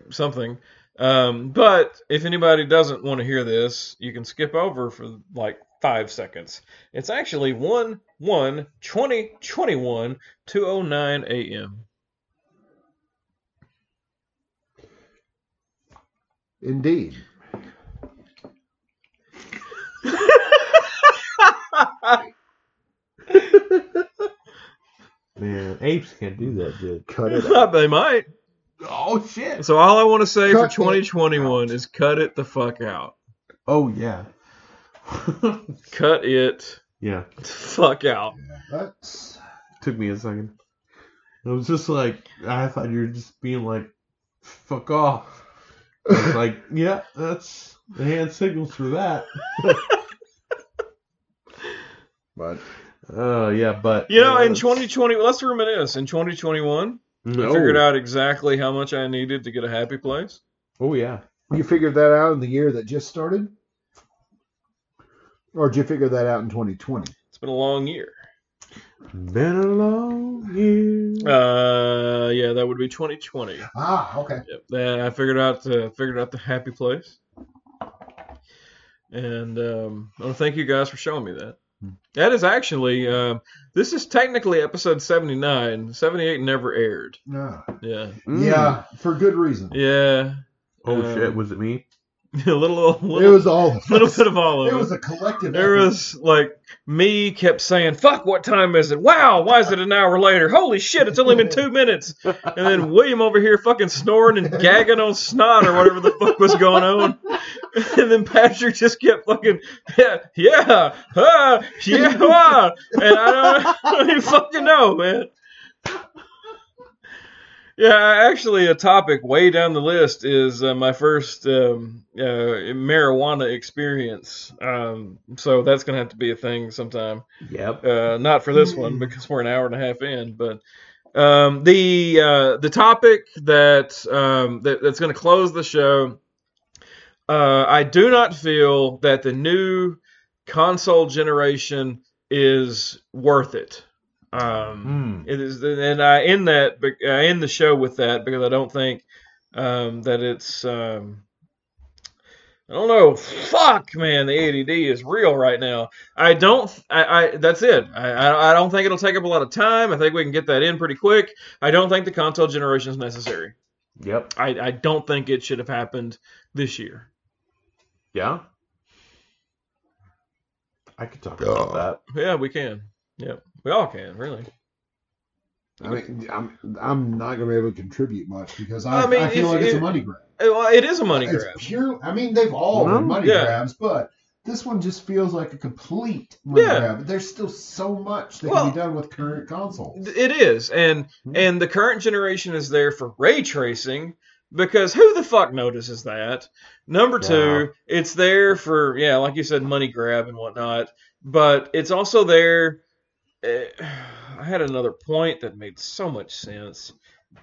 Speaker 1: something. Um, but if anybody doesn't want to hear this, you can skip over for like five seconds. It's actually 1 1 2021 209 a.m.
Speaker 3: Indeed.
Speaker 2: Man, apes can't do that, dude.
Speaker 3: Cut it
Speaker 1: But
Speaker 3: out.
Speaker 1: they might.
Speaker 2: Oh shit.
Speaker 1: So all I want to say
Speaker 3: Cut it
Speaker 1: for 2021 is cut it the fuck out.
Speaker 2: Oh yeah.
Speaker 1: Cut it
Speaker 2: yeah.
Speaker 1: the fuck out.
Speaker 3: That's,
Speaker 2: Took me a second. I was just like, I thought you were just being like, fuck off. I was like, yeah, that's the hand signals for that.
Speaker 3: but
Speaker 2: Oh yeah, but
Speaker 1: You know,
Speaker 2: uh,
Speaker 1: in 2020, let's reminisce. In 2021,
Speaker 2: no.
Speaker 1: I figured out exactly how much I needed to get a happy place.
Speaker 2: Oh yeah.
Speaker 3: you figured that out in the year that just started? Or did you figure that out in 2020?
Speaker 1: It's been a long year.
Speaker 2: Been a long year.
Speaker 1: Uh, yeah, that would be 2020.
Speaker 3: Ah, okay.
Speaker 1: Yep. Then I figured out the figured out the happy place. And um, I want to thank you guys for showing me that. That is actually um, this is technically episode 79. 78 never aired.
Speaker 3: Yeah,
Speaker 1: Yeah,
Speaker 3: yeah for good reason.
Speaker 1: Mm. yeah.
Speaker 2: Mm. Oh
Speaker 1: Um,
Speaker 2: shit, was it me?
Speaker 1: a little, little,
Speaker 3: It was all of
Speaker 1: little
Speaker 3: us.
Speaker 1: bit of all of
Speaker 3: It
Speaker 1: it.
Speaker 3: was a collective
Speaker 1: There
Speaker 3: effort.
Speaker 1: was like me kept saying, "Fuck, what time is it? Wow, why is it an hour later? Holy shit, it's only been two minutes." And then William over here fucking snoring and gagging on snot or whatever the fuck was going on. And then Patrick just kept fucking yeah, yeah, uh, yeah, uh," and I don't, I don't even fucking know, man. Yeah, actually, a topic way down the list is uh, my first um, uh, marijuana experience. Um, so that's gonna have to be a thing sometime.
Speaker 2: Yep.
Speaker 1: Uh, not for this one because we're an hour and a half in, but um, the uh, the topic that, um, that that's gonna close the show. Uh, I do not feel that the new console generation is worth it. Um,
Speaker 2: Mm.
Speaker 1: it is, and I end that bec- I end the show with that because I don't think um, that it's. Um, I don't know. Fuck, man, the ADD is real right now. I don't. I. I that's it. I, I. I don't think it'll take up a lot of time. I think we can get that in pretty quick. I don't think the console generation is necessary.
Speaker 2: Yep.
Speaker 1: I. I don't think it should have happened this year.
Speaker 2: Yeah. I could talk
Speaker 3: Oh.
Speaker 2: about that.
Speaker 1: Yeah, we can. Yeah, we all can really.
Speaker 3: I mean, I'm I'm not gonna be able to contribute much because
Speaker 1: I
Speaker 3: I, I,
Speaker 1: mean, it's-
Speaker 3: feel like it's
Speaker 1: it-
Speaker 3: a money grab.
Speaker 1: Eh, Well, it is a money
Speaker 3: It's
Speaker 1: grab.
Speaker 3: pure. I mean, they've all
Speaker 2: Well,
Speaker 3: been money
Speaker 1: yeah.
Speaker 3: grabs, but this one just feels like a complete money
Speaker 1: Yeah.
Speaker 3: grab. There's still so much that
Speaker 1: Well-
Speaker 3: can be done with current consoles.
Speaker 1: It is, and
Speaker 2: Hmm.
Speaker 1: and the current generation is there for ray tracing because who the fuck notices that? Number two, it's there for yeah, like you said, money grab and whatnot, but it's also there. eh, I had another point that made so much sense.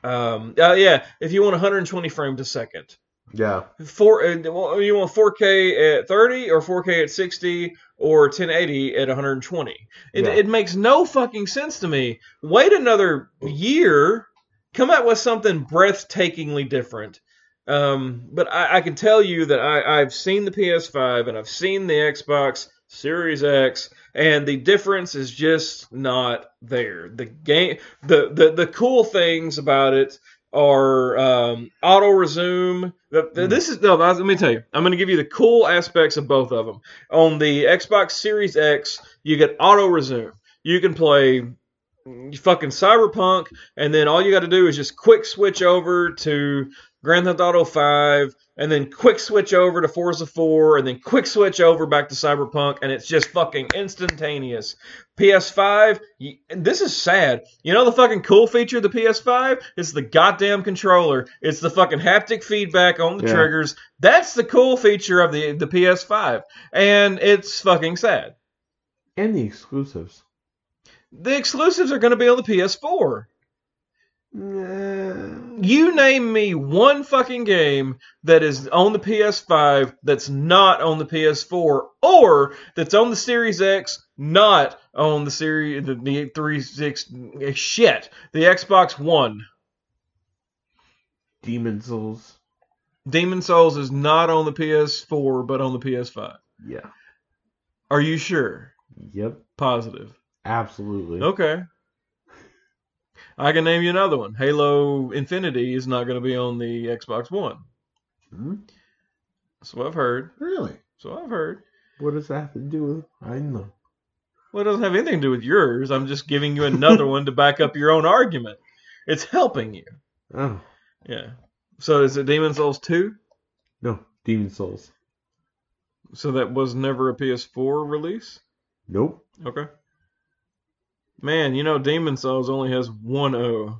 Speaker 1: Um, oh yeah, if you want 120 frames a second,
Speaker 2: Yeah.
Speaker 1: four uh, well, you want 4K at 30 or 4K at 60 or 1080 at 120. It,
Speaker 2: Yeah.
Speaker 1: it makes no fucking sense to me. Wait another year, come out with something breathtakingly different. Um, but I, I can tell you that I, I've seen the PS5 and I've seen the Xbox Series X, and the difference is just not there. The game, the the, the cool things about it are um, auto resume. The, the-
Speaker 2: Mm.
Speaker 1: This is no. Let me tell you. I'm going to give you the cool aspects of both of them. On the Xbox Series X, you get auto resume. You can play mm, fucking Cyberpunk, and then all you got to do is just quick switch over to Grand Theft Auto Five, and then quick switch over to Forza Four, and then quick switch over back to Cyberpunk, and it's just fucking instantaneous. PS5, y- and this is sad. You know the fucking cool feature of the PS5? It's the goddamn controller. It's the fucking haptic feedback on the
Speaker 2: Yeah.
Speaker 1: triggers. That's the cool feature of the the PS5, and it's fucking sad.
Speaker 2: And the exclusives.
Speaker 1: The exclusives are going to be on the PS4.
Speaker 2: Nah.
Speaker 1: You name me one fucking game that is on the PS5 that's not on the PS4, or that's on the Series X, not on the Series the, the 360 shit, the Xbox One.
Speaker 2: Demon Souls.
Speaker 1: Demon Souls is not on the PS4, but on the PS5.
Speaker 2: Yeah.
Speaker 1: Are you sure?
Speaker 2: Yep.
Speaker 1: Positive.
Speaker 2: Absolutely.
Speaker 1: Okay. I can name you another one. Halo Infinity is not going to be on the Xbox One.
Speaker 3: Hmm?
Speaker 1: So I've heard.
Speaker 3: Really?
Speaker 1: So I've heard.
Speaker 2: What does that have to do with? I know.
Speaker 1: Well, it doesn't have anything to do with yours. I'm just giving you another one to back up your own argument. It's helping you.
Speaker 2: Oh
Speaker 1: Yeah. So is it Demon Souls 2?
Speaker 2: no, Demon Souls.
Speaker 1: So that was never a PS4 release?
Speaker 2: Nope.
Speaker 1: Okay. Man, you know Demon Souls only has one O.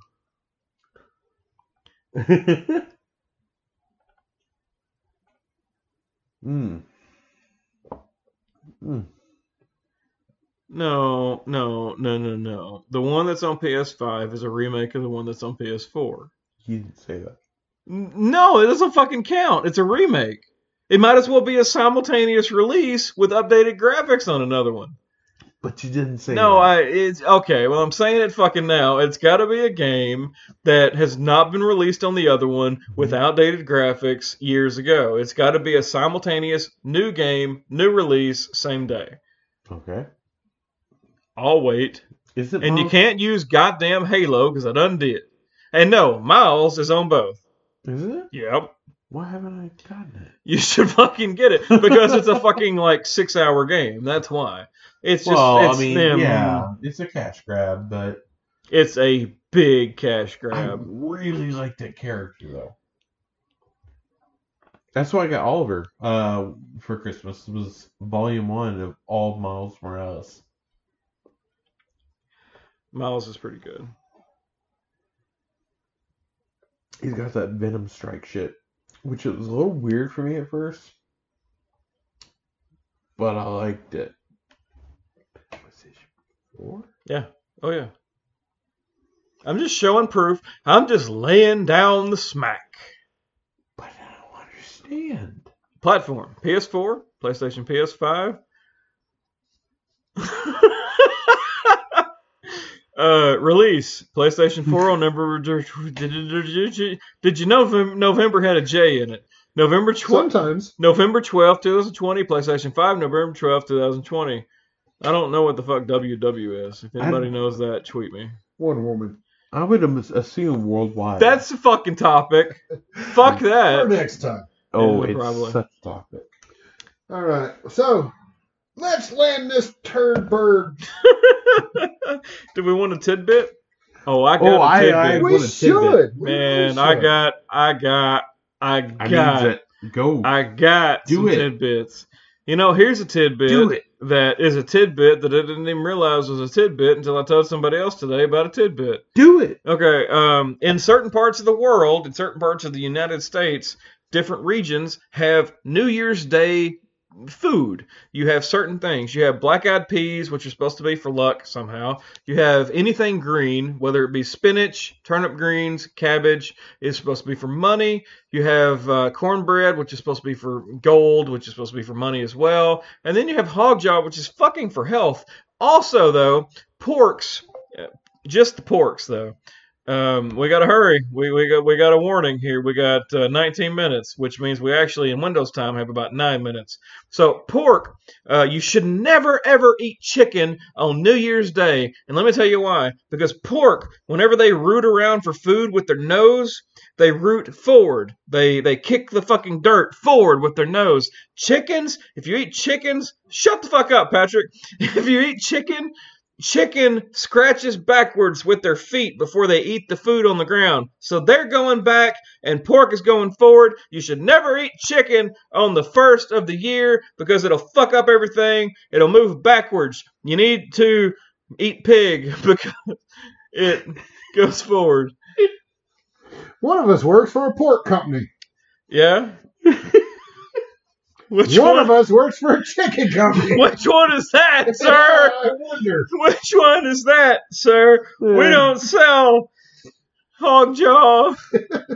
Speaker 2: Hmm. Hmm.
Speaker 1: No, no, no, no, no. The one that's on PS5 is a remake of the one that's on PS4.
Speaker 2: You didn't say that.
Speaker 1: N- No, it doesn't fucking count. It's a remake. It might as well be a simultaneous release with updated graphics on another one.
Speaker 2: But you didn't say
Speaker 1: No,
Speaker 2: that.
Speaker 1: I it's okay. Well, I'm saying it fucking now. It's got to be a game that has not been released on the other one with outdated graphics years ago. It's got to be a simultaneous new game, new release, same day.
Speaker 2: Okay.
Speaker 1: I'll wait.
Speaker 2: Is it?
Speaker 1: And you
Speaker 2: Miles-
Speaker 1: can't use goddamn Halo because I done did. And no, Miles is on both.
Speaker 2: Is it?
Speaker 1: Yep.
Speaker 2: Why haven't I gotten it?
Speaker 1: You should fucking get it because it's a fucking like six hour game. That's why. It's just,
Speaker 2: well,
Speaker 1: it's,
Speaker 2: I mean,
Speaker 1: um,
Speaker 2: yeah, it's a cash grab, but
Speaker 1: it's a big cash
Speaker 2: I
Speaker 1: grab.
Speaker 2: really like that character though. That's why I got Oliver uh, for Christmas. Was Volume One of all Miles Morales.
Speaker 1: Miles is pretty good.
Speaker 2: he's got that venom strike shit, which it was a little weird for me at first, but I liked it. Was it four?
Speaker 1: Oh yeah. I'm just showing proof. I'm just laying down the smack.
Speaker 2: But I don't understand.
Speaker 1: Platform: PS4, PlayStation, PS5. Uh, release PlayStation 4 on November. Did you know Novem- November had a J in it? November tw-
Speaker 3: Sometimes.
Speaker 1: November 12th, 2020, PlayStation 5, November 12th, 2020. I don't know what the fuck WW is. If anybody knows that, tweet me.
Speaker 3: One woman.
Speaker 2: I would am- assume worldwide.
Speaker 1: That's the fucking topic. Fuck
Speaker 3: For
Speaker 1: that.
Speaker 3: next time.
Speaker 2: oh,
Speaker 1: Yeah,
Speaker 2: it's
Speaker 1: probably.
Speaker 2: such a topic.
Speaker 3: All right. So let's land this turd bird.
Speaker 1: Do we want a tidbit? Oh, I got
Speaker 2: Oh,
Speaker 1: a
Speaker 2: I-
Speaker 1: tidbit.
Speaker 2: I-
Speaker 3: We
Speaker 2: what a tidbit.
Speaker 3: should. We really
Speaker 1: Man, I
Speaker 3: should.
Speaker 1: got, I got, I
Speaker 2: I
Speaker 1: got,
Speaker 2: mean, that, go
Speaker 1: I got
Speaker 2: Do
Speaker 1: some
Speaker 2: it.
Speaker 1: tidbits. You know, here's a tidbit
Speaker 2: do it.
Speaker 1: that is a tidbit that I didn't even realize was a tidbit until I told somebody else today about a tidbit.
Speaker 2: Do it.
Speaker 1: Okay. Um, in certain parts of the world, in certain parts of the United States, different regions have New Year's Day food. You have certain things. You have black eyed peas, which are supposed to be for luck somehow. You have anything green, whether it be spinach, turnip greens, cabbage, is supposed to be for money. You have uh, cornbread, which is supposed to be for gold, which is supposed to be for money as well. And then you have hog jaw, which is fucking for health. Also, though, porks. uh, Just the porks, though. Um, we got to hurry. We we got we got a warning here. We got uh, 19 minutes, which means we actually in Windows time have about nine minutes. So pork, uh, you should never ever eat chicken on New Year's Day, and let me tell you why. Because pork, whenever they root around for food with their nose, they root forward. They they kick the fucking dirt forward with their nose. Chickens, if you eat chickens, shut the fuck up, Patrick. If you eat chicken, Chicken scratches backwards with their feet before they eat the food on the ground. So they're going back and pork is going forward. You should never eat chicken on the first of the year because it'll fuck up everything. It'll move backwards. You need to eat pig because it goes forward.
Speaker 3: One of us works for a pork company.
Speaker 1: Yeah? Which
Speaker 3: one,
Speaker 1: one,
Speaker 3: of us works for a chicken company.
Speaker 1: which one is that, sir?
Speaker 3: I wonder.
Speaker 1: Which one is that, sir? We don't sell hog jaw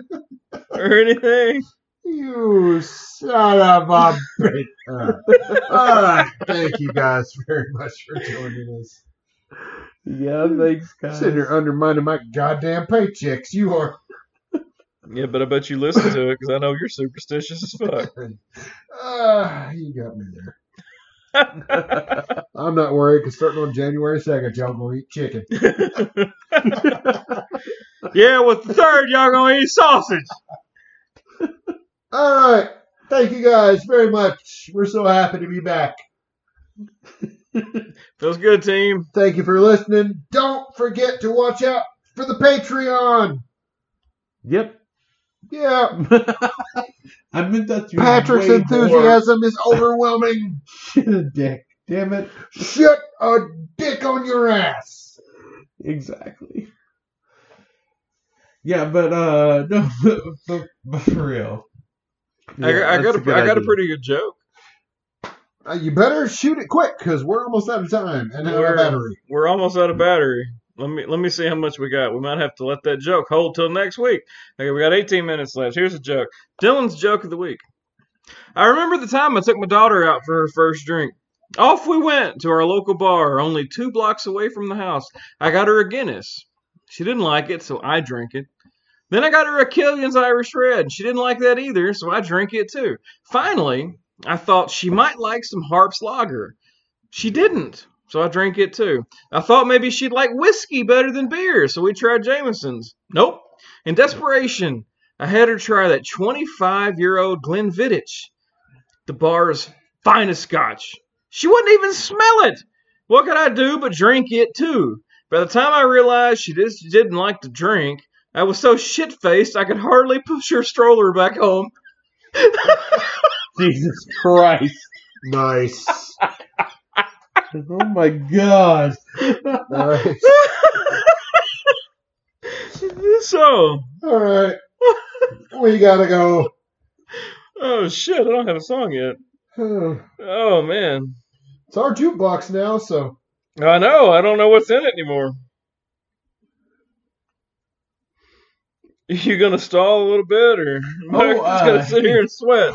Speaker 1: or anything.
Speaker 3: You son of a bitch. All right. All right. Thank you guys very much for joining us.
Speaker 2: Yeah, thanks, guys.
Speaker 3: Sitting here undermining my goddamn paychecks. You are.
Speaker 1: Yeah, but I bet you listen to it because I know you're superstitious as fuck.
Speaker 3: Ah, you got me there. I'm not worried because starting on January 2nd, y'all gonna eat chicken.
Speaker 1: yeah, with the third, y'all gonna eat sausage.
Speaker 3: All right. Thank you guys very much. We're so happy to be back.
Speaker 1: Feels good, team.
Speaker 3: Thank you for listening. Don't forget to watch out for the Patreon.
Speaker 2: Yep.
Speaker 3: Yeah.
Speaker 2: I meant that to
Speaker 3: Patrick's
Speaker 2: way
Speaker 3: enthusiasm is overwhelming.
Speaker 2: More. Dick. Damn it.
Speaker 3: Shut a dick on your ass.
Speaker 2: Exactly. Yeah, but uh no, but, but for real. Yeah,
Speaker 1: I, I got
Speaker 2: that's
Speaker 1: a,
Speaker 2: good
Speaker 1: I got a
Speaker 2: idea.
Speaker 1: pretty good joke.
Speaker 3: Uh, you better shoot it quick because we're almost out of time and out
Speaker 1: We're-
Speaker 3: of battery.
Speaker 1: We're almost out of battery. Let me let me see how much we got. We might have to let that joke hold till next week. Okay, we got 18 minutes left. Here's a joke. Dylan's joke of the week. I remember the time I took my daughter out for her first drink. Off we went to our local bar, only two blocks away from the house. I got her a Guinness. She didn't like it, so I drank it. Then I got her a Killian's Irish Red. She didn't like that either, so I drank it too. Finally, I thought she might like some Harps Lager. She didn't, so I drank it too. I thought maybe she'd like whiskey better than beer, so we tried Jameson's. Nope. In desperation, I had her try that 25 year old Glenfiddich, the bar's finest scotch. She wouldn't even smell it. What could I do but drink it too? By the time I realized she just didn't like to drink, I was so shit faced I could hardly push her stroller back home.
Speaker 2: Jesus Christ.
Speaker 3: Nice.
Speaker 2: Oh my god.
Speaker 3: nice.
Speaker 1: So,
Speaker 3: All right. We gotta go.
Speaker 1: oh shit, I don't have a song yet.
Speaker 3: It's
Speaker 1: Oh man.
Speaker 3: our jukebox now, so
Speaker 1: I know. I don't know what's in it anymore. You gonna stall a little bit, or Mike's just
Speaker 2: uh,
Speaker 1: gonna sit here and sweat?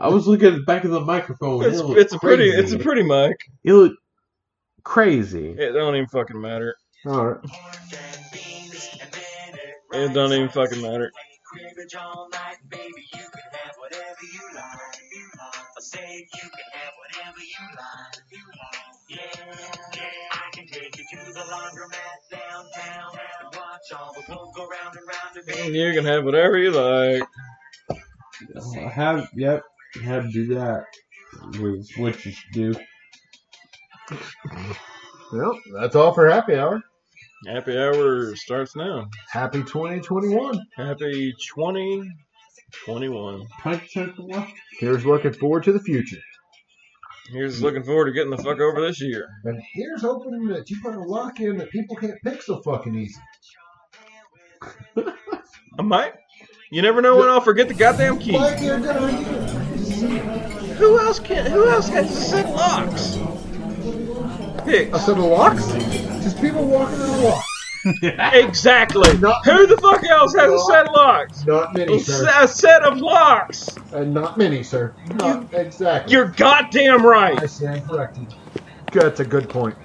Speaker 2: I was looking at the back of the microphone.
Speaker 1: It's,
Speaker 2: it looked
Speaker 1: it's a pretty,
Speaker 2: crazy.
Speaker 1: it's a pretty mic.
Speaker 2: It looked crazy.
Speaker 1: It don't even fucking matter.
Speaker 3: All right.
Speaker 1: It don't even fucking matter. You can have whatever you like.
Speaker 2: I have, yep, I have to do that. Is what you should do.
Speaker 3: Well, that's all for happy hour.
Speaker 1: Happy hour starts now.
Speaker 3: Happy 2021.
Speaker 1: Happy 2021.
Speaker 2: Pike took the one.
Speaker 3: Here's looking forward to the future.
Speaker 1: Here's looking forward to getting the fuck over this year.
Speaker 3: And here's hoping that you put a lock in that people can't pick so fucking easy.
Speaker 1: I might. You never know when I'll forget the goddamn key.
Speaker 3: Like you're gonna
Speaker 1: Who else can? Who else has set locks?
Speaker 3: I
Speaker 1: Hicks.
Speaker 3: said a lock? Just people walking in a lock.
Speaker 1: Exactly.
Speaker 3: Not-
Speaker 1: Who the fuck else has a set locks?
Speaker 3: Not many,
Speaker 1: A
Speaker 3: sir.
Speaker 1: se- a set of locks.
Speaker 3: And not many, sir. Not exactly.
Speaker 1: You're goddamn right.
Speaker 3: I stand corrected. That's a good point.